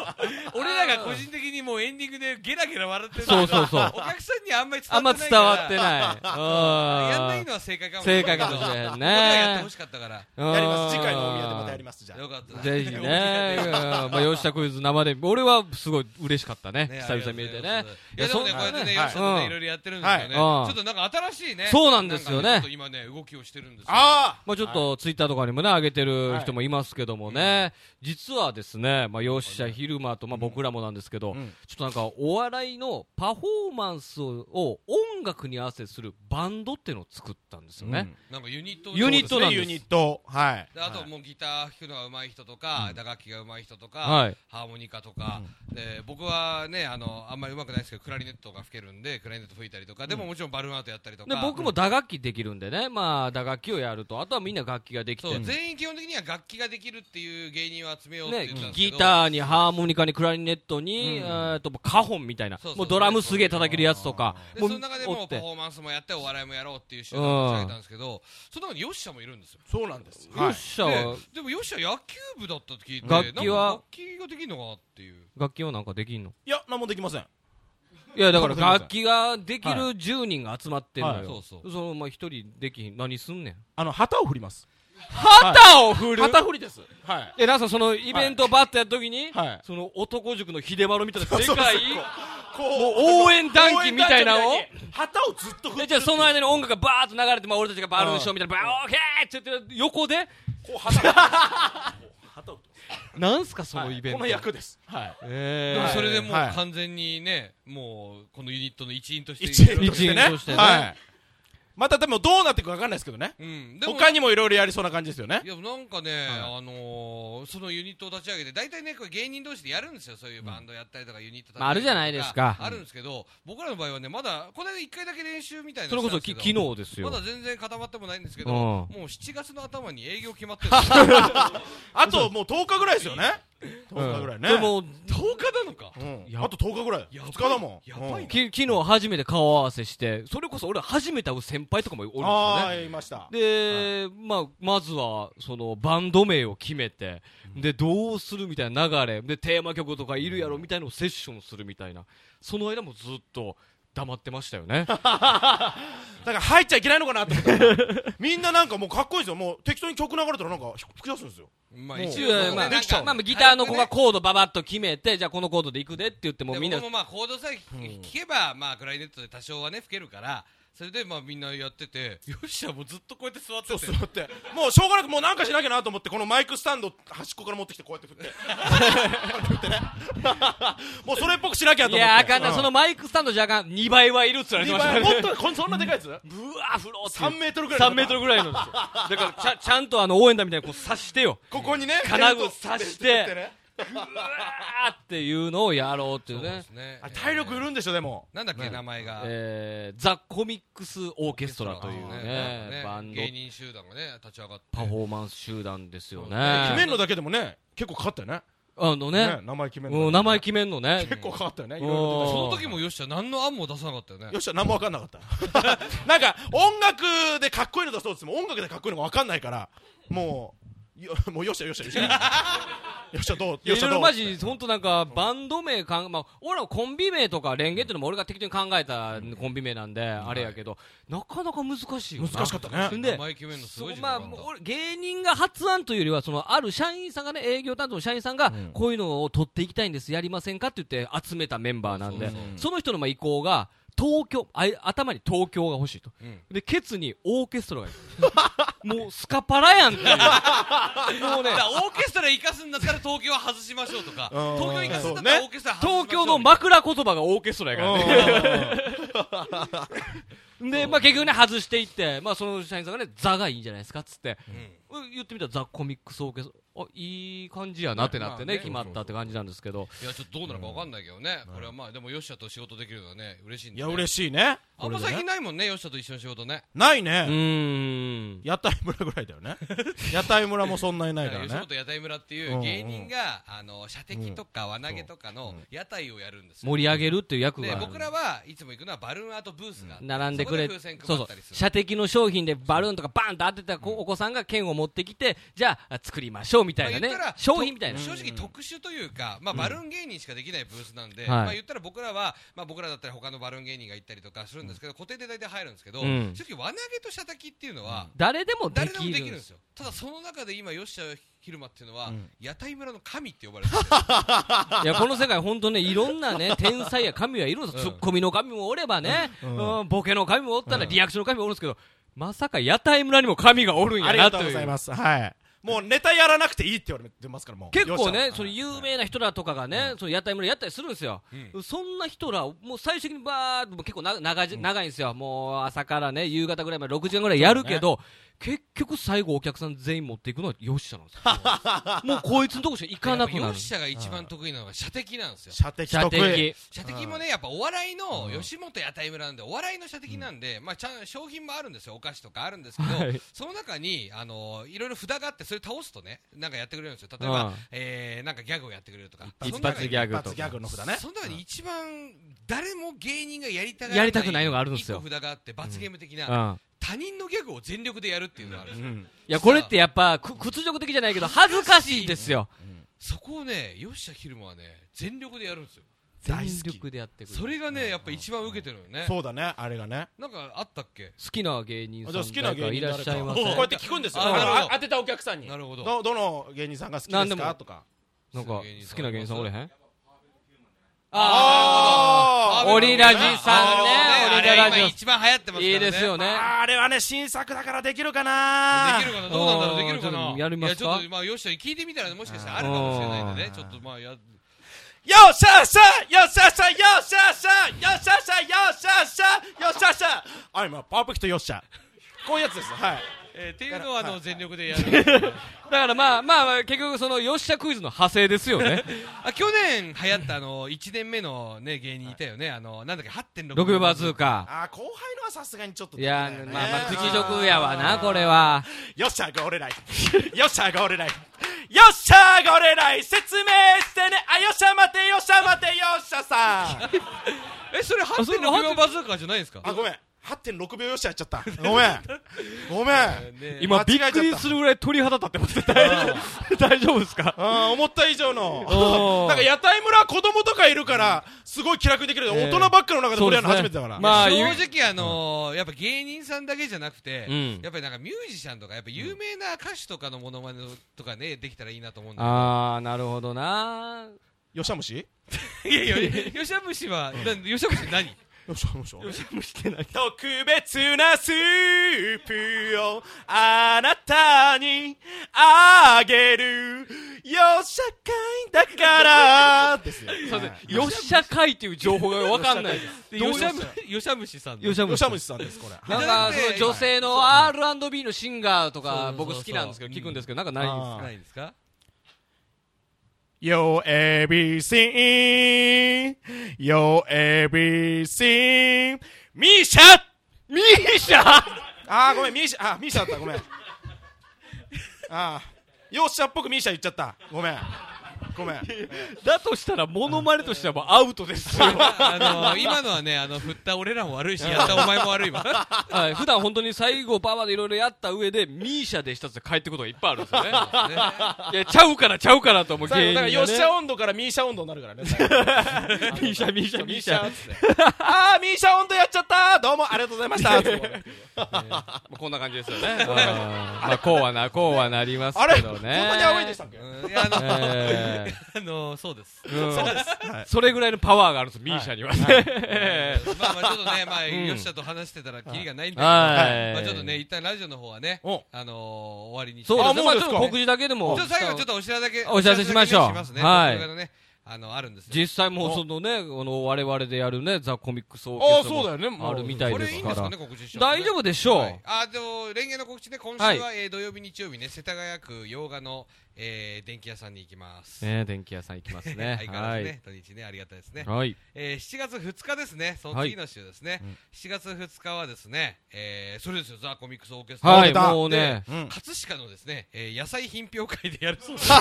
[SPEAKER 2] 俺らが個人的にもうエンディングでゲラゲラ笑ってる
[SPEAKER 1] そうそうそう
[SPEAKER 2] お客さんにあんまり伝わ
[SPEAKER 1] あ
[SPEAKER 2] って
[SPEAKER 1] ん
[SPEAKER 2] な
[SPEAKER 1] ま
[SPEAKER 2] い
[SPEAKER 1] 伝わっ
[SPEAKER 2] から
[SPEAKER 1] て
[SPEAKER 2] い
[SPEAKER 1] ない。
[SPEAKER 2] やんな
[SPEAKER 1] う
[SPEAKER 2] い
[SPEAKER 1] ん
[SPEAKER 2] の。は正解かも
[SPEAKER 1] 正解かもしれ
[SPEAKER 2] ない
[SPEAKER 1] へん
[SPEAKER 2] 俺らやって
[SPEAKER 1] ね
[SPEAKER 2] ほ。しかったから
[SPEAKER 1] や
[SPEAKER 5] やります次回のお宮でまたやりますじゃあ
[SPEAKER 2] よかったな
[SPEAKER 1] ぜひ ね、うんまあ、吉田クイズ生で、俺はすごい嬉しかったね、
[SPEAKER 2] ね
[SPEAKER 1] 久々見れてね。
[SPEAKER 2] いやでもねこ
[SPEAKER 1] ん
[SPEAKER 2] うやってね
[SPEAKER 5] はい
[SPEAKER 2] 吉田とねいろいろやってるんですよね
[SPEAKER 1] はい
[SPEAKER 2] ち
[SPEAKER 1] うん
[SPEAKER 2] ょっとなんか新しいね
[SPEAKER 1] そうなんですよね
[SPEAKER 2] なかちょっと今ね動きをしてるんですよ
[SPEAKER 5] あ
[SPEAKER 1] まあ、ちょっとツイッターとかにもね、上げてる人もいますけどもね、実はですね、まあ、吉田昼間と、まあ、僕らもなんですけど、
[SPEAKER 5] うん
[SPEAKER 1] ちょっとなんか、お笑いのパフォーマンスをを音楽に合わせするバンドっていうのを作ったんですよね。
[SPEAKER 2] なんかユニットを
[SPEAKER 1] ユニットなんです
[SPEAKER 5] ユニットはい
[SPEAKER 2] であともうギター弾くのが上手い人とか、打楽器が上手い人とか、
[SPEAKER 1] はい
[SPEAKER 2] ハーモニカとか、で僕はねあのあんまり上手くないですけどクラリネットが吹けるんでクラリネット吹いたりとか、でももちろんバルーンアートやったりと
[SPEAKER 1] で
[SPEAKER 2] か
[SPEAKER 1] 僕も打楽器できるんでね、まあ、打楽器をやると、あとはみんな楽器ができて
[SPEAKER 2] そう、、全員基本的には楽器ができるっていう芸人を集めようっ
[SPEAKER 1] ね、
[SPEAKER 2] て言ってたんですけ
[SPEAKER 1] ギ
[SPEAKER 2] ど、
[SPEAKER 1] ターにハーモニカにクラリネットに、えーっとカホンみたいな
[SPEAKER 2] そうそう
[SPEAKER 1] もうドラムすげえ叩けるやつとか
[SPEAKER 2] で
[SPEAKER 1] も
[SPEAKER 2] そうの中でも
[SPEAKER 1] おっ
[SPEAKER 2] うパ
[SPEAKER 1] て
[SPEAKER 2] フォーマンスもやってお笑いもやろうっていう集団を立ち上げたんですけど、その中にヨッシャもいるんですよ
[SPEAKER 5] そうなんです
[SPEAKER 1] よ
[SPEAKER 5] は
[SPEAKER 1] っ
[SPEAKER 5] い
[SPEAKER 1] しゃは
[SPEAKER 2] ででもヨッシャ野球部だったって聞いて
[SPEAKER 1] 楽器は
[SPEAKER 2] なんか楽器ができるのかなっていう
[SPEAKER 1] 楽器はなんかできんの
[SPEAKER 5] いや何もできません
[SPEAKER 1] いやだから
[SPEAKER 5] かもしれません
[SPEAKER 1] 楽器ができる10人が集まってるの
[SPEAKER 5] はい
[SPEAKER 1] よ、
[SPEAKER 2] そうそう
[SPEAKER 1] そのまあ一人できひん何すんねん
[SPEAKER 5] あの旗を振ります
[SPEAKER 1] 旗を振る、
[SPEAKER 5] 旗振りです はい
[SPEAKER 1] えなんかそのイベントをバッとやった時に、
[SPEAKER 5] はい
[SPEAKER 1] その男塾の秀丸みたいなでかい
[SPEAKER 5] こう
[SPEAKER 1] もう応援団旗みたいなのを
[SPEAKER 5] 応援団旗みたいに旗をずっと振
[SPEAKER 1] え
[SPEAKER 5] って
[SPEAKER 1] じゃあその間に音楽がバーッと流れて、まあ、俺たちがバルーンショーみたいなバーオーケーって言って横で
[SPEAKER 5] こう旗をこう旗を振って
[SPEAKER 1] なんすかそのイベン
[SPEAKER 5] こ
[SPEAKER 1] ト、
[SPEAKER 5] の役ですはい
[SPEAKER 1] え
[SPEAKER 2] で
[SPEAKER 1] ー
[SPEAKER 2] もそれでもう
[SPEAKER 5] はい
[SPEAKER 2] 完全にね、もうこのユニットの一員として
[SPEAKER 5] 一員と
[SPEAKER 1] 一
[SPEAKER 5] して
[SPEAKER 1] 員
[SPEAKER 5] ね
[SPEAKER 1] としてね
[SPEAKER 5] はいまたでもどうなっていくかわかんないですけどね
[SPEAKER 2] うん、でも
[SPEAKER 5] 他にもいろいろやりそうな感じですよね
[SPEAKER 2] いやなんかね、あのーそのユニットを立ち上げて大体ねこれ芸人同士でやるんですよそういうバンドやったりとか、ユニット立ち上げたりとか
[SPEAKER 1] まああるじゃないですか
[SPEAKER 2] あるんですけど、僕らの場合はねまだこの間一回だけ練習みたいな
[SPEAKER 1] それこそき昨
[SPEAKER 2] 日
[SPEAKER 1] 日ですよ
[SPEAKER 2] まだ全然固まってもないんですけど、
[SPEAKER 1] うん
[SPEAKER 2] もう7月の頭に営業 決まってるんですよ
[SPEAKER 5] あともう10日ぐらいですよね10日ぐらいね
[SPEAKER 1] でも
[SPEAKER 2] 10日なのか
[SPEAKER 5] うん
[SPEAKER 1] や
[SPEAKER 5] あと10日ぐらい
[SPEAKER 2] やば
[SPEAKER 5] 2
[SPEAKER 2] い
[SPEAKER 5] 日だもん
[SPEAKER 2] やばいな
[SPEAKER 5] うん
[SPEAKER 1] き昨日初めて顔合わせしてそれこそ俺初めて会う先輩とかもおるんですよ
[SPEAKER 5] あ
[SPEAKER 1] ね
[SPEAKER 5] あいました
[SPEAKER 1] で、まあ、まずはそのバンド名を決めて、でどうするみたいな流れでテーマ曲とかいるやろみたいなのをセッションするみたいなその間もずっと黙ってましたよね
[SPEAKER 5] だから入っちゃいけないのかなと思ったみんななんかもうかっこいいですよもう適当に曲流れたらなんか吹き出すんですよ
[SPEAKER 2] まあ
[SPEAKER 5] もう
[SPEAKER 2] 一応、
[SPEAKER 1] まあ
[SPEAKER 2] なんか
[SPEAKER 1] まあまあギターの子がコードばばっと決めてじゃあこのコードでいくでって言っても
[SPEAKER 2] で
[SPEAKER 1] みんな
[SPEAKER 2] 僕もまあコードさえ聞聞けば、まあクラリネットで多少はね吹けるからそれでまあみんなやっててよっしゃもうずっとこうやって座って
[SPEAKER 5] そう
[SPEAKER 2] て
[SPEAKER 5] 座ってもうしょうがなくもうなんかしなきゃなと思ってこのマイクスタンド端っこから持ってきてこうやって振ってこうや ってねもうそれっぽくしなきゃ
[SPEAKER 1] い
[SPEAKER 5] と思 って
[SPEAKER 1] やあかんな、
[SPEAKER 5] う
[SPEAKER 1] そのマイクスタンドじゃあかん2倍はいるっつ言われて
[SPEAKER 5] 2
[SPEAKER 1] ました
[SPEAKER 5] 倍
[SPEAKER 1] ね
[SPEAKER 5] も っとこんそんなでかいやつ
[SPEAKER 1] ぶわーフローっていう
[SPEAKER 5] 3メートルぐらい
[SPEAKER 1] 3メートルぐらいのですよだからちゃちゃんとあの応援団みたいにこう刺して よ
[SPEAKER 5] ここにね
[SPEAKER 1] 金具刺して
[SPEAKER 5] ベルト振っね
[SPEAKER 1] うわーっていうのをやろうっていう
[SPEAKER 2] そうで
[SPEAKER 1] ね
[SPEAKER 2] すね
[SPEAKER 5] あ体力いるんでしょでも
[SPEAKER 2] なんだっけ、名前が、
[SPEAKER 1] えーザ・コミックス・オーケストラというねバンド
[SPEAKER 2] 芸人集団がね立ち上がって
[SPEAKER 1] パフォーマンス集団ですよ
[SPEAKER 2] ね
[SPEAKER 1] ね
[SPEAKER 5] 決めんのだけでもね結構かかったよね
[SPEAKER 1] あのね
[SPEAKER 5] ね名前決めん
[SPEAKER 1] う
[SPEAKER 5] の
[SPEAKER 1] ん名前決めんのね
[SPEAKER 5] 結構かかったよね
[SPEAKER 1] ん
[SPEAKER 5] いろいろ出たし
[SPEAKER 2] その時もよっしゃ何の案も出さなかったよね
[SPEAKER 5] よっしゃ何も分かんなかった なんか音楽でかっこいいのだそうですも音楽でかっこいいのが分かんないからもうよ もうよっしゃよっし ゃよっしゃよっしゃどう
[SPEAKER 1] い
[SPEAKER 5] よ
[SPEAKER 1] や
[SPEAKER 5] っ
[SPEAKER 1] い
[SPEAKER 5] しゃ
[SPEAKER 1] ろい
[SPEAKER 5] ど
[SPEAKER 1] ろ
[SPEAKER 5] う
[SPEAKER 1] マジ本当なんかバンド名かん、まあ、俺らコンビ名とかレンゲっていうのも俺が適当に考えたコンビ名なんであれやけどなかなか難しいよな
[SPEAKER 5] 難しかったね
[SPEAKER 1] ん
[SPEAKER 2] 名
[SPEAKER 1] で
[SPEAKER 2] 前決めるのす
[SPEAKER 1] そ
[SPEAKER 2] ごいう時
[SPEAKER 1] まあ、
[SPEAKER 2] 間だ
[SPEAKER 1] もう俺芸人が発案というよりはそのある社員さんがね営業担当の社員さんがこういうのを取っていきたいんですやりませんかって言って集めたメンバーなんで
[SPEAKER 2] そうそう
[SPEAKER 1] その人のまあ意向が東京あい頭に東京が欲しいと、
[SPEAKER 2] うん
[SPEAKER 1] でケツにオーケストラがいる もうスカパラやんっていう もうね
[SPEAKER 2] だからオーケストラ生かすんだったら東京は外しましょうとか
[SPEAKER 5] うん
[SPEAKER 2] 東京生かすんだったらオーケストラ外しましょう
[SPEAKER 1] 東京の枕言葉がオーケストラやからねで、まあ、結局ね外していって、まあ、その社員さんがね「ザ」がいいんじゃないですかっつって、言ってみたら「ザ・コミックスオーケストあいい感じやなってなってね、
[SPEAKER 5] まあね
[SPEAKER 1] 決まったって感じなんですけど、
[SPEAKER 2] いやちょっとどうなるかわかんないけどね、これはまあでもヨシャと仕事できるのはね嬉しいん
[SPEAKER 5] い
[SPEAKER 2] で、
[SPEAKER 5] や
[SPEAKER 2] ね、
[SPEAKER 5] 嬉
[SPEAKER 2] しい
[SPEAKER 5] しいね
[SPEAKER 2] あんま最近ないもんねヨシャと一緒の仕事ね
[SPEAKER 5] ないうね
[SPEAKER 1] ーん、
[SPEAKER 5] 屋台村ぐらいだ よね屋台村もそんなにないから
[SPEAKER 2] 吉
[SPEAKER 5] ね
[SPEAKER 2] 本屋台村って
[SPEAKER 5] うん
[SPEAKER 2] い
[SPEAKER 5] うん
[SPEAKER 2] う芸人が、あの射的とか輪投げとかの屋台をやるんですよ、
[SPEAKER 1] 盛り上げるっていう役
[SPEAKER 2] で
[SPEAKER 1] が
[SPEAKER 2] 僕らはいつも行くのはバルーンアートブースがあって
[SPEAKER 1] 並んでくれ
[SPEAKER 2] そこで風
[SPEAKER 1] そうそう
[SPEAKER 2] 船配ったりする
[SPEAKER 1] 射的の商品でバルーンとかバンと当てた子お子さんが剣を持ってきてじゃあ作りましょうみたいなね
[SPEAKER 2] まあ言ったら
[SPEAKER 1] 商品みたいな
[SPEAKER 2] 正直特殊というか、まあ、バルーン芸人しかできないブースなんで、
[SPEAKER 1] い
[SPEAKER 2] まあ、言ったら僕らは、まあ、僕らだったら他のバルーン芸人が行ったりとかするんですけど、固定で大体入るんですけど、
[SPEAKER 1] うん
[SPEAKER 2] 正直輪投げと射的っていうのは、
[SPEAKER 1] 誰でもで
[SPEAKER 2] 誰でも
[SPEAKER 1] き
[SPEAKER 2] でき
[SPEAKER 1] る
[SPEAKER 2] る
[SPEAKER 1] ん
[SPEAKER 2] ん
[SPEAKER 1] で
[SPEAKER 2] ですすよただその中で今吉田昼間っていうのは、
[SPEAKER 5] うん
[SPEAKER 2] 屋台村の神って呼ばれてて
[SPEAKER 1] いやこの世界本当ねいろんなね天才や神はいるんですツ
[SPEAKER 2] うん
[SPEAKER 1] ッコミの神もおればね
[SPEAKER 5] うん
[SPEAKER 1] うんボケの神もおったらリアクションの神もおるんですけどまさか屋台村にも神がおるん
[SPEAKER 5] あ
[SPEAKER 1] や
[SPEAKER 5] り
[SPEAKER 1] な
[SPEAKER 5] が
[SPEAKER 1] と
[SPEAKER 5] とうご
[SPEAKER 1] い
[SPEAKER 5] ざいうますはいもうネタやらなくていいって言われてますからもう
[SPEAKER 1] 結構
[SPEAKER 5] よっし
[SPEAKER 1] ね
[SPEAKER 5] ゃ
[SPEAKER 1] その有名な人らとかがねその屋台村やったりするんですよ
[SPEAKER 2] う
[SPEAKER 1] そんな人ら、もう最終的にばーっと、もう結構な長じ長いんですよ、もう朝からね、夕方ぐらいまで6時間ぐらいやるけど、結局、最後、お客さん全員持っていくのはヨッシャなんですよ、もうこいつのとこしか行かなくな
[SPEAKER 2] やっぱ
[SPEAKER 1] る、
[SPEAKER 2] 吉田が一番得意なのが射的なんですよ
[SPEAKER 5] 射的
[SPEAKER 1] 射
[SPEAKER 5] 得意
[SPEAKER 1] 的、
[SPEAKER 2] 射的もね、やっぱお笑いの吉本屋台村なんで、お笑いの射的なんで、まあ、ちゃん商品もあるんですよ、お菓子とかあるんですけど、
[SPEAKER 1] はい
[SPEAKER 2] その中に、あのいろいろ札があって、それ倒すとね、なんかやってくれるんですよ。例えば、
[SPEAKER 1] うん
[SPEAKER 2] えーなんかギャグをやってくれるとか。
[SPEAKER 1] 一発ギャグ
[SPEAKER 5] 一
[SPEAKER 1] と
[SPEAKER 5] 発ギャグの
[SPEAKER 2] その
[SPEAKER 5] 札
[SPEAKER 2] 中にそ
[SPEAKER 5] ね
[SPEAKER 2] の中に一番、誰も芸人がやりたが
[SPEAKER 1] やりたくないのがあるんですよ
[SPEAKER 2] 一個札があって、罰ゲーム的な、
[SPEAKER 1] か、うん、
[SPEAKER 2] 他人のギャグを全力でやるっていうのがあるんですよ。
[SPEAKER 1] いや、これってやっぱ、く屈辱的じゃないけど、恥ずかしいですよ、
[SPEAKER 2] そこをね、吉田昼間はね、全力でやるんですよ。
[SPEAKER 5] 大
[SPEAKER 1] 全
[SPEAKER 5] 好き
[SPEAKER 1] 力でやってくる、
[SPEAKER 2] それがね、やっぱ一番受けてるのね。
[SPEAKER 5] そうだねあれがね
[SPEAKER 2] なんかあったっけ
[SPEAKER 1] 好きな芸人さ
[SPEAKER 5] あじゃ
[SPEAKER 1] ん
[SPEAKER 5] あ好きな
[SPEAKER 1] 誰か
[SPEAKER 5] 芸
[SPEAKER 1] い
[SPEAKER 5] 人
[SPEAKER 1] ら
[SPEAKER 5] 誰
[SPEAKER 1] っ
[SPEAKER 5] か
[SPEAKER 1] しゃいませ
[SPEAKER 5] お
[SPEAKER 1] ん
[SPEAKER 5] こうやって聞くんですよ
[SPEAKER 2] あ
[SPEAKER 5] だから
[SPEAKER 2] なるほど
[SPEAKER 5] あ当てたお客さんに
[SPEAKER 2] なるほど。
[SPEAKER 5] どどの芸人さんが好きで
[SPEAKER 1] なん
[SPEAKER 5] す
[SPEAKER 1] でも
[SPEAKER 5] かとか
[SPEAKER 1] なんか、好きな芸人さんおれへん
[SPEAKER 5] あ
[SPEAKER 1] オリラジさんね
[SPEAKER 2] あー
[SPEAKER 1] オリ
[SPEAKER 2] あれ
[SPEAKER 1] ラ
[SPEAKER 2] 今
[SPEAKER 1] ジオ
[SPEAKER 2] 一番流行ってますからね。
[SPEAKER 1] いいですよ
[SPEAKER 2] で
[SPEAKER 1] ね。
[SPEAKER 5] あーあれはね新作だからできるかな
[SPEAKER 2] きるかなどうなんだろうできるか
[SPEAKER 1] あ
[SPEAKER 2] な
[SPEAKER 1] ーやりますか
[SPEAKER 2] いや、ちょっと、まあ、よしちゃんに聞いてみたら、もしかしたらあるかもしれないんでね。ちょっと、まあ、や、
[SPEAKER 5] よっしゃっしゃよっしゃっしゃよっしゃっしゃよっしゃっしゃよっしゃっしゃよっしゃっしゃあ今パーフェクトよっしゃこういうやつですはい
[SPEAKER 2] えーっていうのは、あの、全力でやる。
[SPEAKER 1] だからまあまあまあ、結局その、よっしゃクイズの派生ですよね。
[SPEAKER 2] あ、去年流行った、あの、1年目のね、芸人いたよね。あの、なんだっけ、8.6。
[SPEAKER 1] 6秒バズーカ。
[SPEAKER 5] あー後輩のはさすがにちょっと
[SPEAKER 1] い
[SPEAKER 5] できな
[SPEAKER 1] や
[SPEAKER 5] いよね
[SPEAKER 1] まあまあ、屈辱やわな、これは。
[SPEAKER 5] よっしゃゴールラインよっしゃゴールラインよっしゃゴールライン説明してねあよっしゃ待てよっしゃ待てよっしゃさん
[SPEAKER 2] え、それ
[SPEAKER 1] それ
[SPEAKER 2] 8.6秒バズーカじゃないですか
[SPEAKER 5] あごめん8.6秒よっしゃやっちゃったごめんごめん
[SPEAKER 2] ね
[SPEAKER 1] 今、
[SPEAKER 5] 間違
[SPEAKER 1] び
[SPEAKER 5] え
[SPEAKER 1] っ
[SPEAKER 5] ちゃった
[SPEAKER 1] くりするぐらい鳥肌立ってます。大丈夫大丈夫です か
[SPEAKER 5] あー思った以上
[SPEAKER 1] お
[SPEAKER 5] の
[SPEAKER 1] ー
[SPEAKER 5] なんか屋台村は子供とかいるからすごい気楽にできるけど、
[SPEAKER 1] えー
[SPEAKER 5] 大人ばっかの中で
[SPEAKER 1] そう
[SPEAKER 5] 俺
[SPEAKER 1] ですね
[SPEAKER 5] らの初めてだから、
[SPEAKER 1] まあ
[SPEAKER 2] 正直あのーやっぱ芸人さんだけじゃなくて、
[SPEAKER 1] うん
[SPEAKER 2] やっぱりなんかミュージシャンとかやっぱ有名な歌手とかのモノマネとかねできたらいいなと思うんだけど
[SPEAKER 1] あー、なるほどな。
[SPEAKER 5] よっしゃ虫よ
[SPEAKER 2] いやいや、よしゃむしは、なよしゃむしって何
[SPEAKER 5] っしゃ虫よ
[SPEAKER 1] してない。
[SPEAKER 5] 特別なスープをあなたにあげるよっしゃ会だからですよ
[SPEAKER 1] そうですね。よっしゃかいっていう情報がわかんないです。
[SPEAKER 2] よ
[SPEAKER 1] よ
[SPEAKER 2] し
[SPEAKER 1] し
[SPEAKER 2] ゃ
[SPEAKER 1] ゃ
[SPEAKER 2] む
[SPEAKER 1] む、
[SPEAKER 2] よしゃむしさんの。
[SPEAKER 1] よしゃ
[SPEAKER 5] よ
[SPEAKER 1] む
[SPEAKER 5] っしゃ虫さんですこれ
[SPEAKER 1] なんか、その女性の R&B のシンガーと
[SPEAKER 2] そうそう
[SPEAKER 1] か
[SPEAKER 2] そう
[SPEAKER 1] 僕好きなんですけど、聞くんですけど、なんかないんですか
[SPEAKER 5] あ
[SPEAKER 2] ないんですか
[SPEAKER 5] Yo ABC Yo ABC ミーシャミーシャ あーごめんミーシャあミーシャだったごめ んあーよっしゃっぽくミーシャ言っちゃったごめんごめん
[SPEAKER 1] だとしたら、モノマネとしてはもうアウトですよ。
[SPEAKER 2] あの、今のはね、あの、振った俺らも悪いし、やったお前も悪 いわ。
[SPEAKER 1] はい、普段本当に最後パワーでいろいろやった上で、ミーシャで一つで帰ってくことがいっぱいあるんですよね。 いや、ちゃうからちゃうからと思う芸人
[SPEAKER 5] 最後だ
[SPEAKER 1] が
[SPEAKER 5] から
[SPEAKER 1] ね。
[SPEAKER 5] よっしゃ温度からミーシャ温度になる からね最後
[SPEAKER 1] ミーシャ、ミーシャ、ミ
[SPEAKER 5] ミ
[SPEAKER 1] ー
[SPEAKER 5] ー
[SPEAKER 1] シ
[SPEAKER 5] シ
[SPEAKER 1] ャ
[SPEAKER 5] ャ。 あーミーシャ温度やっちゃったどうもありがとうございました
[SPEAKER 1] まあこんな感じですよね。うんまあ、こうはな、こうはなります
[SPEAKER 5] あれ
[SPEAKER 1] け
[SPEAKER 5] こ
[SPEAKER 1] ど
[SPEAKER 5] ん
[SPEAKER 1] ね。
[SPEAKER 5] なにアウェイでしたっけ
[SPEAKER 2] うんいや、あの、
[SPEAKER 1] え
[SPEAKER 2] あの、そうです。
[SPEAKER 1] えうん
[SPEAKER 5] はい
[SPEAKER 1] それぐらいのパワーがあるんです、ミーシャにはね。
[SPEAKER 2] まあまあ、ちょっとね、まあ、
[SPEAKER 1] ん
[SPEAKER 2] よしゃと話してたら、キリがないんだけど、
[SPEAKER 1] はい。
[SPEAKER 2] まあ、ちょっとね、、一旦ラジオの方はね
[SPEAKER 5] お、
[SPEAKER 2] あのー、終わりにして。
[SPEAKER 1] そうですね。
[SPEAKER 5] あ
[SPEAKER 1] ま
[SPEAKER 5] も
[SPEAKER 1] あ、
[SPEAKER 5] う
[SPEAKER 1] ち
[SPEAKER 5] で
[SPEAKER 1] ょ
[SPEAKER 5] す
[SPEAKER 1] っ
[SPEAKER 5] か
[SPEAKER 1] と告示だけでも。
[SPEAKER 2] ちょっと最後、ちょっとお知らせだけ、
[SPEAKER 1] お知らせしましょう
[SPEAKER 2] お知らせだけねしますね
[SPEAKER 1] はい
[SPEAKER 2] 僕がね、あの、あるんですよ。
[SPEAKER 1] 実際もうそのね、この我々でやるね、ザ・コミックスオーケ
[SPEAKER 5] あ
[SPEAKER 1] ス
[SPEAKER 5] あ
[SPEAKER 1] ト
[SPEAKER 5] そうだ
[SPEAKER 1] ラ
[SPEAKER 5] よね
[SPEAKER 1] も
[SPEAKER 5] も
[SPEAKER 1] あ
[SPEAKER 5] う
[SPEAKER 1] るみたい
[SPEAKER 2] こ
[SPEAKER 1] で
[SPEAKER 2] れいい
[SPEAKER 1] す
[SPEAKER 2] んです
[SPEAKER 1] か
[SPEAKER 2] からね、。告知しちゃって
[SPEAKER 1] 大
[SPEAKER 2] ね
[SPEAKER 1] 丈夫でしょう。
[SPEAKER 2] はいあでも、連携の告知で、今週は、えー土曜日、日曜日ね、世田谷区洋画の、えー電気屋さんに行きます。
[SPEAKER 1] ね電気屋さん行きますね。
[SPEAKER 2] 相変わらずね、土日ね、ありがたいですね。
[SPEAKER 1] はい。
[SPEAKER 2] えー7月2日ですね、その次の週ですね、7月2日はですね、えーそれですよ、ザ・コミックス・オーケストラ、
[SPEAKER 1] はい。
[SPEAKER 3] 出た
[SPEAKER 1] もうね。
[SPEAKER 3] うん
[SPEAKER 2] 葛飾のですね、えー野菜品評会でやるそ うです。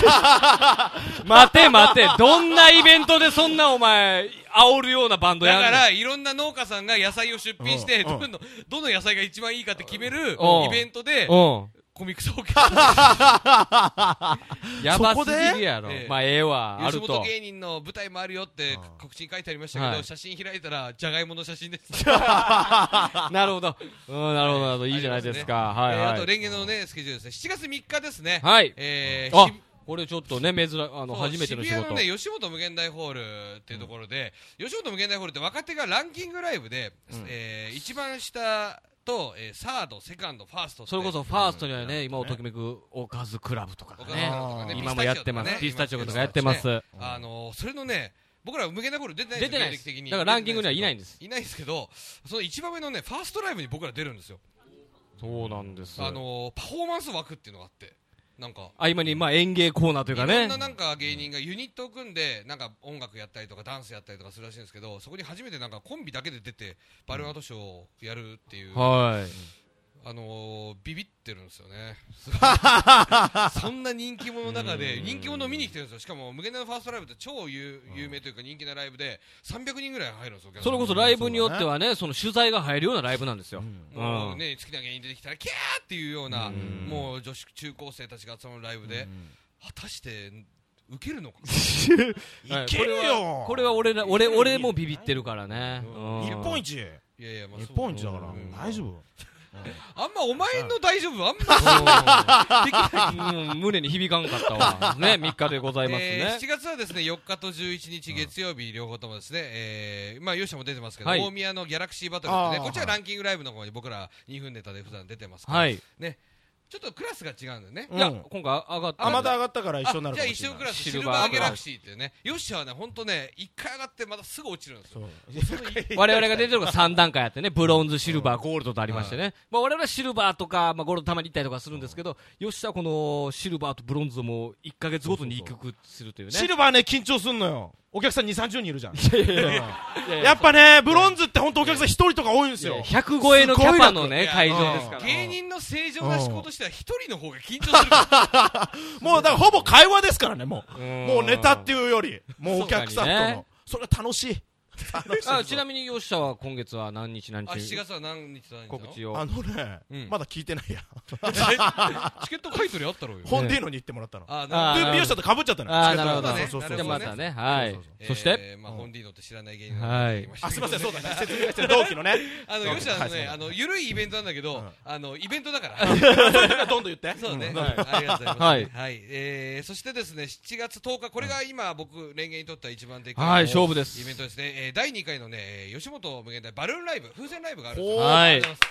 [SPEAKER 1] 待て待て。どんなイベントでそんなお前、煽るようなバンドや
[SPEAKER 2] だ
[SPEAKER 1] んの
[SPEAKER 2] から、いろんな農家さんが野菜を出品して、
[SPEAKER 3] うん
[SPEAKER 2] どのどの野菜が一番いいかって決める
[SPEAKER 1] うん
[SPEAKER 2] イベントで、
[SPEAKER 1] うん。
[SPEAKER 2] コミックス・オーケストラ、
[SPEAKER 1] やばすぎるやろ
[SPEAKER 2] そこで。
[SPEAKER 1] まあ、ええわ。ある
[SPEAKER 2] 吉本
[SPEAKER 1] と。
[SPEAKER 2] 芸人の舞台もあるよって
[SPEAKER 3] うん
[SPEAKER 2] 告知に書いてありましたけど、
[SPEAKER 1] はい
[SPEAKER 2] 写真開いたら、じゃがいもの写真です。
[SPEAKER 1] なるほど。うん、なるほど、なるほど。いいじゃないですか。は
[SPEAKER 2] え
[SPEAKER 1] い
[SPEAKER 2] ーあ
[SPEAKER 1] は
[SPEAKER 2] と、
[SPEAKER 1] い。
[SPEAKER 2] レンゲのね、スケジュールですね、7月3日ですね。
[SPEAKER 1] はい。
[SPEAKER 2] えー
[SPEAKER 1] あ
[SPEAKER 2] ひ、
[SPEAKER 1] これちょっとね、珍、あの、
[SPEAKER 2] そう
[SPEAKER 1] 初めての仕
[SPEAKER 2] 渋
[SPEAKER 1] 事。
[SPEAKER 2] 谷のね吉本無限大ホールっていうところで、吉本無限大ホールって若手がランキングライブで、えー一番下と、えーサードセカンドファーストって
[SPEAKER 1] それこそ、ファーストには
[SPEAKER 2] う
[SPEAKER 1] ね、
[SPEAKER 2] ん
[SPEAKER 1] 今をときめく、おかずクラブとか
[SPEAKER 2] お
[SPEAKER 1] が
[SPEAKER 2] かずクラブ
[SPEAKER 1] ね。
[SPEAKER 2] とかね
[SPEAKER 1] 今もやってます。ピスタチオとかやってま。
[SPEAKER 2] ピスタチオとか
[SPEAKER 1] す。
[SPEAKER 2] ね今あのーそれのね僕ら無限大ホール出てない
[SPEAKER 1] 出てない
[SPEAKER 2] ん
[SPEAKER 1] で
[SPEAKER 2] ですすよ
[SPEAKER 1] だからランキングにはいないんです
[SPEAKER 2] いないですけどその一番上のねファーストライブに僕ら出るんですよ
[SPEAKER 1] そうなんです。
[SPEAKER 2] あのーパフォーマンス枠っていうのがあってなんか
[SPEAKER 1] 合間に、まあ、演芸コーナーというか
[SPEAKER 2] いろ
[SPEAKER 1] ね
[SPEAKER 2] んな。なんか芸人がユニットを組んでなんか音楽やったりとかダンスやったりとかするらしいんですけどそこに初めてなんかコンビだけで出てバルーンアートショーをやるっていう、
[SPEAKER 1] はい。
[SPEAKER 2] あのー、ビビってるんですよ ねそんな人気者の中で人気者を見に来てるんですよしかも無限大のファーストライブって超有有名というか人気なライブで300人ぐらい入るんですよ
[SPEAKER 1] それこそライブによってはね、その取材が入るようなライブなんですよ。
[SPEAKER 2] もう
[SPEAKER 1] うん
[SPEAKER 2] ね、好きな芸人出てきたらキャーっていうようなもう女子中高生たちが集まるライブで果たして受けるのか
[SPEAKER 1] はい
[SPEAKER 3] いけ
[SPEAKER 1] こ
[SPEAKER 3] る
[SPEAKER 1] れは
[SPEAKER 3] よ
[SPEAKER 1] これは俺ら、俺、俺もビビってるからね。うん
[SPEAKER 3] 日本一
[SPEAKER 2] いやいやまあ
[SPEAKER 3] 日
[SPEAKER 2] そう
[SPEAKER 3] 本一だから
[SPEAKER 2] うん
[SPEAKER 3] 大丈夫
[SPEAKER 2] あんまお前の大丈夫あんま
[SPEAKER 1] うん胸に響かんかったわ。ね、3日でございます
[SPEAKER 2] え
[SPEAKER 1] ね
[SPEAKER 2] ー、。7月はですね4日と11日月曜日両方ともですね、えーまあ勇者も出てますけど、
[SPEAKER 1] はい
[SPEAKER 2] 大宮のギャラクシーバトルって
[SPEAKER 3] あ
[SPEAKER 2] ね
[SPEAKER 3] ー
[SPEAKER 2] こっちはランキングライブの方に僕ら2分ネタで普段出てますから、
[SPEAKER 1] はい。い
[SPEAKER 2] ねちょっとクラスが違うんだよね、
[SPEAKER 3] うん
[SPEAKER 1] や、今回上がった。
[SPEAKER 3] あまた上がったから一緒にな
[SPEAKER 2] あ
[SPEAKER 3] る
[SPEAKER 2] じ
[SPEAKER 3] か
[SPEAKER 2] ゃあ
[SPEAKER 3] も
[SPEAKER 2] 一
[SPEAKER 3] しれ
[SPEAKER 2] 緒
[SPEAKER 3] ない
[SPEAKER 2] クラスシ
[SPEAKER 1] シ
[SPEAKER 2] ル
[SPEAKER 1] ルバー
[SPEAKER 2] バーギャラクシーっていうねヨッシャーはね本当ね1回上がってまたすぐ落ちるんですよ
[SPEAKER 3] そう
[SPEAKER 1] 我々が出てるのが3段階あってね、ブロンズ、シルバー、ゴールドとありましてね、まあ、我々はシルバーとか、まあ、ゴールドたまに行ったりとかするんですけど、よっしゃ、このシルバーとブロンズをもう1ヶ月ごとに一曲するというね。
[SPEAKER 3] シルバーね緊張すんのよお客さん2 3 0人いるじゃん
[SPEAKER 1] いやいや
[SPEAKER 3] やっぱねブロンズって本当お客さん1人とか多いんです
[SPEAKER 1] いや
[SPEAKER 3] よ
[SPEAKER 1] 100超えのキャパのね、
[SPEAKER 2] すごい
[SPEAKER 1] 会
[SPEAKER 2] な
[SPEAKER 1] 場ですから。
[SPEAKER 2] 芸人の正常な思考としては1人の方が緊張するから
[SPEAKER 3] もうだからほぼ会話ですからねもう
[SPEAKER 1] うん
[SPEAKER 3] もうネタっていうよりもうお客
[SPEAKER 1] そ
[SPEAKER 3] さんと
[SPEAKER 1] うかにね
[SPEAKER 3] のそれは楽しい楽しい
[SPEAKER 1] あちなみに、よっしゃは今月は何日何
[SPEAKER 2] あ7
[SPEAKER 1] 日
[SPEAKER 2] 月は何日と何日なの
[SPEAKER 1] 告知を。
[SPEAKER 3] あのね
[SPEAKER 2] うん
[SPEAKER 3] まだ聞いてないや
[SPEAKER 2] チケット買い取りあったろうよ
[SPEAKER 3] ホンディーノに行ってもらったの
[SPEAKER 2] あ
[SPEAKER 1] あ
[SPEAKER 2] な
[SPEAKER 1] ー
[SPEAKER 2] る
[SPEAKER 3] で美容師だとかぶっちゃったのよ
[SPEAKER 1] あー
[SPEAKER 3] チケット
[SPEAKER 1] なるほどね
[SPEAKER 3] そうそうそ
[SPEAKER 1] じゃ
[SPEAKER 3] う
[SPEAKER 1] あ
[SPEAKER 2] な
[SPEAKER 1] ま
[SPEAKER 2] るほどね
[SPEAKER 1] たね、はい
[SPEAKER 3] そうそう。
[SPEAKER 2] ほど
[SPEAKER 1] そして、
[SPEAKER 2] えーまあ、
[SPEAKER 3] うん
[SPEAKER 2] ホンディーノって知らない芸人なんで出てきました
[SPEAKER 3] あ
[SPEAKER 2] け
[SPEAKER 3] す
[SPEAKER 2] ど
[SPEAKER 3] いませんそうだね説明が必要同期 のね
[SPEAKER 2] あの、
[SPEAKER 3] うん
[SPEAKER 2] よしあの
[SPEAKER 3] はいそう
[SPEAKER 2] ね、
[SPEAKER 3] だ
[SPEAKER 2] あの、ゆるいイベントなんだけど、
[SPEAKER 3] うん
[SPEAKER 2] あの、イベントだから。
[SPEAKER 3] どんどん言って
[SPEAKER 2] そうね、
[SPEAKER 3] ん
[SPEAKER 2] はいありがとうございます。
[SPEAKER 1] は
[SPEAKER 2] はいい。えーそしてですね、7月10日、これが今僕、連芸にとっては一番でかい。
[SPEAKER 1] はい、勝負です
[SPEAKER 2] イ。ベントですね、えー第2回のね、えー吉本無限大バルーンライブ、風船ライブがあるんです
[SPEAKER 3] おー
[SPEAKER 1] はい
[SPEAKER 2] ありがとうござい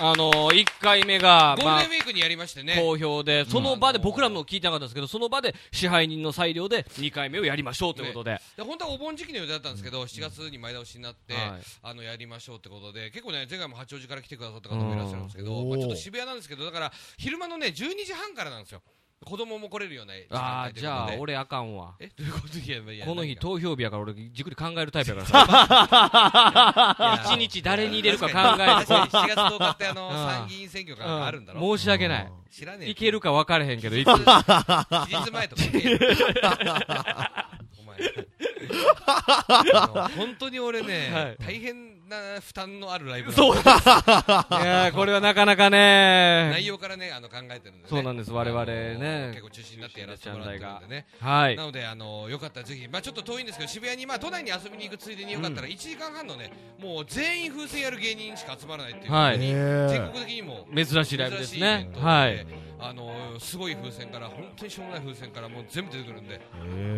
[SPEAKER 1] あのー、1回目が
[SPEAKER 2] ま、すゴ
[SPEAKER 1] ま
[SPEAKER 2] ー
[SPEAKER 1] あ
[SPEAKER 2] ルデン、ウィークにやりましてね、
[SPEAKER 1] 好評で、その場で、
[SPEAKER 2] あのー
[SPEAKER 1] 僕らも聞いてなかったんですけど、その場で支配人の裁量で2回目をやりましょうということで、
[SPEAKER 2] で本当はお盆時期の予定だったんですけど、7月に前倒しになって、
[SPEAKER 1] はい
[SPEAKER 2] あのやりましょうってことで、結構ね、前回も八王子から来てくださった方もいらっしゃるんですけど、
[SPEAKER 3] うん
[SPEAKER 2] まあ、ちょっと渋谷なんですけど、だから昼間のね、12時半からなんですよ、子供も来れるような時間
[SPEAKER 1] ああ、
[SPEAKER 2] 帯とい
[SPEAKER 1] じ
[SPEAKER 2] うこと
[SPEAKER 1] ゃあ
[SPEAKER 2] で、
[SPEAKER 1] 俺あかんわ。
[SPEAKER 2] えどういうこといやいやいや
[SPEAKER 1] この日
[SPEAKER 2] 何が
[SPEAKER 1] 投票日やから俺じっくり考えるタイプやからさ。一日誰に入れるか考えて
[SPEAKER 2] 確かに7月10日ってあの
[SPEAKER 1] うん
[SPEAKER 2] 参議院選挙があるんだろ
[SPEAKER 1] 申し訳ない。
[SPEAKER 2] 知らねえ
[SPEAKER 1] いけるか分からへんけ ど、いつ
[SPEAKER 2] 期日前とかねえよお前あの本当に俺ね、
[SPEAKER 1] はい
[SPEAKER 2] 大変な負担のあるライブ
[SPEAKER 1] そう
[SPEAKER 2] う
[SPEAKER 1] いやーこれはなかなか
[SPEAKER 2] 内
[SPEAKER 1] ね。
[SPEAKER 2] 容からねあの考えてるんで、ね、
[SPEAKER 1] そうなんです我々ね
[SPEAKER 2] あの結構中心になってやらせてもらってるんでね
[SPEAKER 1] はい
[SPEAKER 2] な。のであのよかったらぜひ、まあ、ちょっと遠いんですけど渋谷に、まあ、都内に遊びに行くついでによかったら1時間半のね、もう全員風船やる芸人しか集まらないっていう、
[SPEAKER 1] はい
[SPEAKER 2] 全
[SPEAKER 3] え
[SPEAKER 2] 国的にも
[SPEAKER 1] 珍しいライブですね
[SPEAKER 2] 珍しイベン。トで
[SPEAKER 1] はい。
[SPEAKER 2] あのすごい風船から本当にしょうもない風船からもう全部出てくるんで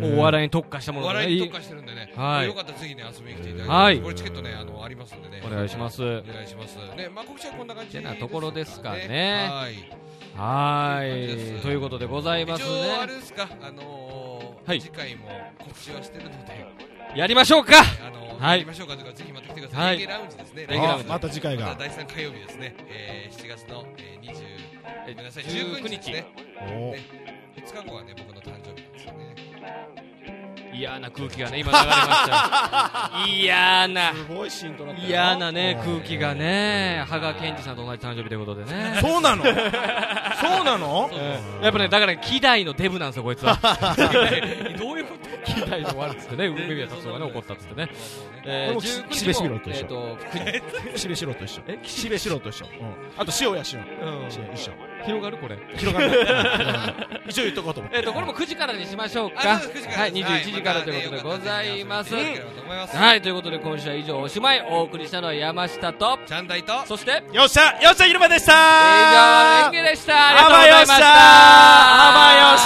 [SPEAKER 1] もうお笑いに特化した
[SPEAKER 2] お
[SPEAKER 1] ものが
[SPEAKER 2] 笑
[SPEAKER 1] ね
[SPEAKER 2] いに特化してるんでね、
[SPEAKER 1] はい
[SPEAKER 2] よかったらぜひね遊びに来ていただいて、
[SPEAKER 1] はい
[SPEAKER 2] これチケットねあのありますんでね
[SPEAKER 1] お願いします
[SPEAKER 2] お願いしますねまあ告知はこんな感じ
[SPEAKER 1] てなところですかね
[SPEAKER 2] はい
[SPEAKER 1] は
[SPEAKER 2] という感じで
[SPEAKER 1] い。
[SPEAKER 2] す
[SPEAKER 1] ということでござい
[SPEAKER 2] 一
[SPEAKER 1] ます
[SPEAKER 2] 応あれ
[SPEAKER 1] ね。
[SPEAKER 2] ですかあのー
[SPEAKER 1] はい
[SPEAKER 2] 次回も告知はしてるので
[SPEAKER 1] やりましょうか
[SPEAKER 2] あの
[SPEAKER 1] はい
[SPEAKER 2] やりましょうかというかぜひまた来てください、
[SPEAKER 1] はい
[SPEAKER 2] レゲエラウンジですね
[SPEAKER 1] レゲエラウンジ
[SPEAKER 3] また次回
[SPEAKER 2] ま
[SPEAKER 3] が
[SPEAKER 2] た第3火曜日ですね、えー、7月の、えー、20ごめんなさい19
[SPEAKER 1] 19
[SPEAKER 2] 日ですね
[SPEAKER 1] 日。
[SPEAKER 3] お
[SPEAKER 2] ね5日後はね僕の誕生日なんですよね
[SPEAKER 1] 嫌な空気がね、今流れました よ。嫌な。
[SPEAKER 5] すごいシーンとなったよ
[SPEAKER 1] 嫌なね、空気がね、羽賀健二さんと同じ誕生日ということでね。
[SPEAKER 5] そうなのそうなの
[SPEAKER 1] やっぱね、だから、ね、希代のデブなんですよ、こいつは。 どういうこと希代の悪っつってね、梅宮達夫がね、怒ったっつってね。え
[SPEAKER 5] 俺も
[SPEAKER 1] 19
[SPEAKER 5] 岸辺四郎と一緒
[SPEAKER 1] えーと、
[SPEAKER 5] 岸辺四郎と一緒
[SPEAKER 1] え
[SPEAKER 5] 岸辺四郎と一緒、うん、あと塩谷俊、
[SPEAKER 1] うん
[SPEAKER 5] 一緒
[SPEAKER 1] 広がるこれ。
[SPEAKER 5] 広がんない一応言っとこうと思っ て
[SPEAKER 1] えっと、これも9時からにしましょうか。
[SPEAKER 2] あそうです9時から
[SPEAKER 1] はい、
[SPEAKER 2] です
[SPEAKER 1] 21時からということでございます。
[SPEAKER 2] はいまたねよかったら皆さん見ていただければと思います
[SPEAKER 1] はい、ということで今週は以上おしまい。お送りしたのは山下と、
[SPEAKER 2] ちゃんだいと
[SPEAKER 1] そして、
[SPEAKER 5] よっしゃよっしゃ昼間でし
[SPEAKER 1] 以
[SPEAKER 5] た
[SPEAKER 1] 上、レンゲでした。ありがとうございました。
[SPEAKER 5] あばよっしゃあばよっしゃ